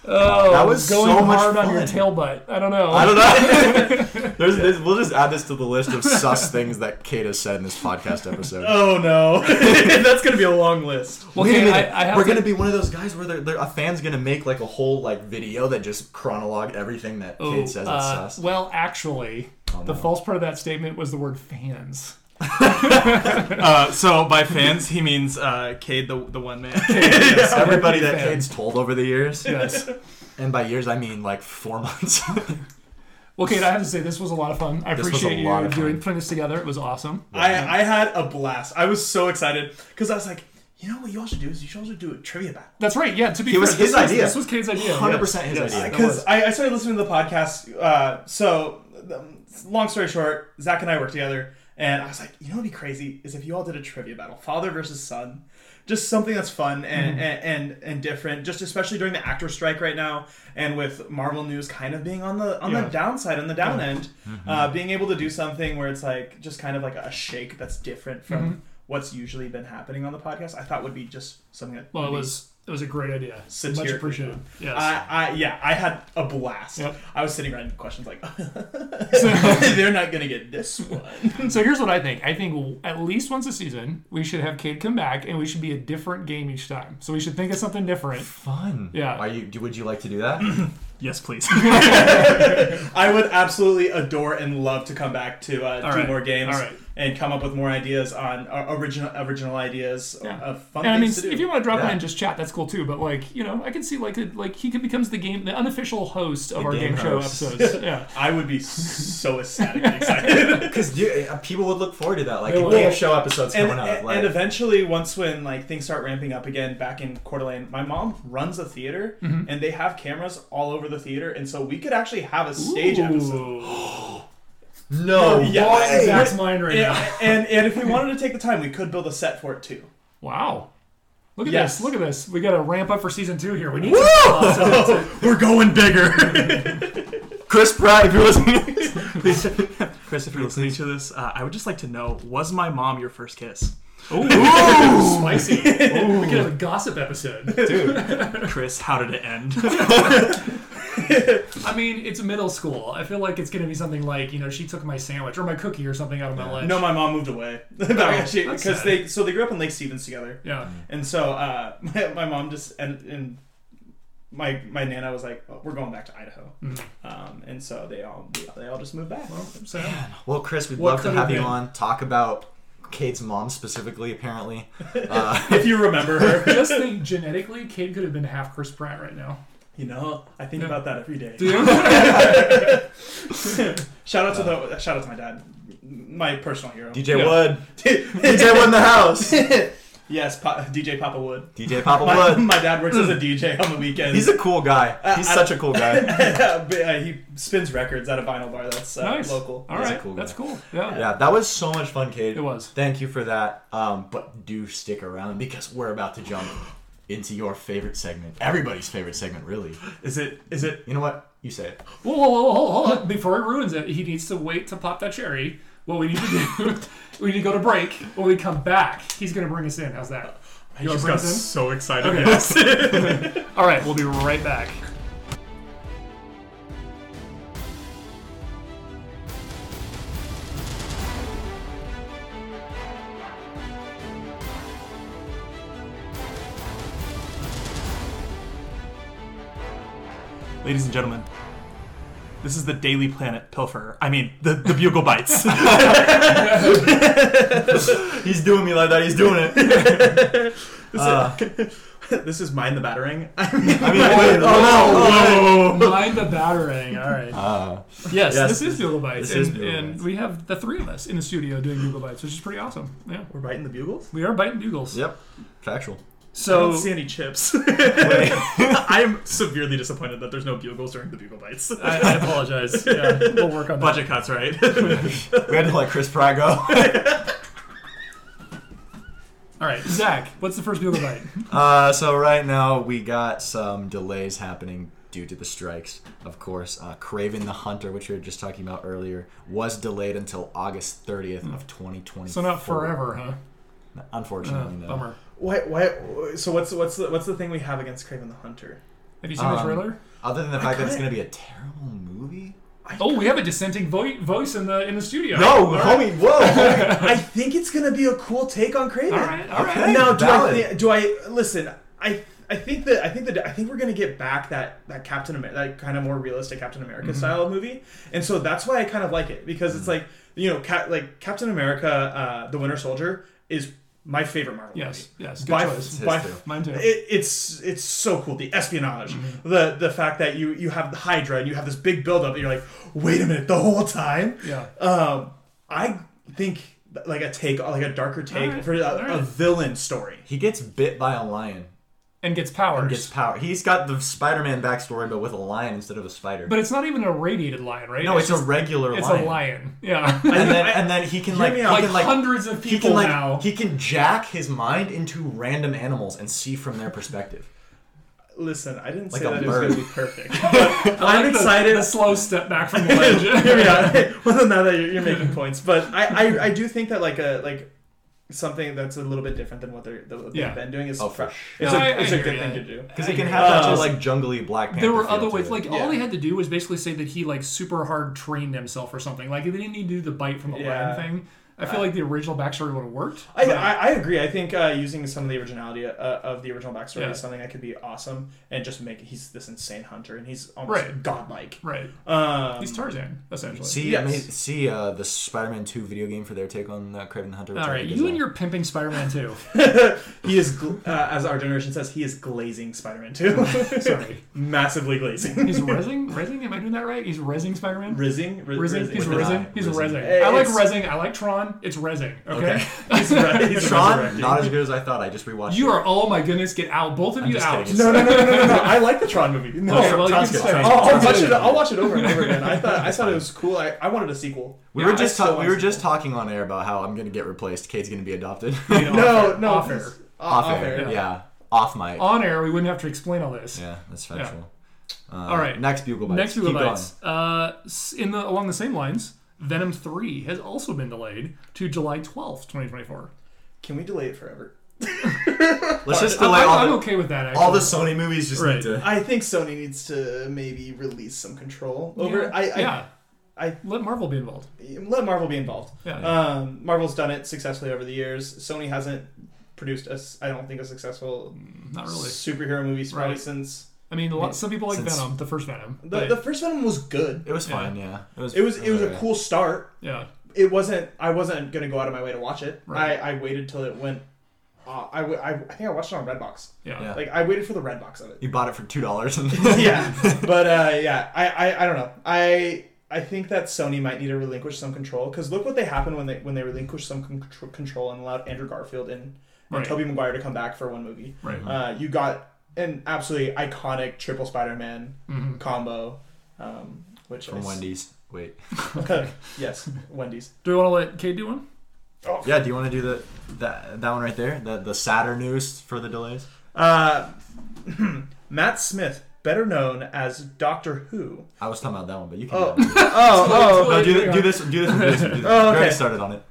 Speaker 2: Oh,
Speaker 1: That was
Speaker 2: going
Speaker 1: so much
Speaker 2: hard on your
Speaker 1: fun.
Speaker 2: tail butt. I don't know.
Speaker 1: I don't know. There's, there's, we'll just add this to the list of sus things that Kate has said in this podcast episode.
Speaker 3: Oh no, that's gonna be a long list.
Speaker 2: Well,
Speaker 1: Wait a
Speaker 2: Uh, okay,
Speaker 1: minute.
Speaker 2: I, I have
Speaker 1: We're
Speaker 2: to,
Speaker 1: gonna be one of those guys where they're, they're, a fan's gonna make like a whole like video that just chronologue everything that
Speaker 2: Oh,
Speaker 1: Kate says
Speaker 2: uh,
Speaker 1: is sus.
Speaker 2: Well, actually, the
Speaker 1: Oh, no.
Speaker 2: false part of that statement was the word fans.
Speaker 4: uh, so by fans,
Speaker 3: Fans, he means uh, Cade, the the one man.
Speaker 2: Yes,
Speaker 1: Everybody that
Speaker 2: fan.
Speaker 1: Kate's told over the years,
Speaker 2: Yes.
Speaker 1: and by years I mean like four months.
Speaker 2: Well, Kate, I have to say this was a lot of fun. I
Speaker 1: This was a
Speaker 2: appreciate
Speaker 1: lot
Speaker 2: you
Speaker 1: of
Speaker 2: doing
Speaker 1: fun.
Speaker 2: putting this together. It was awesome.
Speaker 3: I, I had a blast. I was so excited because I was like, you know what, you all should do is you should also do a trivia battle.
Speaker 2: That's right. Yeah. To be
Speaker 1: It was
Speaker 2: fair,
Speaker 1: his
Speaker 2: this
Speaker 1: idea.
Speaker 2: This was Kate's idea.
Speaker 1: Hundred percent his
Speaker 2: Yes.
Speaker 1: idea.
Speaker 2: That was-
Speaker 3: because I, I started listening to the podcast. Uh, so, um, long story short, Zach and I work together, And I was like, you know, what'd be crazy is if you all did a trivia battle, father versus son, just something that's fun and and, and and different. Just especially during the actor strike right now, and with Marvel news kind of being on the on
Speaker 4: Yeah.
Speaker 3: the downside, on the down end, uh, being able to do something where it's like just kind of like a shake that's different from what's usually been happening on the podcast. I thought would be just something that
Speaker 2: Well, it
Speaker 3: would be
Speaker 2: was it was a great idea. Much
Speaker 3: Satirical.
Speaker 2: appreciated. Yes.
Speaker 3: I, I yeah, I had a blast.
Speaker 2: Yep.
Speaker 3: I was sitting writing questions like,
Speaker 1: Uh,
Speaker 3: they're not gonna get this one.
Speaker 2: so here's what I think. I think at least once a season we should have Cade come back, and we should be a different game each time. So we should think of something different.
Speaker 1: Fun.
Speaker 2: Yeah.
Speaker 1: Are you? do- Would you like to do that?
Speaker 4: Yes, please.
Speaker 3: I would absolutely adore and love to come back to uh, do
Speaker 2: right.
Speaker 3: more games
Speaker 2: All right.
Speaker 3: and come up with more ideas on uh, original original ideas
Speaker 2: Yeah.
Speaker 3: of fun
Speaker 2: And I mean,
Speaker 3: things to do.
Speaker 2: if you want to drop in
Speaker 1: Yeah.
Speaker 2: and just chat, that's cool too. But like, you know, I can see like a, like he could becomes the game, the unofficial host of our game,
Speaker 1: game
Speaker 2: show
Speaker 1: host.
Speaker 2: episodes. yeah.
Speaker 3: I would be so ecstatic and excited.
Speaker 1: Because eh, people would look forward to that. Like
Speaker 2: They
Speaker 1: a
Speaker 2: would.
Speaker 1: game show episode's
Speaker 3: and,
Speaker 1: coming up.
Speaker 3: and-
Speaker 1: like,
Speaker 3: and eventually, once when like things start ramping up again back in Coeur d'Alene, my mom runs a theater
Speaker 2: Mm-hmm.
Speaker 3: and they have cameras all over the theater, and so we could actually have a stage episode.
Speaker 1: no
Speaker 2: Oh,
Speaker 3: Yeah,
Speaker 1: way.
Speaker 3: exactly.
Speaker 2: That's mine right now.
Speaker 3: Yeah, and and if we wanted to take the time, we could build a set for it too.
Speaker 2: Wow. Look at
Speaker 3: Yes.
Speaker 2: this. Look at this. We got to ramp up for season two here. We need
Speaker 4: Woo!
Speaker 2: to
Speaker 4: We're going bigger. Chris Pratt, if you're listening, please, Chris, if you're listening to this, uh, I would just like to know: Was my mom your first kiss?
Speaker 2: spicy. we could have a gossip episode.
Speaker 1: dude.
Speaker 4: Chris, how did it end?
Speaker 2: I mean, it's middle school. I feel like it's going to be something like, you know, she took my sandwich or my cookie or something out of my lunch.
Speaker 3: No, my mom moved away
Speaker 4: Oh,
Speaker 2: that's
Speaker 3: because
Speaker 2: sad.
Speaker 3: they so they grew up in Lake Stevens together,
Speaker 2: Yeah.
Speaker 3: and so uh, my, my mom just and and my my nana was like, "Well, "We're going back to Idaho,"
Speaker 4: Mm-hmm.
Speaker 3: um, and so they all they all just moved back.
Speaker 2: So,
Speaker 1: Well, Chris, we'd
Speaker 2: What
Speaker 1: love to
Speaker 2: could have
Speaker 1: have you
Speaker 2: been?
Speaker 1: on. Talk about Cade's mom specifically. Apparently,
Speaker 3: if you remember her,
Speaker 2: just think genetically, Cade could have been half Chris Pratt right now.
Speaker 3: you know I think
Speaker 2: Yeah.
Speaker 3: about that every day.
Speaker 2: Dude.
Speaker 3: Shout out to
Speaker 4: Uh,
Speaker 3: the shout out to my dad, my personal hero.
Speaker 1: DJ
Speaker 2: Yeah.
Speaker 1: Wood. DJ Wood in the house.
Speaker 3: yes, pa- DJ Papa Wood.
Speaker 1: DJ Papa
Speaker 3: My,
Speaker 1: Wood.
Speaker 3: my dad works as
Speaker 4: Hmm.
Speaker 3: a DJ on the weekends.
Speaker 1: He's a cool guy.
Speaker 2: Uh,
Speaker 1: He's
Speaker 3: I-
Speaker 1: such a cool guy.
Speaker 3: But, uh, he spins records at a vinyl bar that's uh,
Speaker 2: nice.
Speaker 3: local.
Speaker 2: All
Speaker 1: He's a
Speaker 2: right.
Speaker 1: cool guy.
Speaker 2: That's cool. Yeah.
Speaker 1: Yeah, that was so much fun, Cade.
Speaker 2: It was.
Speaker 1: Thank you for that. Um, but do stick around because we're about to jump into your favorite segment. Everybody's favorite segment, really.
Speaker 4: Is it? Is it?
Speaker 1: You know what? You say it.
Speaker 2: Whoa, whoa, whoa, hold on, hold on. Before he ruins it, he needs to wait to pop that cherry. What we need to do, we need to go to break. When we come back, he's going to bring us in. How's that? You wanna bring us in?
Speaker 4: so excited.
Speaker 2: Okay. All right, we'll be right back.
Speaker 4: Ladies and gentlemen, this is the Daily Planet Pilferer. I mean, the, the Bugle Bites.
Speaker 1: He's doing me like that. He's doing it. Uh,
Speaker 3: this is Mind the Battering.
Speaker 1: I mean, wait, oh
Speaker 2: Mind the battering. All right.
Speaker 1: no. Uh,
Speaker 2: yes,
Speaker 1: yes,
Speaker 2: this is Google Bites,
Speaker 1: this is
Speaker 2: and,
Speaker 1: Bugle
Speaker 2: and
Speaker 1: Bites.
Speaker 2: we have the three of us in the studio doing Google Bites, which is pretty awesome. Yeah,
Speaker 3: We're biting the bugles?
Speaker 2: we are biting bugles.
Speaker 1: yep. Factual.
Speaker 3: I
Speaker 2: So
Speaker 3: don't see any chips.
Speaker 4: I'm
Speaker 3: Severely disappointed that there's no bugles during the bugle bites.
Speaker 2: I, I apologize. Yeah, we'll work on that.
Speaker 4: budget cuts, right?
Speaker 1: We had to let Chris Pratt go.
Speaker 2: All right, Zach, what's the first Google Bite?
Speaker 1: Uh, so right now we got some delays happening due to the strikes. Of course, uh, Craven the Hunter, which we were just talking about earlier, was delayed until August 30th of 2020.
Speaker 2: So not forever, huh? Uh,
Speaker 1: Unfortunately, no.
Speaker 2: Bummer.
Speaker 3: Why? Why? So what's what's the, what's the thing we have against Craven the Hunter?
Speaker 2: Have you seen the
Speaker 1: Um,
Speaker 2: trailer?
Speaker 1: Other than the fact that it's
Speaker 3: kinda-
Speaker 1: going to be a terrible movie.
Speaker 2: Oh, we have a dissenting vo- voice in the in the studio.
Speaker 1: No, homie, whoa.
Speaker 3: I think it's gonna be a cool take on Craven.
Speaker 2: All right, all right.
Speaker 1: Okay.
Speaker 3: Now, do I,
Speaker 1: Valid.
Speaker 3: thi- do I listen? I I think that I think that I think we're gonna get back that that Captain America, that kind of more realistic Captain America style movie, and so that's why I kind of like it because it's like you know, Cap, like Captain America, uh, the Winter Soldier is my favorite Marvel
Speaker 2: Yes,
Speaker 3: movie.
Speaker 2: yes, good
Speaker 3: by
Speaker 2: choice.
Speaker 3: by
Speaker 1: His too.
Speaker 2: Mine too. Mm-hmm.
Speaker 3: it, it's it's so cool the espionage the the fact that you you have the hydra and you have this big buildup and you're like wait a minute the whole time
Speaker 2: Yeah.
Speaker 1: Uh,
Speaker 3: um i think like a take like a darker take
Speaker 2: Alright,
Speaker 3: for a, a
Speaker 2: alright.
Speaker 3: villain story
Speaker 1: he gets bit by a lion.
Speaker 2: and gets powers.
Speaker 1: Gets power. He's got the Spider-Man backstory, but with a lion instead of a spider.
Speaker 2: but it's not even a radiated lion, right?
Speaker 1: no, it's,
Speaker 2: just-
Speaker 1: a regular
Speaker 2: it's
Speaker 1: lion.
Speaker 2: a lion. Yeah.
Speaker 1: And then and then he can like
Speaker 3: me
Speaker 1: he
Speaker 3: out.
Speaker 2: like,
Speaker 1: can, like
Speaker 2: hundreds of
Speaker 1: he
Speaker 2: people
Speaker 1: can like
Speaker 2: now.
Speaker 1: he can jack his mind into random animals and see from their perspective.
Speaker 3: Listen, I didn't
Speaker 1: Like
Speaker 3: say
Speaker 1: a
Speaker 3: that it was
Speaker 1: bird.
Speaker 3: going to be perfect. But I'm
Speaker 2: The-
Speaker 3: excited.
Speaker 2: The slow step back from the ledge.
Speaker 3: yeah. Well, now that you're, you're making points, but I, I, I do think that like a like something that's a little bit different than what they're that what they've
Speaker 2: Yeah.
Speaker 3: been doing is
Speaker 1: Oh, for
Speaker 3: fr-
Speaker 1: sure.
Speaker 3: it's,
Speaker 2: No, I-
Speaker 3: a, it's
Speaker 2: I
Speaker 3: a
Speaker 2: hear
Speaker 3: good
Speaker 2: ya.
Speaker 3: thing to do.
Speaker 1: Because he can
Speaker 3: Yeah.
Speaker 1: have that
Speaker 3: Uh,
Speaker 1: just like jungly black panther.
Speaker 2: there were
Speaker 1: feel
Speaker 2: other
Speaker 1: to
Speaker 2: ways.
Speaker 1: it.
Speaker 2: Like
Speaker 3: Yeah.
Speaker 2: all they had to do was basically say that he like super hard trained himself or something. Like they didn't need to do the bite from the
Speaker 3: Yeah.
Speaker 2: lion thing. I feel like the original backstory would have worked.
Speaker 3: I,
Speaker 2: but-
Speaker 3: I, I agree. I think uh, using some of the originality uh, of the original backstory
Speaker 2: Yeah.
Speaker 3: is something that could be awesome and just make he's this insane hunter and he's almost
Speaker 2: Right.
Speaker 3: godlike.
Speaker 2: right.
Speaker 3: Um,
Speaker 2: He's Tarzan essentially.
Speaker 1: See,
Speaker 3: Yes.
Speaker 1: I mean, see uh, the Spider-Man 2 video game for their take on uh, Craven the Hunter. which
Speaker 2: all
Speaker 1: I
Speaker 2: right,
Speaker 1: think is,
Speaker 2: you
Speaker 1: uh,
Speaker 2: and your pimping Spider-Man too.
Speaker 3: he is, gl- uh, as our generation says, he is glazing Spider-Man too.
Speaker 2: Sorry,
Speaker 3: Massively glazing.
Speaker 2: he's resing. Resing? Am I doing that right? He's resing Spider-Man.
Speaker 3: Rizzing. Ri-
Speaker 2: Resing. He's
Speaker 1: With an
Speaker 2: resing.
Speaker 1: eye.
Speaker 2: He's
Speaker 1: Resing.
Speaker 2: resing.
Speaker 3: Eh,
Speaker 2: I like
Speaker 3: it's-
Speaker 2: resing. I like Tron. It's resing. Okay.
Speaker 1: Okay.
Speaker 3: He's re- he's
Speaker 1: Tron,
Speaker 3: resurrecting.
Speaker 1: not as good as I thought. I just rewatched.
Speaker 2: You
Speaker 1: it.
Speaker 2: are. Oh my goodness! Get out, both of you
Speaker 1: just
Speaker 2: out.
Speaker 1: kidding.
Speaker 3: No, no, no, no, no, no, no. I like the Tron movie. No,
Speaker 2: Okay, well, you
Speaker 1: Tron's
Speaker 2: can
Speaker 1: good.
Speaker 2: say-
Speaker 1: Tron's
Speaker 3: I'll,
Speaker 1: good.
Speaker 3: I'll watch it. I'll watch it over and over again. I thought I thought it was cool. I, I wanted a sequel.
Speaker 1: We
Speaker 2: Yeah,
Speaker 1: were just
Speaker 3: I
Speaker 1: ta-
Speaker 3: saw
Speaker 1: we were
Speaker 3: it.
Speaker 1: just talking on air about how I'm gonna get replaced. Kate's gonna be adopted.
Speaker 2: You know,
Speaker 3: No, no,
Speaker 2: off air.
Speaker 3: this- uh,
Speaker 1: off,
Speaker 3: off
Speaker 1: air,
Speaker 3: air.
Speaker 1: yeah. Off mic.
Speaker 2: On air, we wouldn't have to explain all this.
Speaker 1: yeah, that's factual. Uh,
Speaker 2: All right.
Speaker 1: Next bugle bites.
Speaker 2: Next few
Speaker 1: Keep
Speaker 2: bites. Uh, s- in the along the same lines, Venom Three has also been delayed to July twelfth, twenty twenty four.
Speaker 3: Can we delay it forever?
Speaker 1: going. Let's just delay
Speaker 2: I'm,
Speaker 1: all,
Speaker 2: I'm
Speaker 1: the,
Speaker 2: okay with that. Actually.
Speaker 1: all the Sony movies. Just
Speaker 2: Right.
Speaker 1: need to.
Speaker 3: I think Sony needs to maybe release some control
Speaker 2: Yeah.
Speaker 3: over. I, I
Speaker 2: yeah.
Speaker 3: I-
Speaker 2: let Marvel be involved.
Speaker 3: let Marvel be involved.
Speaker 2: Yeah.
Speaker 1: Uh,
Speaker 3: Um, Marvel's done it successfully over the years. Sony hasn't produced a, s- I don't think a successful
Speaker 2: Not really.
Speaker 3: superhero movie probably
Speaker 2: Right.
Speaker 3: since
Speaker 2: I mean, a lot, some people like
Speaker 1: Since-
Speaker 2: Venom, the first Venom.
Speaker 3: the,
Speaker 2: but-
Speaker 3: the first Venom was good.
Speaker 1: It was
Speaker 2: Yeah.
Speaker 1: fine. Yeah. It was.
Speaker 3: It was it was a
Speaker 1: okay.
Speaker 3: cool start.
Speaker 2: yeah.
Speaker 3: it wasn't i wasn't gonna go out of my way to watch it
Speaker 2: Right.
Speaker 3: I, I waited till it went uh, I, w- I, I think i watched it on redbox
Speaker 2: Yeah.
Speaker 1: Yeah.
Speaker 3: like i waited for the redbox of it
Speaker 1: You bought it for two dollars.
Speaker 3: yeah but uh, yeah I, I, I don't know i i think that sony might need to relinquish some control because look what they happened when they when they relinquished some con- control and allowed andrew garfield and, and
Speaker 2: Right.
Speaker 3: toby maguire to come back for one movie
Speaker 2: Right.
Speaker 3: uh, you got an absolutely iconic triple spider-man combo um, which
Speaker 1: From
Speaker 3: is
Speaker 1: Wendy's. Wait.
Speaker 3: yes wendy's
Speaker 2: Do we want to let Kate do one?
Speaker 1: Yeah. Do you want to do the that that one right there? The the sadder news for the delays.
Speaker 3: Uh, Matt Smith, better known as Doctor Who.
Speaker 1: I was talking about that one, but you can.
Speaker 3: Oh.
Speaker 1: do that.
Speaker 3: Oh,
Speaker 1: No, do, th- do this. Do this. Do this. Do this.
Speaker 3: Oh,
Speaker 1: You
Speaker 3: okay.
Speaker 1: already started on it.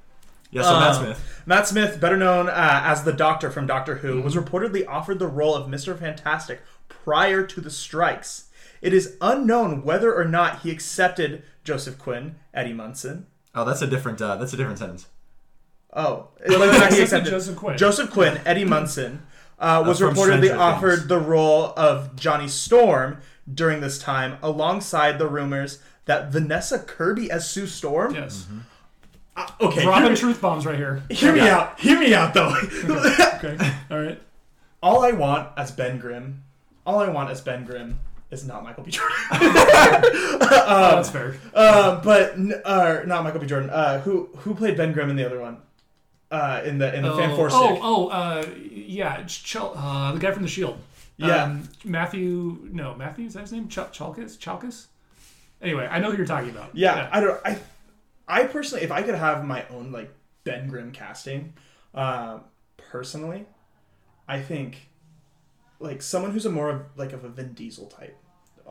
Speaker 1: Yeah. So Matt
Speaker 3: Um,
Speaker 1: Smith.
Speaker 3: Matt Smith, better known uh, as the Doctor from Doctor Who, was reportedly offered the role of Mr. Fantastic prior to the strikes. It is unknown whether or not he accepted Joseph Quinn, Eddie Munson.
Speaker 1: Oh, that's a different. Uh, that's a different sentence.
Speaker 3: Oh, whether or not he accepted
Speaker 2: Joseph Quinn.
Speaker 3: Joseph Quinn, Eddie Munson, uh, was
Speaker 1: from Stranger
Speaker 3: reportedly
Speaker 1: Things.
Speaker 3: offered the role of Johnny Storm during this time, alongside the rumors that Vanessa Kirby as Sue Storm.
Speaker 2: yes.
Speaker 1: Mm-hmm.
Speaker 3: Uh, okay,
Speaker 2: Dropping
Speaker 3: hear,
Speaker 2: truth bombs right here.
Speaker 3: hear me out. Hear me out, though.
Speaker 2: Okay. All right.
Speaker 3: all I want as Ben Grimm, all I want as Ben Grimm is not Michael B. Jordan. Um,
Speaker 2: Oh, that's fair.
Speaker 3: Uh, but n- uh, not Michael B. Jordan. Uh, who who played Ben Grimm in the other one? Uh, in the in the Fan
Speaker 2: oh,
Speaker 3: Four
Speaker 2: oh, oh, uh, yeah, it's Chel- uh, the guy from The Shield.
Speaker 3: Yeah.
Speaker 2: Um, Matthew, no, Matthew, is that his name? Ch- Chalkis? Chalkis? Anyway, I know who you're talking about.
Speaker 3: yeah, I don't. I, I personally, if I could have my own like Ben Grimm casting, uh, personally, I think like someone who's a more of like of a Vin Diesel type,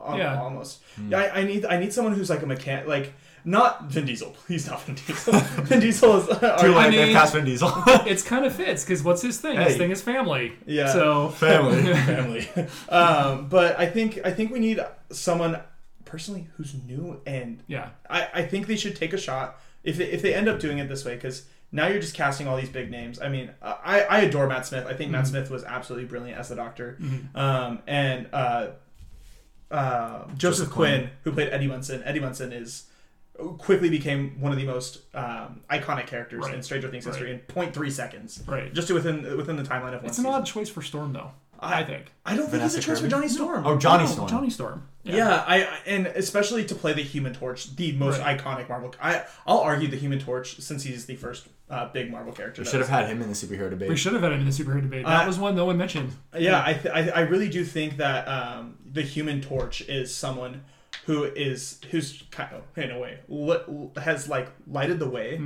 Speaker 3: al-
Speaker 2: Yeah.
Speaker 3: almost. Yeah, I, I need I need someone who's like a mechanic, like not Vin Diesel. Please, not Vin Diesel. Vin Diesel is
Speaker 1: Too late.
Speaker 3: alright.
Speaker 1: They've
Speaker 2: mean-
Speaker 1: cast Vin Diesel.
Speaker 2: It's kind of fits because what's his thing? His
Speaker 1: Hey.
Speaker 2: thing is family.
Speaker 3: Yeah.
Speaker 2: So
Speaker 1: Family.
Speaker 3: family. um, but I think I think we need someone personally who's new and
Speaker 2: yeah,
Speaker 3: I, I think they should take a shot if they, if they end up doing it this way because now you're just casting all these big names. I mean, uh, I, I adore Matt Smith. I think Matt
Speaker 2: Mm-hmm.
Speaker 3: Smith was absolutely brilliant as the Doctor, um, and uh, uh, Joseph, Quinn, who played Eddie Munson. Eddie Munson is uh, quickly became one of the most um, iconic characters
Speaker 2: Right.
Speaker 3: in Stranger Things
Speaker 2: Right.
Speaker 3: history in 0.3 seconds,
Speaker 2: Right.
Speaker 3: Just within within the timeline of one
Speaker 2: it's an
Speaker 3: season.
Speaker 2: odd choice for Storm though. I think.
Speaker 3: I don't think he's
Speaker 1: Vanessa
Speaker 3: a choice for
Speaker 1: Kirby?
Speaker 3: Johnny Storm.
Speaker 1: Oh, Johnny
Speaker 2: No,
Speaker 1: Storm.
Speaker 2: Johnny Storm.
Speaker 3: Yeah. I I- and especially to play the Human Torch, the most iconic Marvel. I I'll argue the Human Torch since he's the first uh, big Marvel character.
Speaker 1: We
Speaker 3: that
Speaker 1: should have
Speaker 3: was-
Speaker 1: had him in the superhero debate.
Speaker 2: We should have had him in the superhero debate. That
Speaker 3: Uh,
Speaker 2: was one no one mentioned.
Speaker 3: Yeah, I, th- I I really do think that um, the Human Torch is someone who is who's kind of in a way li- has like lighted the way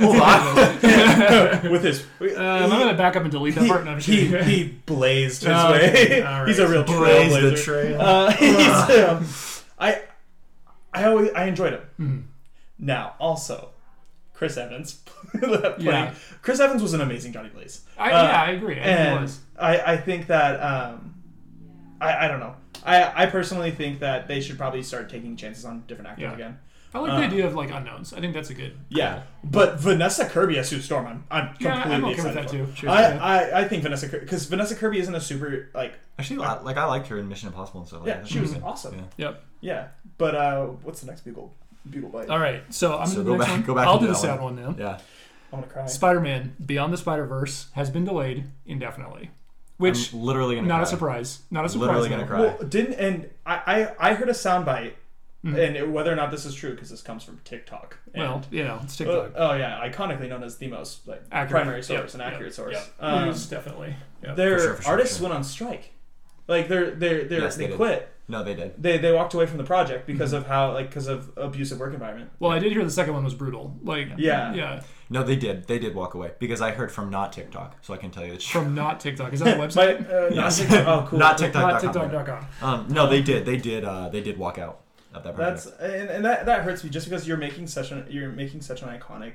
Speaker 1: Hold on.
Speaker 3: with his.
Speaker 2: Hmm. Uh, I'm
Speaker 3: he-
Speaker 2: gonna back up and delete that part. No, I'm just
Speaker 3: he,
Speaker 2: kidding.
Speaker 3: he blazed his
Speaker 2: Oh,
Speaker 3: way.
Speaker 2: okay. All right.
Speaker 3: He's a real
Speaker 1: Blaze the
Speaker 3: trailblazer.
Speaker 1: trail.
Speaker 3: Uh, he's, um, I, I always I enjoyed him.
Speaker 2: Mm-hmm.
Speaker 3: Now also, Chris Evans. playing-
Speaker 2: Yeah.
Speaker 3: Chris Evans was an amazing Johnny Blaze.
Speaker 2: I,
Speaker 3: Uh,
Speaker 2: yeah, I agree. I think he
Speaker 3: and
Speaker 2: was.
Speaker 3: I, I think that um, I, I don't know. I, I personally think that they should probably start taking chances on different actors
Speaker 2: Yeah.
Speaker 3: again.
Speaker 2: I like the
Speaker 3: uh,
Speaker 2: idea of like unknowns. I think that's a good.
Speaker 3: Yeah, but Vanessa Kirby as Sue Storm, I'm, I'm completely
Speaker 2: Yeah, I'm okay with
Speaker 3: excited
Speaker 2: that
Speaker 3: for.
Speaker 2: too. Sure,
Speaker 3: I,
Speaker 2: yeah.
Speaker 3: I, I think Vanessa because Vanessa Kirby isn't a super like
Speaker 1: Actually, I, like I liked her in Mission Impossible and stuff. Like
Speaker 3: yeah
Speaker 1: that.
Speaker 3: she was
Speaker 2: Mm-hmm.
Speaker 3: awesome
Speaker 1: Yeah.
Speaker 2: Yep.
Speaker 3: Yeah, but uh, what's the next bugle? Bugle bite.
Speaker 2: All right. So I'm
Speaker 1: So
Speaker 2: gonna
Speaker 1: go
Speaker 2: do the next
Speaker 1: back-
Speaker 2: one.
Speaker 1: go back
Speaker 2: I'll
Speaker 1: and
Speaker 2: do
Speaker 1: do
Speaker 2: the
Speaker 1: that
Speaker 2: sad
Speaker 1: one.
Speaker 2: one then.
Speaker 1: Yeah.
Speaker 3: I'm gonna cry.
Speaker 2: Spider-Man: Beyond the Spider-Verse has been delayed indefinitely,
Speaker 1: I'm
Speaker 2: which
Speaker 1: literally gonna.
Speaker 2: not
Speaker 1: cry.
Speaker 2: a surprise. Not a surprise.
Speaker 1: Literally
Speaker 2: at
Speaker 1: gonna
Speaker 2: all.
Speaker 1: cry.
Speaker 3: Well, didn't and I I, I heard a soundbite,
Speaker 1: Hmm.
Speaker 3: and it- whether or not this is true because this comes from TikTok. And,
Speaker 2: Well, you know, it's
Speaker 3: uh,
Speaker 2: TikTok.
Speaker 3: oh yeah, iconically known as the most like
Speaker 2: Accurate.
Speaker 3: primary
Speaker 2: Yep,
Speaker 3: source and
Speaker 2: yep,
Speaker 3: accurate source.
Speaker 2: yep.
Speaker 3: Um,
Speaker 1: Mm-hmm.
Speaker 2: News, definitely. Yep.
Speaker 3: their
Speaker 1: For sure, for sure,
Speaker 3: artists
Speaker 1: for
Speaker 3: went on strike, like they're they're, they're
Speaker 1: Yes,
Speaker 3: they,
Speaker 1: they did.
Speaker 3: quit.
Speaker 1: No, they did.
Speaker 3: They they walked away from the project because
Speaker 1: Mm-hmm.
Speaker 3: of how like because of abusive work environment.
Speaker 2: Well, I did hear the second one was brutal. Like,
Speaker 3: Yeah.
Speaker 2: yeah,
Speaker 1: No, they did. They did walk away because I heard from not TikTok, so I can tell you the truth.
Speaker 2: from not TikTok. Is that a
Speaker 3: My,
Speaker 2: website?
Speaker 3: uh,
Speaker 1: Yes.
Speaker 3: not TikTok. Oh cool.
Speaker 1: Not
Speaker 2: not
Speaker 1: TikTok.com.
Speaker 2: TikTok.com.
Speaker 1: Um, no, they did. They did. Uh, they did walk out at that project.
Speaker 3: That's and, and that, that hurts me just because you're making such an you're making such an iconic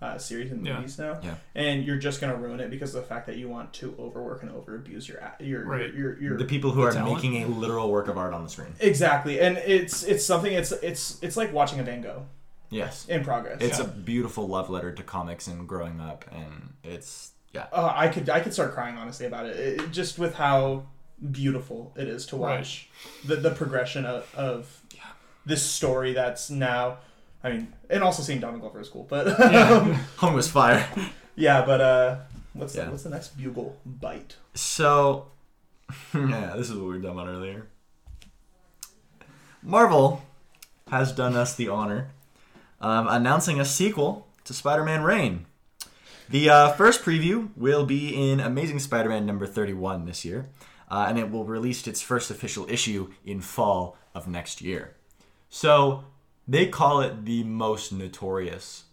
Speaker 3: uh, series and
Speaker 2: Yeah.
Speaker 3: movies now,
Speaker 1: Yeah.
Speaker 3: and you're just gonna ruin it because of the fact that you want to overwork and over abuse your a- your
Speaker 2: Right.
Speaker 3: your, your,
Speaker 1: the people who are
Speaker 2: talent?
Speaker 1: making a literal work of art on the screen.
Speaker 3: exactly, and it's it's something it's it's it's like watching a Van Gogh
Speaker 1: Yes.
Speaker 3: in progress.
Speaker 1: It's a beautiful love letter to comics and growing up, and it's yeah.
Speaker 3: Uh, I could I could start crying honestly about it. It- it- just with how beautiful it is to
Speaker 2: Right.
Speaker 3: watch the the progression of, of this story that's now. I mean, and also seeing Donald Glover is cool, but um,
Speaker 1: Home was fire.
Speaker 3: Yeah, but uh, what's
Speaker 1: Yeah.
Speaker 3: the, what's the next bugle bite?
Speaker 1: So, yeah, this is what we were talking about earlier. Marvel has done us the honor of announcing a sequel to Spider Man Reign. The uh, first preview will be in Amazing Spider Man number 31 this year, uh, and it will release its first official issue in fall of next year. So, they call it the most notorious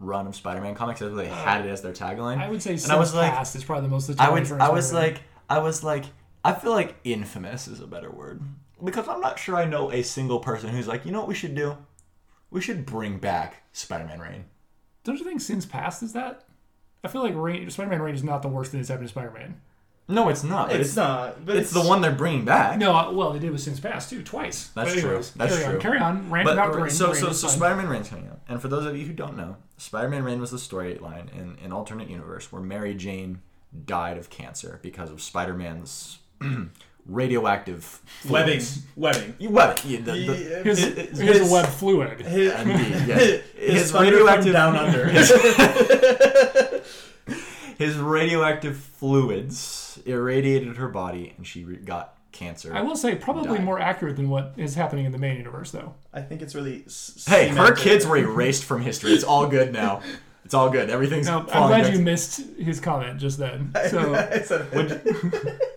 Speaker 1: run of Spider Man comics. That's what they had it as their tagline.
Speaker 2: I would say
Speaker 1: and
Speaker 2: since
Speaker 1: I was like,
Speaker 2: past is probably the most.
Speaker 1: I would.
Speaker 2: determined for
Speaker 1: I was
Speaker 2: Spider-Man.
Speaker 1: like. I was like. I feel like infamous is a better word because I'm not sure I know a single person who's like, you know what we should do? We should bring back Spider-Man Reign.
Speaker 2: don't you think since past is that? I feel like Rain, Spider-Man Reign is not the worst thing that's happened to Spider-man.
Speaker 1: No, it's not. but
Speaker 3: It's, not, but
Speaker 1: It's the one they're bringing back.
Speaker 2: No, I- well, they did with since past too, twice.
Speaker 1: That's
Speaker 2: But
Speaker 1: true.
Speaker 2: anyways,
Speaker 1: That's
Speaker 2: carry
Speaker 1: true.
Speaker 2: On, carry on. Rant about
Speaker 1: But
Speaker 2: Reign.
Speaker 1: so
Speaker 2: Reign
Speaker 1: so
Speaker 2: is
Speaker 1: so
Speaker 2: fine.
Speaker 1: Spider-Man Reign's coming out, and for those of you who don't know, Spider-Man Reign was the storyline in an alternate universe where Mary Jane died of cancer because of Spider-Man's radioactive
Speaker 3: webbing,
Speaker 1: fluids.
Speaker 3: webbing.
Speaker 1: Webbing. Yeah, the- the-
Speaker 3: Yeah,
Speaker 2: Here's,
Speaker 1: His-
Speaker 2: here's
Speaker 3: his-
Speaker 2: a web fluid.
Speaker 3: His,
Speaker 1: Indeed, yes.
Speaker 3: uh, his,
Speaker 1: His
Speaker 3: thunder from
Speaker 1: radioactive-
Speaker 3: down under.
Speaker 1: His radioactive fluids irradiated her body, and she re- got cancer.
Speaker 2: I will say probably
Speaker 1: Died.
Speaker 2: more accurate than what is happening in the main universe, though.
Speaker 3: I think it's really. s-
Speaker 1: hey, her
Speaker 3: cemented.
Speaker 1: kids were erased from history. It's all good now. It's all good. Everything's.
Speaker 2: Now, I'm
Speaker 1: falling
Speaker 2: glad
Speaker 1: back
Speaker 2: you
Speaker 1: to-
Speaker 2: missed his comment just then. So
Speaker 3: I said.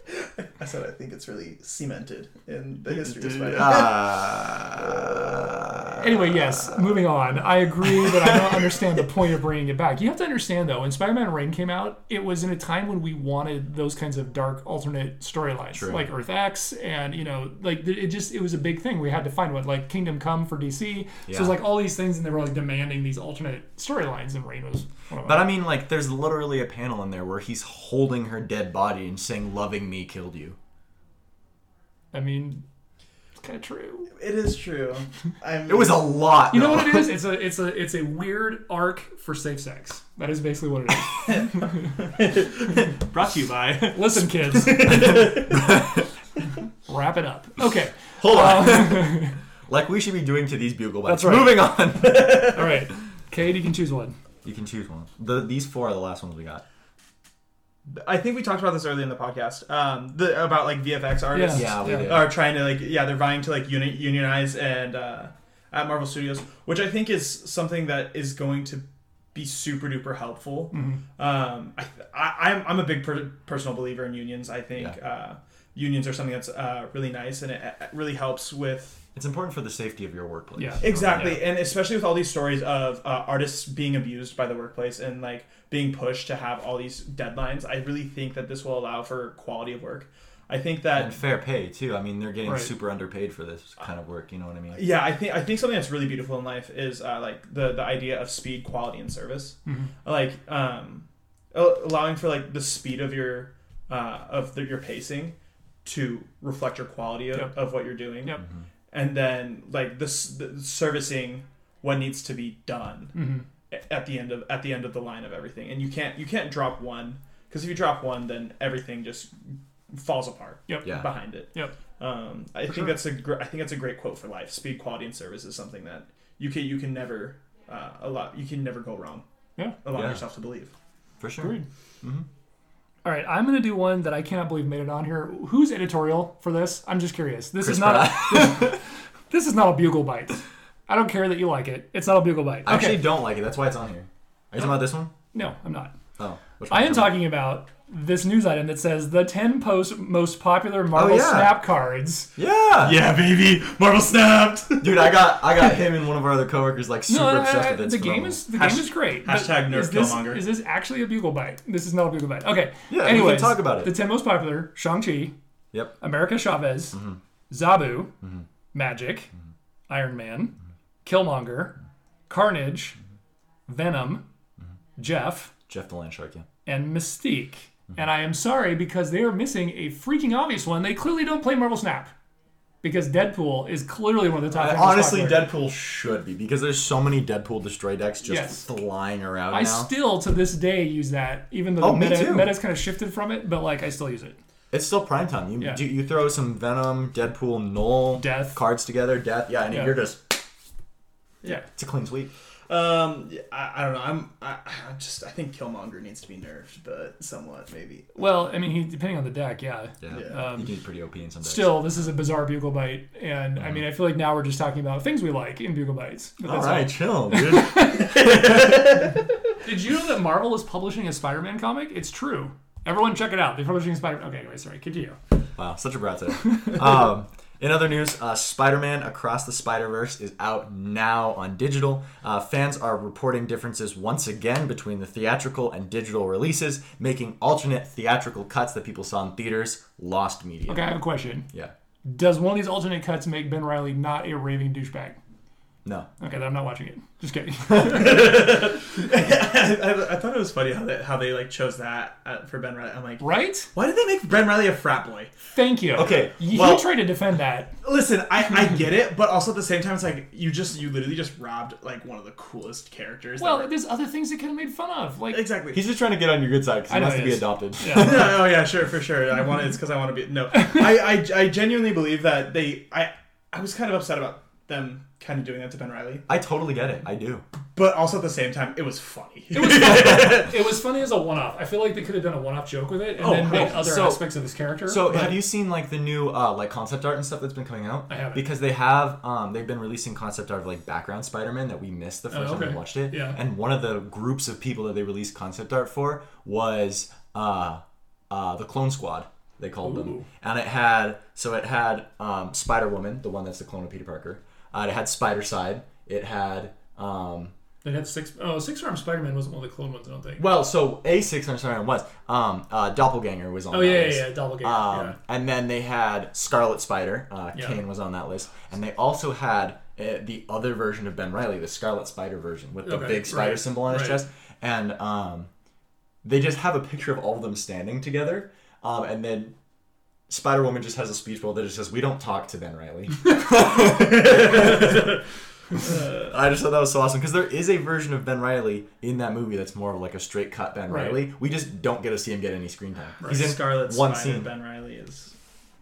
Speaker 3: I said I think it's really cemented in the history of Spider-Man.
Speaker 1: Ah.
Speaker 2: anyway, yes, moving on. I agree that I don't understand the point of bringing it back. You have to understand though, when Spider-Man Reign came out, it was in a time when we wanted those kinds of dark alternate storylines, like Earth X, and you know, like th- it just it was a big thing. We had to find one, like Kingdom Come for DC. So it
Speaker 1: Yeah.
Speaker 2: was like all these things, and they were like demanding these alternate storylines, and Reign was. One of them.
Speaker 1: But I mean, like, there's literally a panel in there where he's holding her dead body and saying, "Loving me killed you."
Speaker 2: I mean, it's kind of true.
Speaker 3: It is true. I'm,
Speaker 1: It was a lot.
Speaker 2: You know
Speaker 1: though.
Speaker 2: what it is? It's a it's a it's a weird arc for safe sex. That is basically what it is.
Speaker 4: Brought to you by.
Speaker 2: Listen, kids. Wrap it up. Okay. Um,
Speaker 1: Hold on. like we should be doing to these bugle bites.
Speaker 2: That's right.
Speaker 1: Moving on.
Speaker 2: All right. Kate, you can choose one.
Speaker 1: You can choose one. The, these four are the last ones we got.
Speaker 3: I think we talked about this earlier in the podcast. Um, the about like VFX artists
Speaker 1: Yeah, we
Speaker 2: Yeah.
Speaker 1: did.
Speaker 3: are trying to like yeah they're vying to like uni- unionize and uh, at Marvel Studios, which I think is something that is going to be super duper helpful.
Speaker 2: Mm-hmm.
Speaker 3: Um, I, I I'm I'm a big per- personal believer in unions. I think uh, unions are something that's uh, really nice and it, it really helps with
Speaker 1: It's important for the safety of your workplace.
Speaker 2: Yeah.
Speaker 3: Exactly, and especially with all these stories of uh, artists being abused by the workplace and like being pushed to have all these deadlines, I really think that this will allow for quality of work. I think
Speaker 1: And
Speaker 2: Oh,
Speaker 3: that
Speaker 1: fair pay too. I mean, they're getting
Speaker 2: Right.
Speaker 1: super underpaid for this kind of work. You know what I mean?
Speaker 3: yeah, I think I think something that's really beautiful in life is uh, like the the idea of speed, quality, and service.
Speaker 2: Mm-hmm.
Speaker 3: Like um, al- allowing for like the speed of your uh, of the, your pacing to reflect your quality of,
Speaker 2: Yep.
Speaker 3: of what you're doing.
Speaker 2: Yep.
Speaker 3: and then like this the servicing what needs to be done
Speaker 2: Mm-hmm.
Speaker 3: a- at the end of at the end of the line of everything and you can't you can't drop one because if you drop one then everything just falls apart
Speaker 2: Yep.
Speaker 1: Yeah.
Speaker 3: behind it
Speaker 2: Yep.
Speaker 3: um, I think
Speaker 2: sure.
Speaker 3: that's a gr- I think that's a great quote for life speed quality and service is something that you can you can never uh, a lot you can never go wrong
Speaker 2: Yeah.
Speaker 3: allowing
Speaker 1: Yeah.
Speaker 3: yourself to believe
Speaker 1: For sure.
Speaker 2: Agreed.
Speaker 1: Mm-hmm.
Speaker 2: All right, I'm gonna do one that I cannot believe made it on here. Who's editorial for this? I'm just curious. This
Speaker 1: Chris
Speaker 2: is not.
Speaker 1: Pratt.
Speaker 2: This is not a bugle bite. I don't care that you like it. It's not a bugle bite.
Speaker 1: I
Speaker 2: okay.
Speaker 1: actually don't like it. That's why it's on here. Are you talking about this one?
Speaker 2: No, I'm not.
Speaker 1: Oh, which one?
Speaker 2: I am talking about this news item that says the 10 post most popular Marvel
Speaker 1: Oh, yeah.
Speaker 2: snap cards.
Speaker 1: Yeah.
Speaker 4: Yeah, baby, Marvel snapped.
Speaker 1: dude. I got I got him and one of our other coworkers like super
Speaker 2: I- I-
Speaker 1: obsessed
Speaker 2: I-
Speaker 1: with it.
Speaker 2: the game is the
Speaker 3: Hash-
Speaker 2: game is great. but
Speaker 3: hashtag nerf
Speaker 2: is this,
Speaker 3: Killmonger.
Speaker 2: Is this actually a bugle bite? This is not a bugle bite. Okay.
Speaker 1: Yeah, we can
Speaker 2: Anyways,
Speaker 1: talk about it.
Speaker 2: The 10 most popular: Shang Chi,
Speaker 1: Yep. Mm-hmm.
Speaker 2: America Chavez, Zabu, Magic, Iron Man, Killmonger, Carnage,
Speaker 1: Mm-hmm.
Speaker 2: Venom, Jeff,
Speaker 1: Jeff the Land Shark. Yeah.
Speaker 2: and Mystique.
Speaker 1: Mm-hmm.
Speaker 2: And I am sorry because they are missing a freaking obvious one. They clearly don't play Marvel Snap because Deadpool is clearly one of the top.
Speaker 1: I-
Speaker 2: ten most
Speaker 1: honestly,
Speaker 2: popular.
Speaker 1: Deadpool should be because there's so many Deadpool destroy decks just
Speaker 2: Yes.
Speaker 1: flying around
Speaker 2: I
Speaker 1: now.
Speaker 2: still to this day use that, even though
Speaker 1: Oh,
Speaker 2: the
Speaker 1: me
Speaker 2: meta,
Speaker 1: too.
Speaker 2: meta's kind of shifted from it. But like, I still use it.
Speaker 1: it's still prime time. You
Speaker 2: Yeah.
Speaker 1: do, you throw some Venom, Deadpool, Null,
Speaker 2: Death.
Speaker 1: cards together, Death. Yeah, and
Speaker 2: Yeah.
Speaker 1: you're just
Speaker 2: Yeah,
Speaker 1: it's a clean sweep.
Speaker 3: um I, I don't know I'm I, I just I think Killmonger needs to be nerfed but somewhat maybe
Speaker 2: Well, I mean, he, depending on the deck, yeah. Um,
Speaker 1: Yeah.
Speaker 3: Yeah.
Speaker 1: you can be pretty OP in some decks.
Speaker 2: Still, this is a bizarre bugle bite, and
Speaker 1: Mm-hmm.
Speaker 2: I mean, I feel like now we're just talking about things we like in bugle bites. But
Speaker 1: All
Speaker 2: that's
Speaker 1: right, chill, dude.
Speaker 2: all. Did you know that Marvel is publishing a Spider-Man comic? It's true. Everyone, check it out. They're publishing a Spider-Man. Okay, anyway, sorry. Continue.
Speaker 1: Wow, such a brat today. um, in other news, uh, Spider-Man Across the Spider-Verse is out now on digital. Uh, fans are reporting differences once again between the theatrical and digital releases, making alternate theatrical cuts that people saw in theaters lost media.
Speaker 2: Okay, I have a question.
Speaker 1: Yeah.
Speaker 2: Does one of these alternate cuts make Ben Riley not a raving douchebag?
Speaker 1: No.
Speaker 2: Okay, then I'm not watching it. Just kidding.
Speaker 3: I, I, I thought it was funny how they, how they like chose that uh, for Ben Riley. I'm like,
Speaker 2: right?
Speaker 3: why did they make Ben Riley a frat boy?
Speaker 2: Thank you.
Speaker 1: Okay,
Speaker 2: You, you
Speaker 1: well-
Speaker 2: tried to defend that.
Speaker 3: Listen, I, I get it, but also at the same time, it's like you just you literally just robbed like one of the coolest characters.
Speaker 2: Well,
Speaker 3: ever.
Speaker 2: there's other things they could have made fun of. Like,
Speaker 3: exactly.
Speaker 1: He's just trying to get on your good side because
Speaker 2: I
Speaker 1: he
Speaker 2: know
Speaker 1: wants to
Speaker 2: he
Speaker 1: be
Speaker 2: is.
Speaker 1: adopted.
Speaker 2: yeah.
Speaker 3: Yeah, oh yeah, sure, for sure. I want it's because I want to be no. I, I I genuinely believe that they I I was kind of upset about them kind of doing that to Ben Riley,
Speaker 1: I totally get it. I do.
Speaker 3: but also at the same time, it was funny.
Speaker 2: It was, funny. it was funny as a one-off. I feel like they could have done a one-off joke with it and then made
Speaker 1: oh,
Speaker 2: other
Speaker 1: so-
Speaker 2: aspects of his character.
Speaker 1: So
Speaker 2: but-
Speaker 1: have you seen like the new uh, like concept art and stuff that's been coming out?
Speaker 2: I haven't.
Speaker 1: Because they have um, they've been releasing concept art of like background Spider-Man that we missed the first time
Speaker 2: Oh, okay.
Speaker 1: we watched it.
Speaker 2: Yeah.
Speaker 1: And one of the groups of people that they released concept art for was uh, uh, the Clone Squad. They called them,
Speaker 2: Ooh.
Speaker 1: and it had so it had um, Spider Woman, the one that's the clone of Peter Parker. Uh, it had Spider Side. It had um,
Speaker 2: They had six. Oh, six arm Spider-Man wasn't one of the clone ones, I don't think.
Speaker 1: well, so A six I'm sorry, it was um, uh, Doppelganger was on.
Speaker 2: Oh
Speaker 1: that
Speaker 2: yeah,
Speaker 1: list.
Speaker 2: yeah, yeah, Doppelganger.
Speaker 1: Um,
Speaker 2: yeah.
Speaker 1: And then they had Scarlet Spider. Uh,
Speaker 2: Yeah.
Speaker 1: Kane was on that list. And they also had uh, the other version of Ben Riley, the Scarlet Spider version, with the
Speaker 2: Okay,
Speaker 1: big spider
Speaker 2: right,
Speaker 1: symbol on his
Speaker 2: right.
Speaker 1: chest. And um, they just have a picture of all of them standing together. Um, and then Spider Woman just has a speech bubble that just says, We don't talk to Ben Riley. I just thought that was so awesome because there is a version of Ben Riley in that movie that's more of like a straight cut Ben
Speaker 2: Right.
Speaker 1: Riley. We just don't get to see him get any screen time.
Speaker 3: He's in Scarlet
Speaker 1: one
Speaker 3: Spider.
Speaker 1: scene.
Speaker 3: Ben Riley is.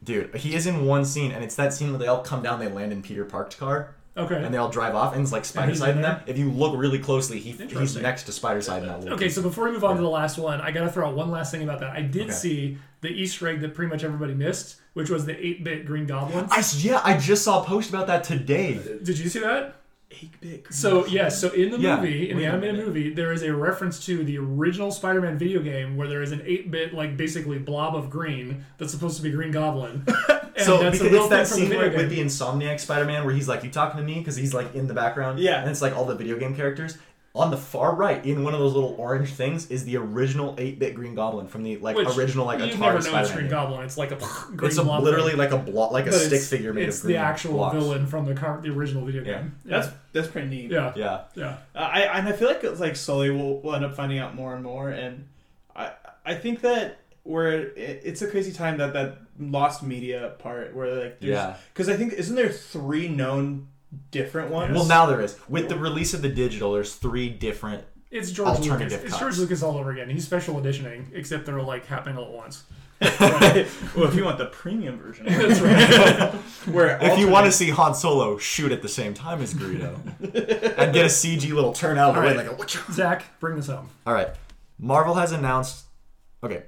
Speaker 1: Dude, he is in one scene, and it's that scene where they all come down, they land in Peter Park's car.
Speaker 2: Okay.
Speaker 1: and they all drive off, and it's like Spider
Speaker 2: Oh, he's
Speaker 1: Side
Speaker 2: in
Speaker 1: in them.
Speaker 2: there?
Speaker 1: If you look really closely, he, he's
Speaker 2: Interesting.
Speaker 1: next to Spider Side in that loop.
Speaker 2: Okay, so before we move on to the last one, I gotta throw out one last thing about that. I did
Speaker 1: Okay.
Speaker 2: see the Easter egg that pretty much everybody missed, which was the eight bit Green Goblin.
Speaker 1: I, s- yeah, I just saw a post about that today.
Speaker 2: Did you see that?
Speaker 3: Eight bit.
Speaker 2: So yes, so in the
Speaker 1: Yeah.
Speaker 2: movie, in the animated movie, there is a reference to the original Spider-Man video game where there is an eight-bit, like basically blob of green that's supposed to be Green Goblin. And
Speaker 1: so
Speaker 2: that's a
Speaker 1: because
Speaker 2: real
Speaker 1: it's that
Speaker 2: thing from the
Speaker 1: scene
Speaker 2: video
Speaker 1: where,
Speaker 2: game.
Speaker 1: with the Insomniac Spider-Man where he's like, "You talking to me?" Because he's like in the background.
Speaker 3: Yeah.
Speaker 1: and it's like all the video game characters. On the far right, in one of those little orange things, is the original 8-bit Green Goblin from the like
Speaker 2: Which
Speaker 1: original like
Speaker 2: you've
Speaker 1: Atari
Speaker 2: never known it's
Speaker 1: Spider-Man.
Speaker 2: Green
Speaker 1: game.
Speaker 2: Goblin. It's like a green
Speaker 1: It's a,
Speaker 2: blob
Speaker 1: literally
Speaker 2: thing.
Speaker 1: like a block, like a
Speaker 2: But it's-
Speaker 1: stick figure made
Speaker 2: It's
Speaker 1: of green
Speaker 2: the actual
Speaker 1: blocks.
Speaker 2: villain from the current, the original video
Speaker 1: Yeah.
Speaker 2: game.
Speaker 3: That's that's pretty neat.
Speaker 2: yeah, yeah.
Speaker 1: Yeah,
Speaker 2: yeah.
Speaker 3: Uh, I and I feel like it's like slowly we'll, we'll end up finding out more and more, and I I think that we're it, it's a crazy time that that lost media part where like there's,
Speaker 1: Yeah.
Speaker 3: because I think isn't there three known different ones?
Speaker 1: Well, now there is. With the release of the digital, there's three different.
Speaker 2: It's George Lucas.
Speaker 1: Alternative
Speaker 2: It's
Speaker 1: cuts.
Speaker 2: George Lucas all over again. He's special editioning, except they're like happening all at once.
Speaker 3: well, if you want the premium version,
Speaker 2: That's right.
Speaker 3: where
Speaker 1: If you want to see Han Solo shoot at the same time as Greedo, and get a CG little turn out of the way,
Speaker 2: All right.
Speaker 1: like a whatcha.
Speaker 2: Zach, bring this home.
Speaker 1: All right. Marvel has announced. Okay.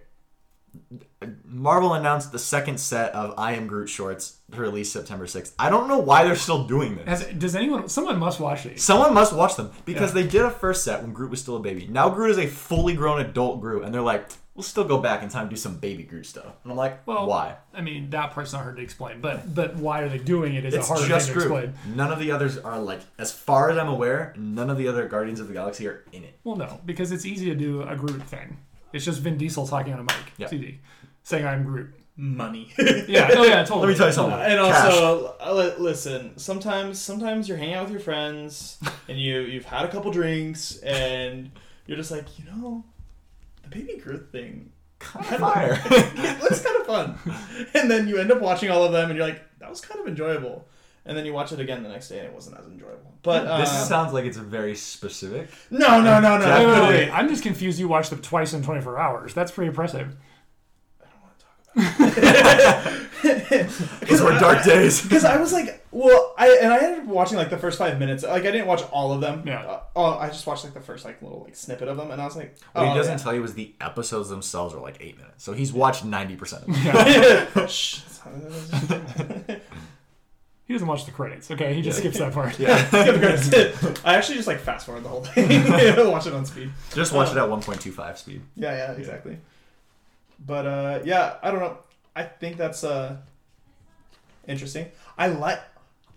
Speaker 1: Marvel announced the second set of I Am Groot shorts to release September 6th. I don't know why they're still doing this.
Speaker 2: Has, does anyone? Someone must watch these.
Speaker 1: Someone must watch them because they did a first set when Groot was still a baby. Now Groot is a fully grown adult Groot, and they're like, we'll still go back in time and do some baby Groot stuff. And I'm like,
Speaker 2: Well,
Speaker 1: why?
Speaker 2: I mean, that part's not hard to explain, but but why are they doing it is
Speaker 1: It's
Speaker 2: a hard
Speaker 1: just
Speaker 2: thing to
Speaker 1: Groot.
Speaker 2: explain.
Speaker 1: None of the others are like, as far as I'm aware, none of the other Guardians of the Galaxy are in it.
Speaker 2: Well, no, because it's easy to do a Groot thing. It's just Vin Diesel talking on a mic,
Speaker 1: Yeah.
Speaker 2: CD, saying I'm Groot.
Speaker 3: money.
Speaker 2: Yeah, oh yeah, totally.
Speaker 1: Let me tell you something.
Speaker 3: and
Speaker 1: Cash.
Speaker 3: also uh, li- listen sometimes sometimes you're hanging out with your friends and you you've had a couple drinks and you're just like you know the baby Groot thing
Speaker 1: Kinda fire.
Speaker 3: it looks kind of fun and then you end up watching all of them and you're like that was kind of enjoyable and then you watch it again the next day and it wasn't as enjoyable but uh,
Speaker 1: this sounds like it's very specific.
Speaker 3: no no no no
Speaker 2: Wait, wait,
Speaker 3: no,
Speaker 2: wait,
Speaker 3: no,
Speaker 2: wait. I'm just confused. You watched them twice in 24 hours. That's pretty impressive.
Speaker 1: These were dark days.
Speaker 3: Because I was like, well, I and I ended up watching like the first five minutes. Like I didn't watch all of them.
Speaker 2: Yeah.
Speaker 3: Uh, oh, I just watched like the first like little like snippet of them, and I was like, oh,
Speaker 1: What he doesn't
Speaker 3: yeah.
Speaker 1: tell you is the episodes themselves are like eight minutes. So he's watched 90% of them.
Speaker 3: Shh.
Speaker 2: He doesn't watch the credits. Okay, he just skips that part.
Speaker 3: I actually just like fast forward the whole thing. Watch it on speed.
Speaker 1: Just watch it at 1.25 speed.
Speaker 3: Yeah, yeah, exactly. But uh, yeah, I don't know. I think that's uh, interesting. I like.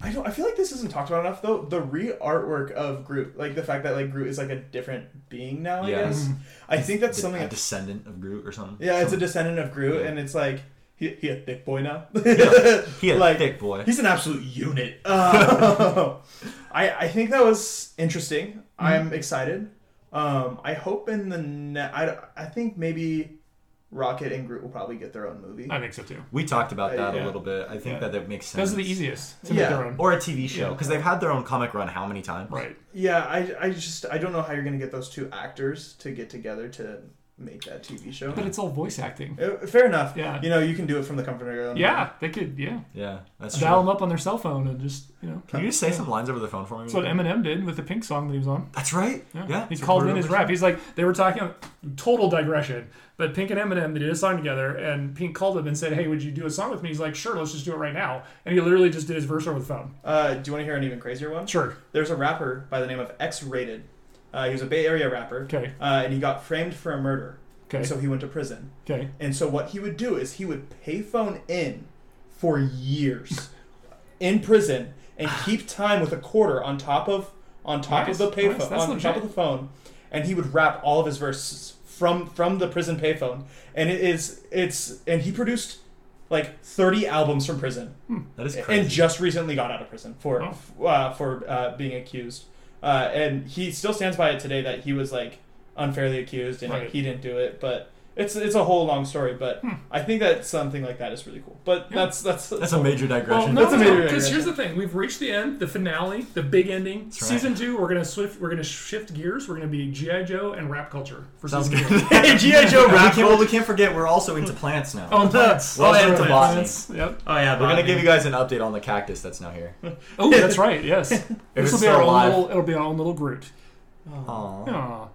Speaker 3: I don't. I feel like this isn't talked about enough though. The re artwork of Groot, like the fact that like Groot is like a different being now. I
Speaker 1: Yeah.
Speaker 3: guess. I think that's
Speaker 1: Something
Speaker 3: something.
Speaker 1: a descendant of Groot or something.
Speaker 3: yeah, it's a descendant of Groot, and it's like he, he a thick boy now. he
Speaker 1: He a
Speaker 3: like,
Speaker 1: thick boy.
Speaker 3: He's an absolute unit. Uh, I I think that was interesting.
Speaker 2: Mm-hmm.
Speaker 3: I'm excited. Um, I hope in the ne- I I think maybe Rocket and Groot will probably get their own movie.
Speaker 2: I think so too.
Speaker 1: We talked about
Speaker 3: Uh,
Speaker 1: that a
Speaker 3: yeah.
Speaker 1: little bit. I think
Speaker 3: Yeah.
Speaker 1: that that makes sense.
Speaker 2: Those are the easiest to
Speaker 3: Yeah.
Speaker 2: make their own.
Speaker 1: Or a TV show because they've had their own comic run how many times?
Speaker 2: Right.
Speaker 3: Yeah, I I just I don't know how you're gonna get those two actors to get together to make that TV show.
Speaker 2: But it's all voice acting.
Speaker 3: Uh, Fair enough.
Speaker 2: Yeah.
Speaker 3: You know, you can do it from the comfort of your own.
Speaker 2: Yeah, they could, yeah.
Speaker 1: Yeah, Um, that's
Speaker 2: Dial
Speaker 1: true.
Speaker 2: them up on their cell phone and just, you know.
Speaker 1: Can you just say some lines over the phone for me?
Speaker 2: That's what Eminem did with the Pink song that he was on.
Speaker 1: That's right. Yeah,
Speaker 2: He called in his rap. He's like, they were talking total digression, but Pink and Eminem, they did a song together, and Pink called him and said, Hey, would you do a song with me? He's like, Sure, let's just do it right now. And he literally just did his verse over the phone.
Speaker 3: Uh, do you want to hear an even crazier one?
Speaker 2: Sure.
Speaker 3: There's a rapper by the name of X Rated. Uh, he was a Bay Area rapper.
Speaker 2: Okay.
Speaker 3: Uh, and he got framed for a murder.
Speaker 2: Okay.
Speaker 3: So he went to prison.
Speaker 2: Okay.
Speaker 3: And so what he would do is he would payphone in for years in prison and keep time with a quarter on top of on top
Speaker 2: Nice,
Speaker 3: of the payphone
Speaker 2: nice, that's
Speaker 3: on top
Speaker 2: legit.
Speaker 3: of the phone, and he would rap all of his verses from from the prison payphone. And it is it's and he produced like 30 albums from prison
Speaker 1: That is crazy.
Speaker 3: and just recently got out of prison for uh, for uh, being accused. Uh, and he still stands by it today that he was like unfairly accused and like,
Speaker 2: Right.
Speaker 3: he didn't do it, but It's it's a whole long story, but I think that something like that is really cool. But that's Hmm. that's
Speaker 1: That's a major digression.
Speaker 2: Well,
Speaker 3: That's a
Speaker 2: no,
Speaker 3: major
Speaker 2: because here's
Speaker 3: digression.
Speaker 2: the thing: we've reached the end, the finale, the big ending.
Speaker 1: right.
Speaker 2: Season two, we're gonna swift, we're gonna shift gears. We're gonna be GI Joe and rap culture for
Speaker 1: Sounds
Speaker 2: season
Speaker 1: good.
Speaker 2: two.
Speaker 3: hey, GI Joe
Speaker 1: we,
Speaker 3: rap.
Speaker 1: can't, well, we can't forget we're also into plants now.
Speaker 2: Oh, and plants.
Speaker 1: Well,
Speaker 2: Those
Speaker 1: and
Speaker 2: are
Speaker 1: to
Speaker 2: plants. Yep.
Speaker 4: Oh yeah,
Speaker 1: We're gonna give you guys an update on the cactus that's now here.
Speaker 2: Oh, that's right. Yes.
Speaker 1: it's
Speaker 2: this will be
Speaker 1: still
Speaker 2: our own
Speaker 1: alive.
Speaker 2: little. It'll be our own little Groot.
Speaker 1: Aw.
Speaker 2: Aw.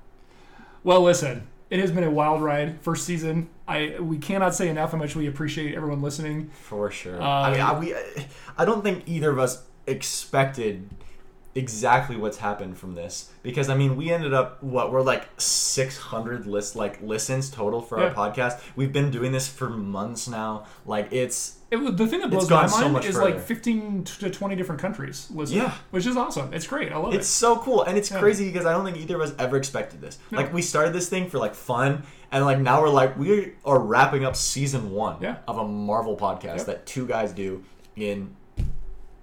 Speaker 2: Well, listen, it has been a wild ride. First season. I we cannot say enough how much we appreciate everyone listening.
Speaker 1: For sure.
Speaker 2: Uh,
Speaker 1: I mean, I, we, I don't think either of us expected exactly what's happened from this because I mean, we ended up what we're like 600 list like listens total for
Speaker 2: Yeah.
Speaker 1: our podcast. We've been doing this for months now. Like it's
Speaker 2: It, was- the thing that blows
Speaker 1: gone
Speaker 2: my
Speaker 1: so
Speaker 2: mind
Speaker 1: much
Speaker 2: is
Speaker 1: further.
Speaker 2: like 15 to 20 different countries. Listen,
Speaker 1: Yeah.
Speaker 2: Which is awesome. It's great. I love
Speaker 1: it's so cool and it's
Speaker 2: Yeah.
Speaker 1: crazy because I don't think either of us ever expected this. Like we started this thing for like fun and like now we're like we are wrapping up season 1
Speaker 2: Yeah.
Speaker 1: of a Marvel podcast
Speaker 2: Yep.
Speaker 1: that two guys do in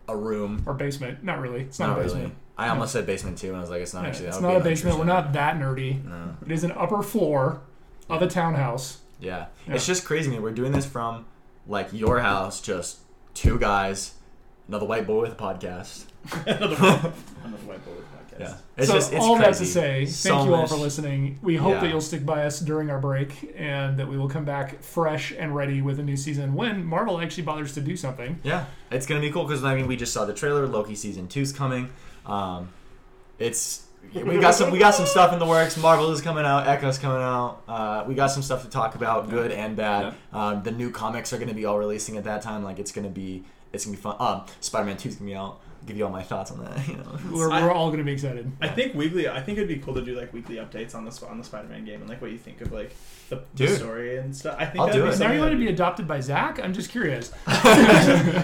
Speaker 1: a room
Speaker 2: it. Or basement. Not really. It's not,
Speaker 1: Not
Speaker 2: a
Speaker 1: really.
Speaker 2: basement.
Speaker 1: I almost said basement too, and I was like, it's not
Speaker 2: Yeah,
Speaker 1: actually. that
Speaker 2: it's
Speaker 1: would
Speaker 2: not
Speaker 1: be
Speaker 2: a basement. We're
Speaker 1: uninteresting.
Speaker 2: not that nerdy. It is an upper floor of a townhouse.
Speaker 1: Yeah. it's just crazy. Man. We're doing this from like your house, just two guys, another white boy with a podcast. Yeah, it's
Speaker 2: so
Speaker 1: just it's
Speaker 2: all that to
Speaker 1: crazy.
Speaker 2: say, thank
Speaker 1: So
Speaker 2: you all
Speaker 1: much-
Speaker 2: for listening. We hope that
Speaker 1: Yeah.
Speaker 2: you'll stick by us during our break, and that we will come back fresh and ready with a new season when Marvel actually bothers to do something.
Speaker 1: Yeah, it's gonna be cool because I mean we just saw the trailer. Loki season two's coming. Um, it's we got some we got some stuff in the works. Marvel is coming out. Echo's coming out. Uh, we got some stuff to talk about, good and bad. Um, the new comics are gonna be all releasing at that time. Like it's gonna be it's gonna be fun. Um, Spider Man two's gonna be out. Give you all my thoughts on that. You know.
Speaker 2: We're,
Speaker 3: I-
Speaker 2: we're all going to be excited.
Speaker 3: I think weekly. I think it'd be cool to do like weekly updates on this on the Spider-Man game and like what you think of like the, the
Speaker 1: Dude.
Speaker 3: story and stuff. I think
Speaker 1: I'll
Speaker 3: that'd
Speaker 1: do
Speaker 3: be
Speaker 1: it.
Speaker 2: Now
Speaker 3: something
Speaker 2: you want to
Speaker 3: that'd
Speaker 2: be adopted by Zach? I'm just curious.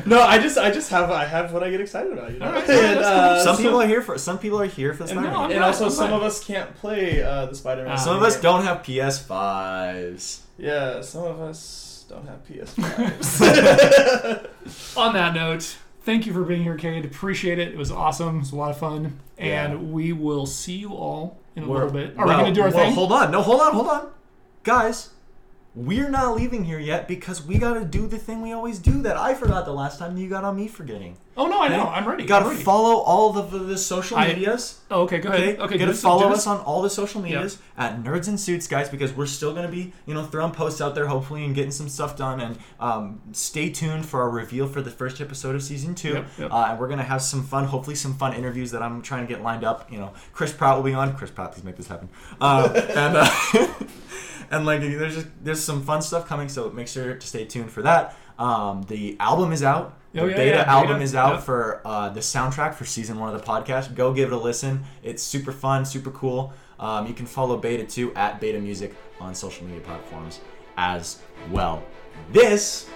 Speaker 3: No, I just I just have I have what I get excited about. You know.
Speaker 2: Alright,
Speaker 3: and,
Speaker 2: that's
Speaker 3: uh,
Speaker 1: some
Speaker 3: so-
Speaker 1: people are here for some people are here for the
Speaker 3: And,
Speaker 1: Spider
Speaker 2: no,
Speaker 1: Man.
Speaker 2: I'm-
Speaker 3: and also,
Speaker 2: not-
Speaker 3: some
Speaker 2: not-
Speaker 3: of us can't play uh, the Spider-Man.
Speaker 2: Uh,
Speaker 1: Some of us
Speaker 3: game.
Speaker 1: don't have PS fives.
Speaker 3: Yeah, some of us don't have PS5s.
Speaker 2: On that note, thank you for being here, Cade. Appreciate it. It was awesome. It was a lot of fun, and
Speaker 1: Yeah.
Speaker 2: we will see you all in a
Speaker 1: We're-
Speaker 2: little bit. Are
Speaker 1: well,
Speaker 2: we going to do our
Speaker 1: well,
Speaker 2: thing?
Speaker 1: Hold on. No, hold on, hold on. Guys, we're not leaving here yet because we got to do the thing we always do that I forgot the last time you got on me forgetting.
Speaker 2: Oh no, I know. I'm ready.
Speaker 1: You got
Speaker 2: I'm
Speaker 1: to
Speaker 2: ready.
Speaker 1: follow all the, the, the social
Speaker 2: I-
Speaker 1: medias.
Speaker 2: Oh, okay, go
Speaker 1: Okay,
Speaker 2: ahead.
Speaker 1: got
Speaker 2: Okay, do
Speaker 1: to
Speaker 2: this-
Speaker 1: follow
Speaker 2: do
Speaker 1: us
Speaker 2: this.
Speaker 1: on all the social medias at Nerds and Suits, guys, because we're still going to be, you know, throwing posts out there hopefully and getting some stuff done. And um, stay tuned for our reveal for the first episode of season two.
Speaker 2: Yep, yep.
Speaker 1: Uh, and we're going to have some fun, hopefully some fun interviews that I'm trying to get lined up. You know, Chris Pratt will be on. Chris Pratt, please make this happen. Uh, and uh, and like there's just there's some fun stuff coming, so make sure to stay tuned for that. Um, the album is out. The
Speaker 2: Oh, yeah,
Speaker 1: beta
Speaker 2: yeah,
Speaker 1: album
Speaker 2: beta,
Speaker 1: is out
Speaker 2: yeah.
Speaker 1: for uh, the soundtrack for season one of the podcast. Go give it a listen. It's super fun, super cool. Um, you can follow Beta too at Beta Music on social media platforms as well. This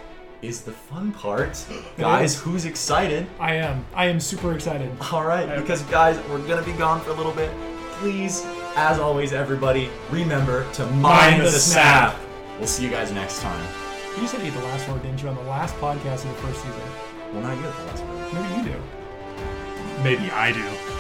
Speaker 1: is the fun part, guys. Who's excited?
Speaker 2: I am. I am super excited.
Speaker 1: All right, because guys, we're gonna be gone for a little bit. Please, as always, everybody, remember to mind the
Speaker 2: the
Speaker 1: snap.
Speaker 2: snap.
Speaker 1: We'll see you guys next time.
Speaker 2: You said you had the last word, didn't you, on the last podcast of the first season?
Speaker 1: Well, not you at the last one.
Speaker 2: Maybe you do.
Speaker 4: Maybe I do.